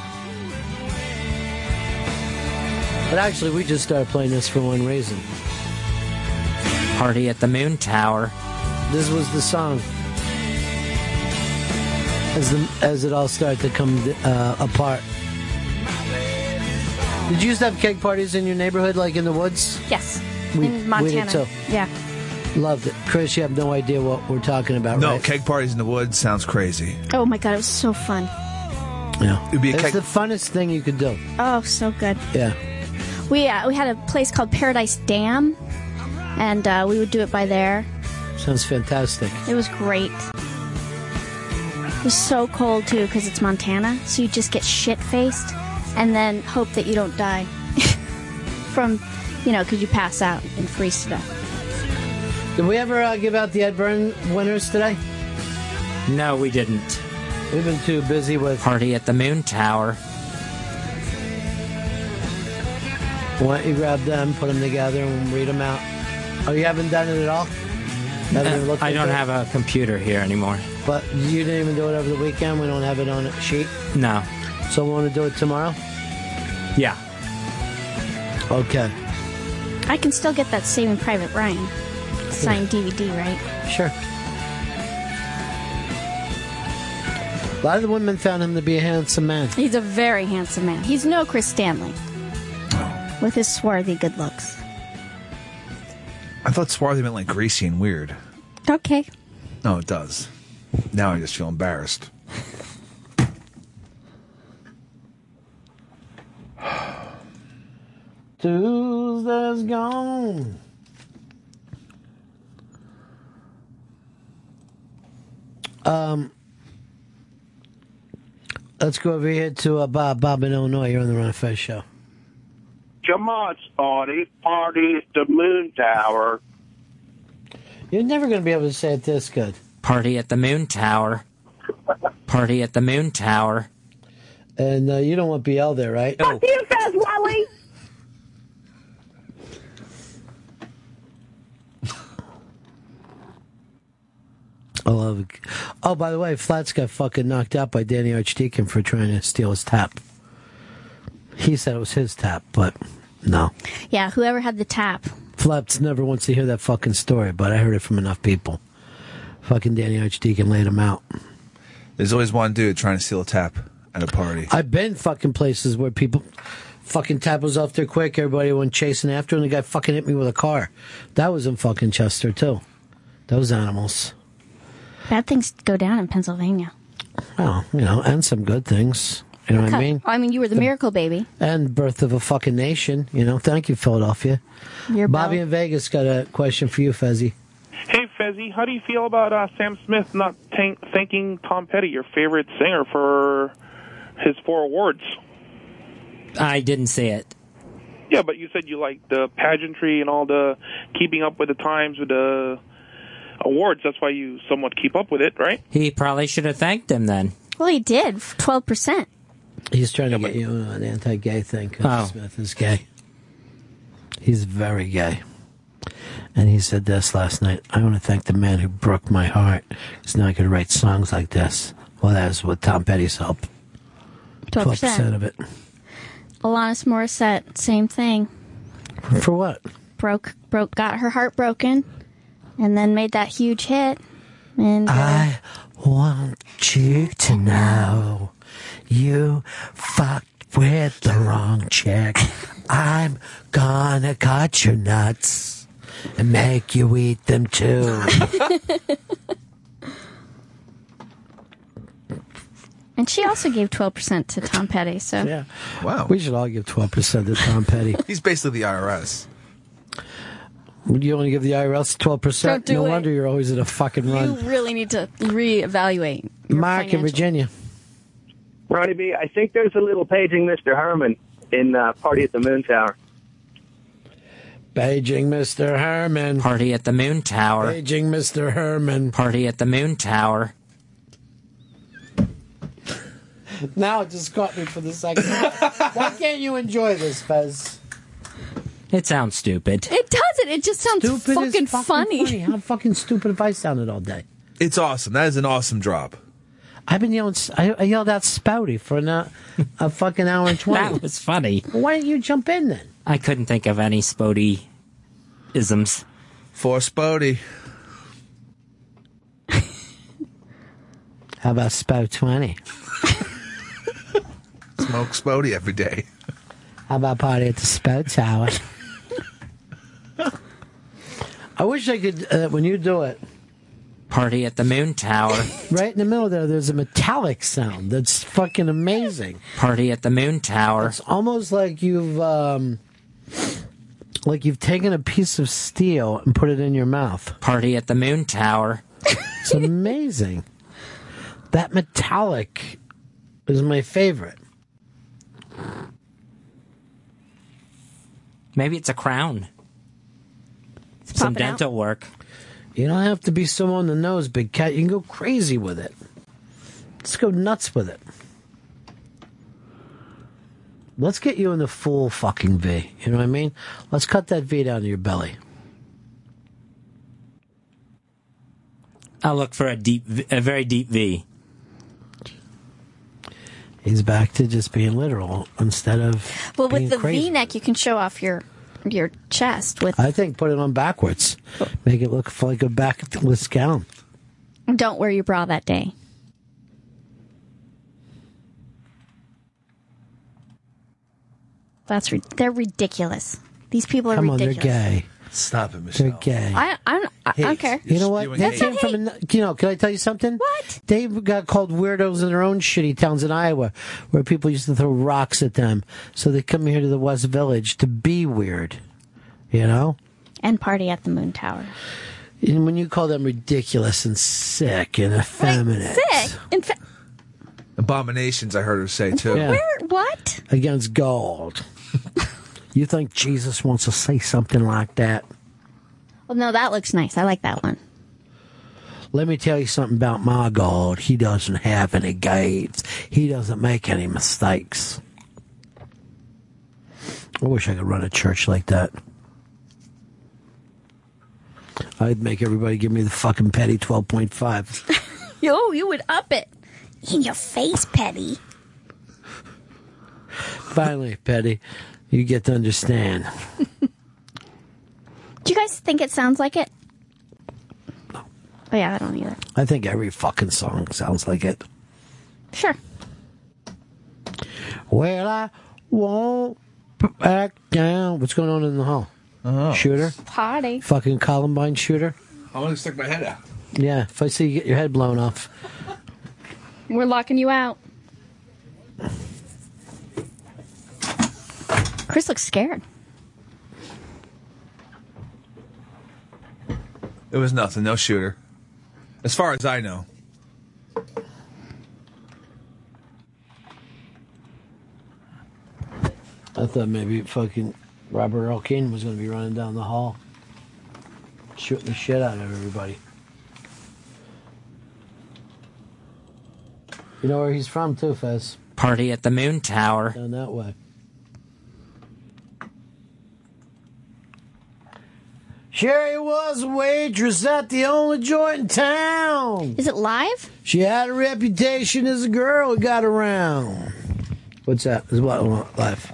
[SPEAKER 5] But actually, we just started playing this for one reason.
[SPEAKER 2] Party at the Moon Tower.
[SPEAKER 5] This was the song as the, as it all started to come uh, apart. Did you used to have cake parties in your neighborhood, like in the woods?
[SPEAKER 21] Yes.
[SPEAKER 5] We- we did
[SPEAKER 21] in Montana.
[SPEAKER 5] too.
[SPEAKER 21] Yeah.
[SPEAKER 5] Loved it, Chris. You have no idea what we're talking about,
[SPEAKER 6] No,
[SPEAKER 5] right?
[SPEAKER 6] keg parties in the woods sounds crazy.
[SPEAKER 21] Oh my god, it was so fun.
[SPEAKER 5] Yeah,
[SPEAKER 6] it'd be a
[SPEAKER 5] it's
[SPEAKER 6] keg.
[SPEAKER 5] the funnest thing you could do.
[SPEAKER 21] Oh, so good.
[SPEAKER 5] Yeah.
[SPEAKER 21] We uh, we had a place called Paradise Dam, and uh, we would do it by there.
[SPEAKER 5] Sounds fantastic.
[SPEAKER 21] It was great. It was so cold too because it's Montana, so you just get shit faced and then hope that you don't die from, you know, because you pass out and freeze to death.
[SPEAKER 5] Did we ever uh, give out the Ed Burn winners today?
[SPEAKER 2] No, we didn't.
[SPEAKER 5] We've been too busy with
[SPEAKER 2] Party at the Moon Tower.
[SPEAKER 5] Why don't you grab them, put them together, and read them out? Oh, you haven't done it at all? Haven't even looked
[SPEAKER 2] I
[SPEAKER 5] at
[SPEAKER 2] don't
[SPEAKER 5] it?
[SPEAKER 2] have a computer here anymore.
[SPEAKER 5] But you didn't even do it over the weekend. We don't have it on a sheet.
[SPEAKER 2] No.
[SPEAKER 5] So we want to do it tomorrow?
[SPEAKER 2] Yeah.
[SPEAKER 5] Okay.
[SPEAKER 21] I can still get that Saving Private Ryan signed DVD, right?
[SPEAKER 5] Sure. A lot of the women found him to be a handsome man.
[SPEAKER 21] He's a very handsome man. He's no Chris Stanley with his swarthy good looks.
[SPEAKER 6] I thought swarthy meant like greasy and weird.
[SPEAKER 21] Okay.
[SPEAKER 6] No, it does. Now I just feel embarrassed.
[SPEAKER 5] Tuesday's gone. Um, let's go over here to uh, Bob. Bob in Illinois. You're on the Ron Fez show.
[SPEAKER 4] Jamar's party, party at the Moon Tower.
[SPEAKER 5] You're never going to be able to say it this good.
[SPEAKER 2] Party at the Moon Tower. Party at the Moon Tower.
[SPEAKER 5] And uh, you don't want BL there, right?
[SPEAKER 2] No.
[SPEAKER 38] You says Wally.
[SPEAKER 5] I love. it. Oh, by the way, Flats got fucking knocked out by Danny Archdeacon for trying to steal his tap. He said it was his tap, but no.
[SPEAKER 21] Yeah, whoever had the tap.
[SPEAKER 5] Flaps never wants to hear that fucking story, but I heard it from enough people. Fucking Danny Archdeacon laid him out.
[SPEAKER 6] There's always one dude trying to steal a tap at a party.
[SPEAKER 5] I've been fucking places where people fucking tap was off there quick. Everybody went chasing after him. The guy fucking hit me with a car. That was in fucking Chester too. Those animals.
[SPEAKER 21] Bad things go down in Pennsylvania.
[SPEAKER 5] Well, you know, and some good things. You know what I mean?
[SPEAKER 21] Oh, I mean, you were the miracle baby.
[SPEAKER 5] And birth of a fucking nation. You know, thank you, Philadelphia.
[SPEAKER 21] You're
[SPEAKER 5] Bobby
[SPEAKER 21] Bill.
[SPEAKER 5] in Vegas got a question for you, Fezzi.
[SPEAKER 20] Hey, Fezzi, how do you feel about uh, Sam Smith not tank- thanking Tom Petty, your favorite singer, for his four awards?
[SPEAKER 2] I didn't see it.
[SPEAKER 20] Yeah, but you said you liked the pageantry and all the keeping up with the times with the awards. That's why you somewhat keep up with it, right?
[SPEAKER 2] He probably should have thanked him then.
[SPEAKER 21] Well, he did. 12%.
[SPEAKER 5] He's trying to get you on an anti-gay thing. 'cause
[SPEAKER 2] Oh.
[SPEAKER 5] Smith is gay. He's very gay. And he said this last night. I want to thank the man who broke my heart. Because now I could write songs like this. Well, that was with Tom Petty's help.
[SPEAKER 21] 12%.
[SPEAKER 5] of it.
[SPEAKER 21] Alanis Morissette, same thing.
[SPEAKER 5] For what?
[SPEAKER 21] Broke, broke, got her heart broken, and then made that huge hit. And uh,
[SPEAKER 37] I want you to know you fucked with the wrong chick. I'm gonna cut your nuts and make you eat them too.
[SPEAKER 21] and she also gave 12% to Tom Petty. So
[SPEAKER 5] yeah. Wow. We should all give 12% to Tom Petty.
[SPEAKER 6] He's basically the IRS.
[SPEAKER 5] Would you only give the IRS 12%?
[SPEAKER 21] Don't do
[SPEAKER 5] no
[SPEAKER 21] it.
[SPEAKER 5] wonder you're always at a fucking
[SPEAKER 21] you
[SPEAKER 5] run.
[SPEAKER 21] really need to reevaluate.
[SPEAKER 5] Mark in Virginia.
[SPEAKER 35] Ronnie B, I think there's a little paging Mr. Herman in uh, Party at the Moon Tower.
[SPEAKER 5] Beijing, Mr. Herman.
[SPEAKER 2] Party at the Moon Tower.
[SPEAKER 5] Beijing, Mr. Herman.
[SPEAKER 2] Party at the Moon Tower.
[SPEAKER 5] Now it just caught me for the second. Why can't you enjoy this, Fez?
[SPEAKER 2] It sounds stupid.
[SPEAKER 21] It doesn't. It just sounds
[SPEAKER 5] Stupid is fucking
[SPEAKER 21] fucking, funny.
[SPEAKER 5] funny. How fucking stupid have I sounded all day?
[SPEAKER 6] It's awesome. That is an awesome drop.
[SPEAKER 5] I've been yelling. I, I yelled out "Spouty" for an, uh, a fucking hour and twenty.
[SPEAKER 2] That was funny.
[SPEAKER 5] Why didn't you jump in then?
[SPEAKER 2] I couldn't think of any Spody isms.
[SPEAKER 6] For Spody.
[SPEAKER 5] How about Spout twenty?
[SPEAKER 6] Smoke Spody every day.
[SPEAKER 5] How about party at the Spout Tower? I wish I could. Uh, when you do it,
[SPEAKER 2] Party at the Moon Tower.
[SPEAKER 5] right in the middle there, there's a metallic sound that's fucking amazing.
[SPEAKER 2] Party at the Moon Tower.
[SPEAKER 5] It's almost like you've um, like you've taken a piece of steel and put it in your mouth.
[SPEAKER 2] Party at the Moon Tower.
[SPEAKER 5] It's amazing. that metallic is my favorite.
[SPEAKER 2] Maybe it's a crown. Some
[SPEAKER 5] popping out.
[SPEAKER 2] dental work.
[SPEAKER 5] You don't have to be so on the nose, big cat. You can go crazy with it. Let's go nuts with it. Let's get you in the full fucking V. You know what I mean? Let's cut that V down to your belly.
[SPEAKER 2] I'll look for a deep, v- a very deep V.
[SPEAKER 5] He's back to just being literal instead of
[SPEAKER 21] Well,
[SPEAKER 5] being
[SPEAKER 21] with the
[SPEAKER 5] crazy.
[SPEAKER 21] V neck, you can show off your your chest with.
[SPEAKER 5] I think put it on backwards. Make it look like a backless gown.
[SPEAKER 21] Don't wear your bra that day. That's ri- they're ridiculous. These people are
[SPEAKER 5] Come
[SPEAKER 21] ridiculous.
[SPEAKER 5] on, they're gay.
[SPEAKER 6] Stop it,
[SPEAKER 5] Michelle. They're gay.
[SPEAKER 21] I, I, don't, I, I don't care.
[SPEAKER 5] You know what? That came from, an, you know, can I tell you something? What? They got called weirdos in their own shitty towns in Iowa where people used to throw rocks at them. So they come here to the West Village to be weird, you know?
[SPEAKER 21] And party at the Moon Tower.
[SPEAKER 5] And when you call them ridiculous and sick and effeminate.
[SPEAKER 21] Sick. In fact,
[SPEAKER 6] Abominations, I heard her say too.
[SPEAKER 21] where? What?
[SPEAKER 5] Against gold. you think Jesus wants to say something like that?
[SPEAKER 21] Well, no, that looks nice. I like that one.
[SPEAKER 5] Let me tell you something about my God. He doesn't have any gates. He doesn't make any mistakes. I wish I could run a church like that. I'd make everybody give me the fucking petty 12.5.
[SPEAKER 21] Yo, you would up it in your face, Petty.
[SPEAKER 5] Finally, petty, you get to understand.
[SPEAKER 21] Do you guys think it sounds like it? Oh yeah, I don't either.
[SPEAKER 5] I think every fucking song sounds like it.
[SPEAKER 21] Sure.
[SPEAKER 5] Well, I won't back down. What's going on in the hall? Shooter?
[SPEAKER 21] Party.
[SPEAKER 5] Fucking Columbine shooter?
[SPEAKER 6] I want to stick my head out.
[SPEAKER 5] Yeah, if I see you get your head blown off.
[SPEAKER 21] We're locking you out. Chris looks scared.
[SPEAKER 6] It was nothing. No shooter. As far as I know.
[SPEAKER 5] I thought maybe fucking Robert Earl Keane was going to be running down the hall, shooting the shit out of everybody. You know where he's from too, Fez.
[SPEAKER 2] Party at the Moon Tower.
[SPEAKER 5] Down that way. Sherry was a waitress at the only joint in town.
[SPEAKER 21] Is it live?
[SPEAKER 5] She had a reputation as a girl who got around. What's that? Is what life?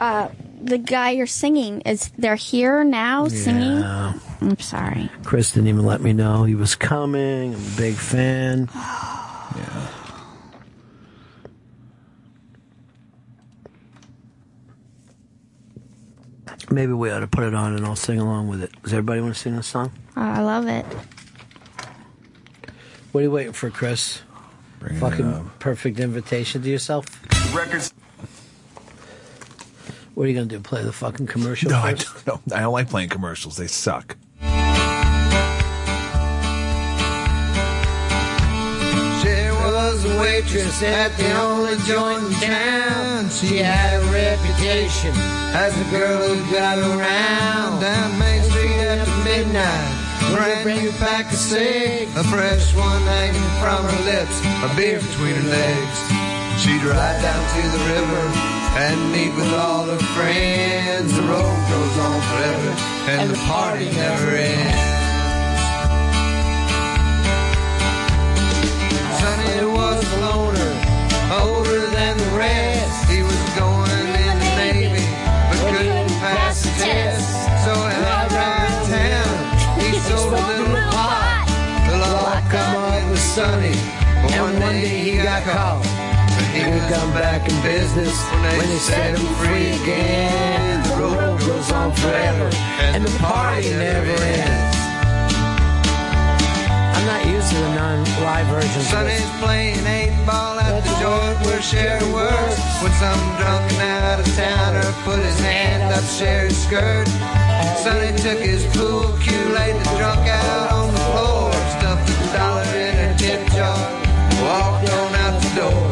[SPEAKER 21] Uh, the guy you're singing is they're here now Oh, singing. I'm sorry.
[SPEAKER 5] Chris didn't even let me know he was coming. I'm a big fan. Maybe we ought to put it on and I'll sing along with it. Does everybody want to sing this song?
[SPEAKER 21] Oh, I love it.
[SPEAKER 5] What are you waiting for, Chris? Fucking perfect invitation to yourself.
[SPEAKER 6] Records.
[SPEAKER 5] What are you gonna do? Play the fucking commercial?
[SPEAKER 6] No, I
[SPEAKER 5] first?
[SPEAKER 6] don't, no, I don't like playing commercials. They suck.
[SPEAKER 5] She was a waitress at the only joint in town. She had a reputation as a girl who got around. Down Main Street after midnight, brand new pack of cigs,
[SPEAKER 39] a fresh one hanging from her lips, a beer between her legs. She'd ride down to the river and meet with all her friends. The road goes on forever and, the party never ends. Sonny was a loner, older than the rest. He was going in the Navy, but couldn't pass the test. So he hung around town, he sold a little pot. The law come on with Sonny, but one day he got caught. But he would come back in business when they set him free again. The road goes on forever, and the party never ends.
[SPEAKER 5] I'm not used to the non-live version.
[SPEAKER 39] Sonny's playing eight ball at the joint where Sherry works. When some drunken out of towner put his hand up Sherry's skirt, Sonny took his pool cue, laid the drunk out on the floor, stuffed a dollar in her tip jar, and walked on out the door.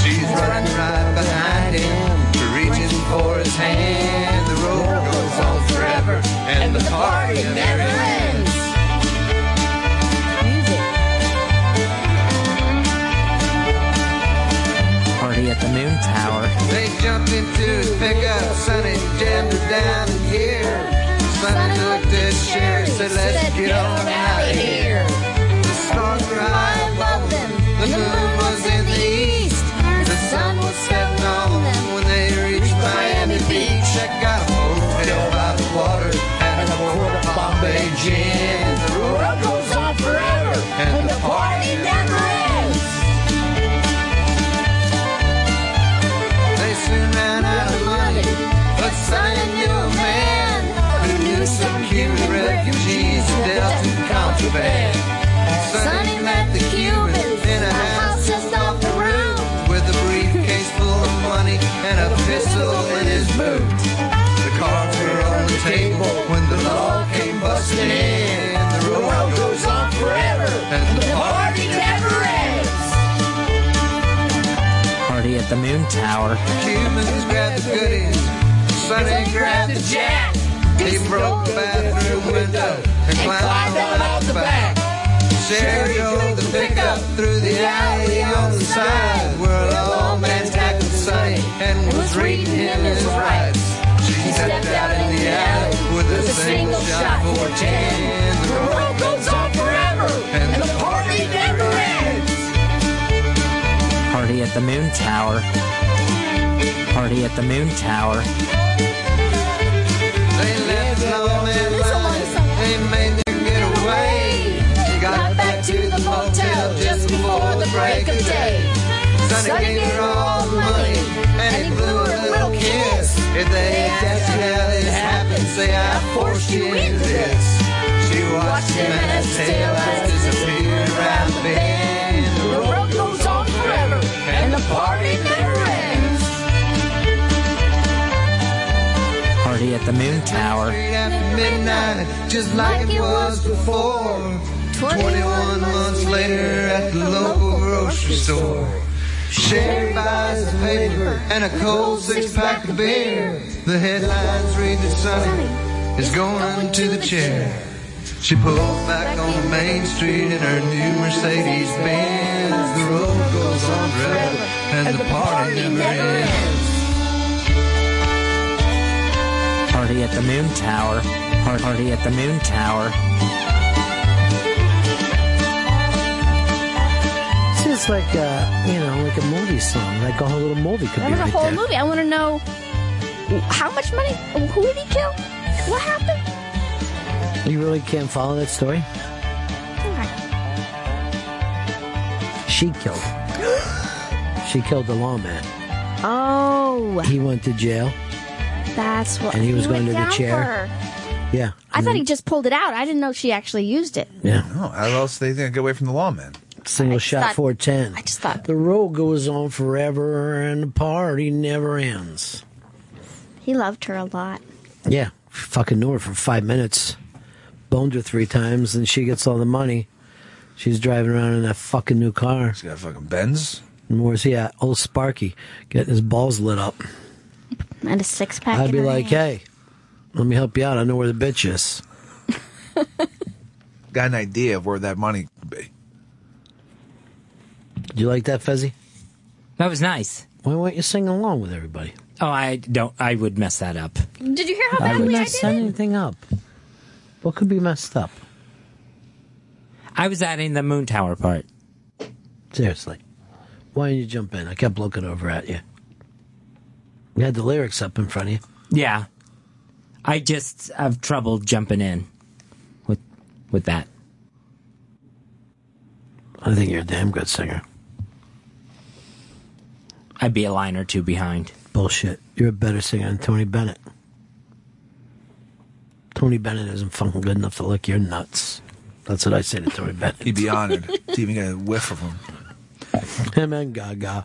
[SPEAKER 39] She's running right behind him, reaching for his hand. The road goes on forever, and the party never ends.
[SPEAKER 2] Party at the Moon Tower.
[SPEAKER 39] They jumped into his pickup, Sonny jammed her down in here. Sonny looked at Sherry, said, let's get on out of here. The stars were high above them, the moon was in the east. The sun was setting on them when they reached Miami Beach. I got a hotel by the
[SPEAKER 2] the moon tower.
[SPEAKER 39] Humans grab the goodies. Sonny grabbed the jack. He broke the bathroom window and climbed on out the back. Sherry drove the pickup through the alley on the side where an old man tackled Sonny and was reading him his rights. She stepped out in the alley with a single shot for ten. The road goes on forever and the party never ends.
[SPEAKER 2] Party at the moon tower. Party at the moon tower.
[SPEAKER 39] They left the old man lying. They made them get away. They got back to the motel just before the break of day. Sonny gave her all the money and he blew her a little kiss. If they ask you how this happened, say I forced you into this. She watched him as his taillights disappeared around the bend. The road goes on forever and the party never ends.
[SPEAKER 2] Party at the moon tower.
[SPEAKER 39] after midnight, just like it was before. 21 months later at the local grocery store. Sherry buys a paper and a cold six pack of beer. The headlines read that Sonny is going to the chair. She pulls back on Main Street in her new Mercedes Benz. The road goes on forever and the party never ends.
[SPEAKER 2] Party at the moon tower. Par- Party at the moon tower.
[SPEAKER 5] It's just like a, you know, like a movie song, like a whole little movie could
[SPEAKER 21] That
[SPEAKER 5] be
[SPEAKER 21] was a
[SPEAKER 5] like
[SPEAKER 21] whole
[SPEAKER 5] that.
[SPEAKER 21] movie. I want to know how much money. Who did he kill? What happened?
[SPEAKER 5] You really can't follow that story. She killed. she killed the lawman.
[SPEAKER 21] Oh,
[SPEAKER 5] He went to jail.
[SPEAKER 21] that's what.
[SPEAKER 5] And he was going to
[SPEAKER 21] went
[SPEAKER 5] the
[SPEAKER 21] down
[SPEAKER 5] chair.
[SPEAKER 21] for her.
[SPEAKER 5] Yeah.
[SPEAKER 21] I thought he just pulled it out. I didn't know she actually used it.
[SPEAKER 5] Yeah.
[SPEAKER 6] No, Oh, how else they think I get away from the lawman?
[SPEAKER 5] Single shot
[SPEAKER 21] thought-
[SPEAKER 5] four ten. I
[SPEAKER 21] just thought
[SPEAKER 5] the road goes on forever and the party never ends.
[SPEAKER 21] He loved her a lot.
[SPEAKER 5] Yeah, fucking knew her for five minutes, boned her three times, and she gets all the money. She's driving around in that fucking new car. She's
[SPEAKER 6] got fucking Benz.
[SPEAKER 5] Where's he at? Old Sparky, getting his balls lit up.
[SPEAKER 21] And a six pack.
[SPEAKER 5] I'd
[SPEAKER 21] in
[SPEAKER 5] be
[SPEAKER 21] her
[SPEAKER 5] like,
[SPEAKER 21] hand.
[SPEAKER 5] hey, let me help you out. I know where the bitch is.
[SPEAKER 6] Got an idea of where that money could be.
[SPEAKER 5] Do you like that, Fezzi?
[SPEAKER 2] That was nice.
[SPEAKER 5] Why won't you sing along with everybody?
[SPEAKER 2] Oh, I don't. I would mess that up.
[SPEAKER 21] Did you hear how
[SPEAKER 5] I would
[SPEAKER 21] badly I
[SPEAKER 5] not
[SPEAKER 21] did?
[SPEAKER 5] set anything up. What could be messed up?
[SPEAKER 2] I was adding the moon tower part.
[SPEAKER 5] Seriously. Why didn't you jump in? I kept looking over at you. You had the lyrics up in front of you.
[SPEAKER 2] Yeah, I just have trouble jumping in with with that.
[SPEAKER 5] I think you're a damn good singer.
[SPEAKER 2] I'd be a line or two behind.
[SPEAKER 5] Bullshit. You're a better singer than Tony Bennett. Tony Bennett isn't fucking good enough to lick your nuts. That's what I say to Tony Bennett.
[SPEAKER 6] He'd be honored to even get a whiff of him.
[SPEAKER 5] Him and Gaga.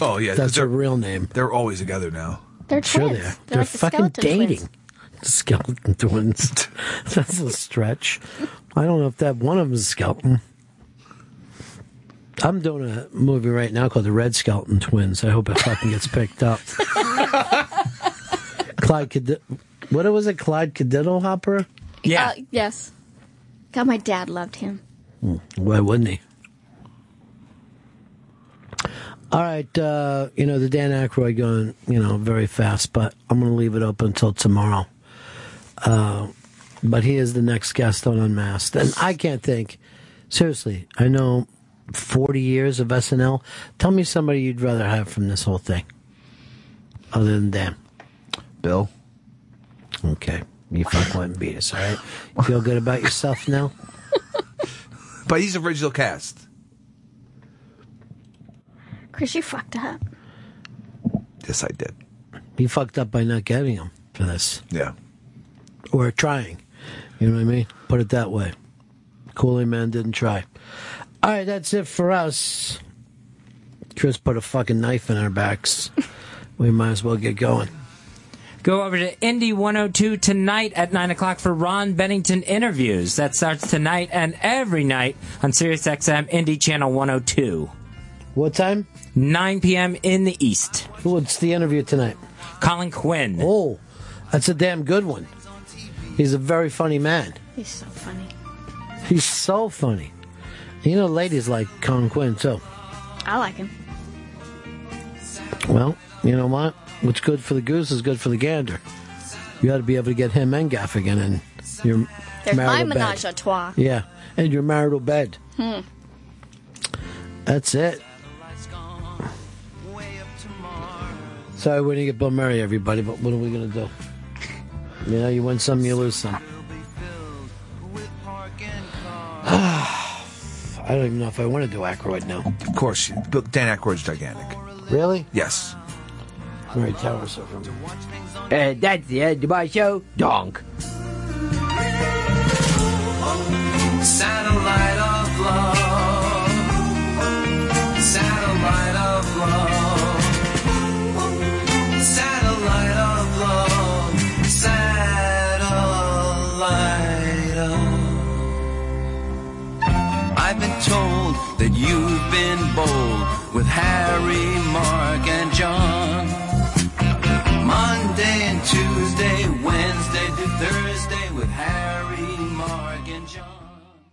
[SPEAKER 6] Oh yeah, 'cause
[SPEAKER 5] That's
[SPEAKER 6] they're-
[SPEAKER 5] her real name.
[SPEAKER 6] They're always together now.
[SPEAKER 21] They're
[SPEAKER 5] Sure
[SPEAKER 21] twins.
[SPEAKER 5] they are.
[SPEAKER 21] They're,
[SPEAKER 5] They're
[SPEAKER 21] like the
[SPEAKER 5] fucking
[SPEAKER 21] skeleton
[SPEAKER 5] dating.
[SPEAKER 21] Twins.
[SPEAKER 5] Skeleton twins. That's a stretch. I don't know if that one of them is a skeleton. I'm doing a movie right now called The Red Skeleton Twins. I hope it fucking gets picked up. Clyde Cadiddle. What was it? Clyde Cadiddle Hopper?
[SPEAKER 2] Yeah.
[SPEAKER 21] Uh, yes. God, my dad loved him.
[SPEAKER 5] Hmm, Why wouldn't he? All right, uh, you know, the Dan Aykroyd going, you know, very fast, but I'm going to leave it up until tomorrow. Uh, but he is the next guest on Unmasked. And I can't think, seriously, I know 40 years of SNL. Tell me somebody you'd rather have from this whole thing other than Dan.
[SPEAKER 6] Bill.
[SPEAKER 5] Okay. You fuck went and beat us, all right? You feel good about yourself now?
[SPEAKER 6] But he's original cast.
[SPEAKER 21] Chris, you fucked up.
[SPEAKER 6] Yes, I did.
[SPEAKER 5] He fucked up by not getting him for this.
[SPEAKER 6] Yeah.
[SPEAKER 5] Or trying. You know what I mean? Put it that way. Coolie Man didn't try. All right, that's it for us. Chris put a fucking knife in our backs. we might as well get going.
[SPEAKER 2] Go over to Indy 102 tonight at 9 o'clock for Ron Bennington interviews. That starts oh tonight and every night on SiriusXM Indy Channel 102.
[SPEAKER 5] What time?
[SPEAKER 2] 9 p.m. in the East.
[SPEAKER 5] What's the interview tonight?
[SPEAKER 2] Colin Quinn.
[SPEAKER 5] Oh, that's a damn good one. He's a very funny man.
[SPEAKER 21] He's so funny.
[SPEAKER 5] He's so funny. You know, ladies like Con Quinn, so.
[SPEAKER 21] I like him.
[SPEAKER 5] Well, you know what? What's good for the goose is good for the gander. You ought to be able to get him and Gaffigan in your
[SPEAKER 21] There's my
[SPEAKER 5] marital
[SPEAKER 21] menage
[SPEAKER 5] bed.
[SPEAKER 21] a trois.
[SPEAKER 5] Yeah, and your marital bed.
[SPEAKER 21] Hmm.
[SPEAKER 5] That's it. Sorry we didn't get Bill Murray, everybody, but what are we going to do? You know, you win some, you lose some. I don't even know if I want to do Aykroyd now.
[SPEAKER 6] Of course, you- Bill- Dan Aykroyd's gigantic.
[SPEAKER 5] Really?
[SPEAKER 6] Yes.
[SPEAKER 5] All right, tell Uh, us over.
[SPEAKER 40] And that's the end of my show. Donk.
[SPEAKER 4] Satellite of love. Satellite of love. Satellite of love. Satellite of. I've been told that you've been bold with Harry, Mark, and John. Monday and Tuesday,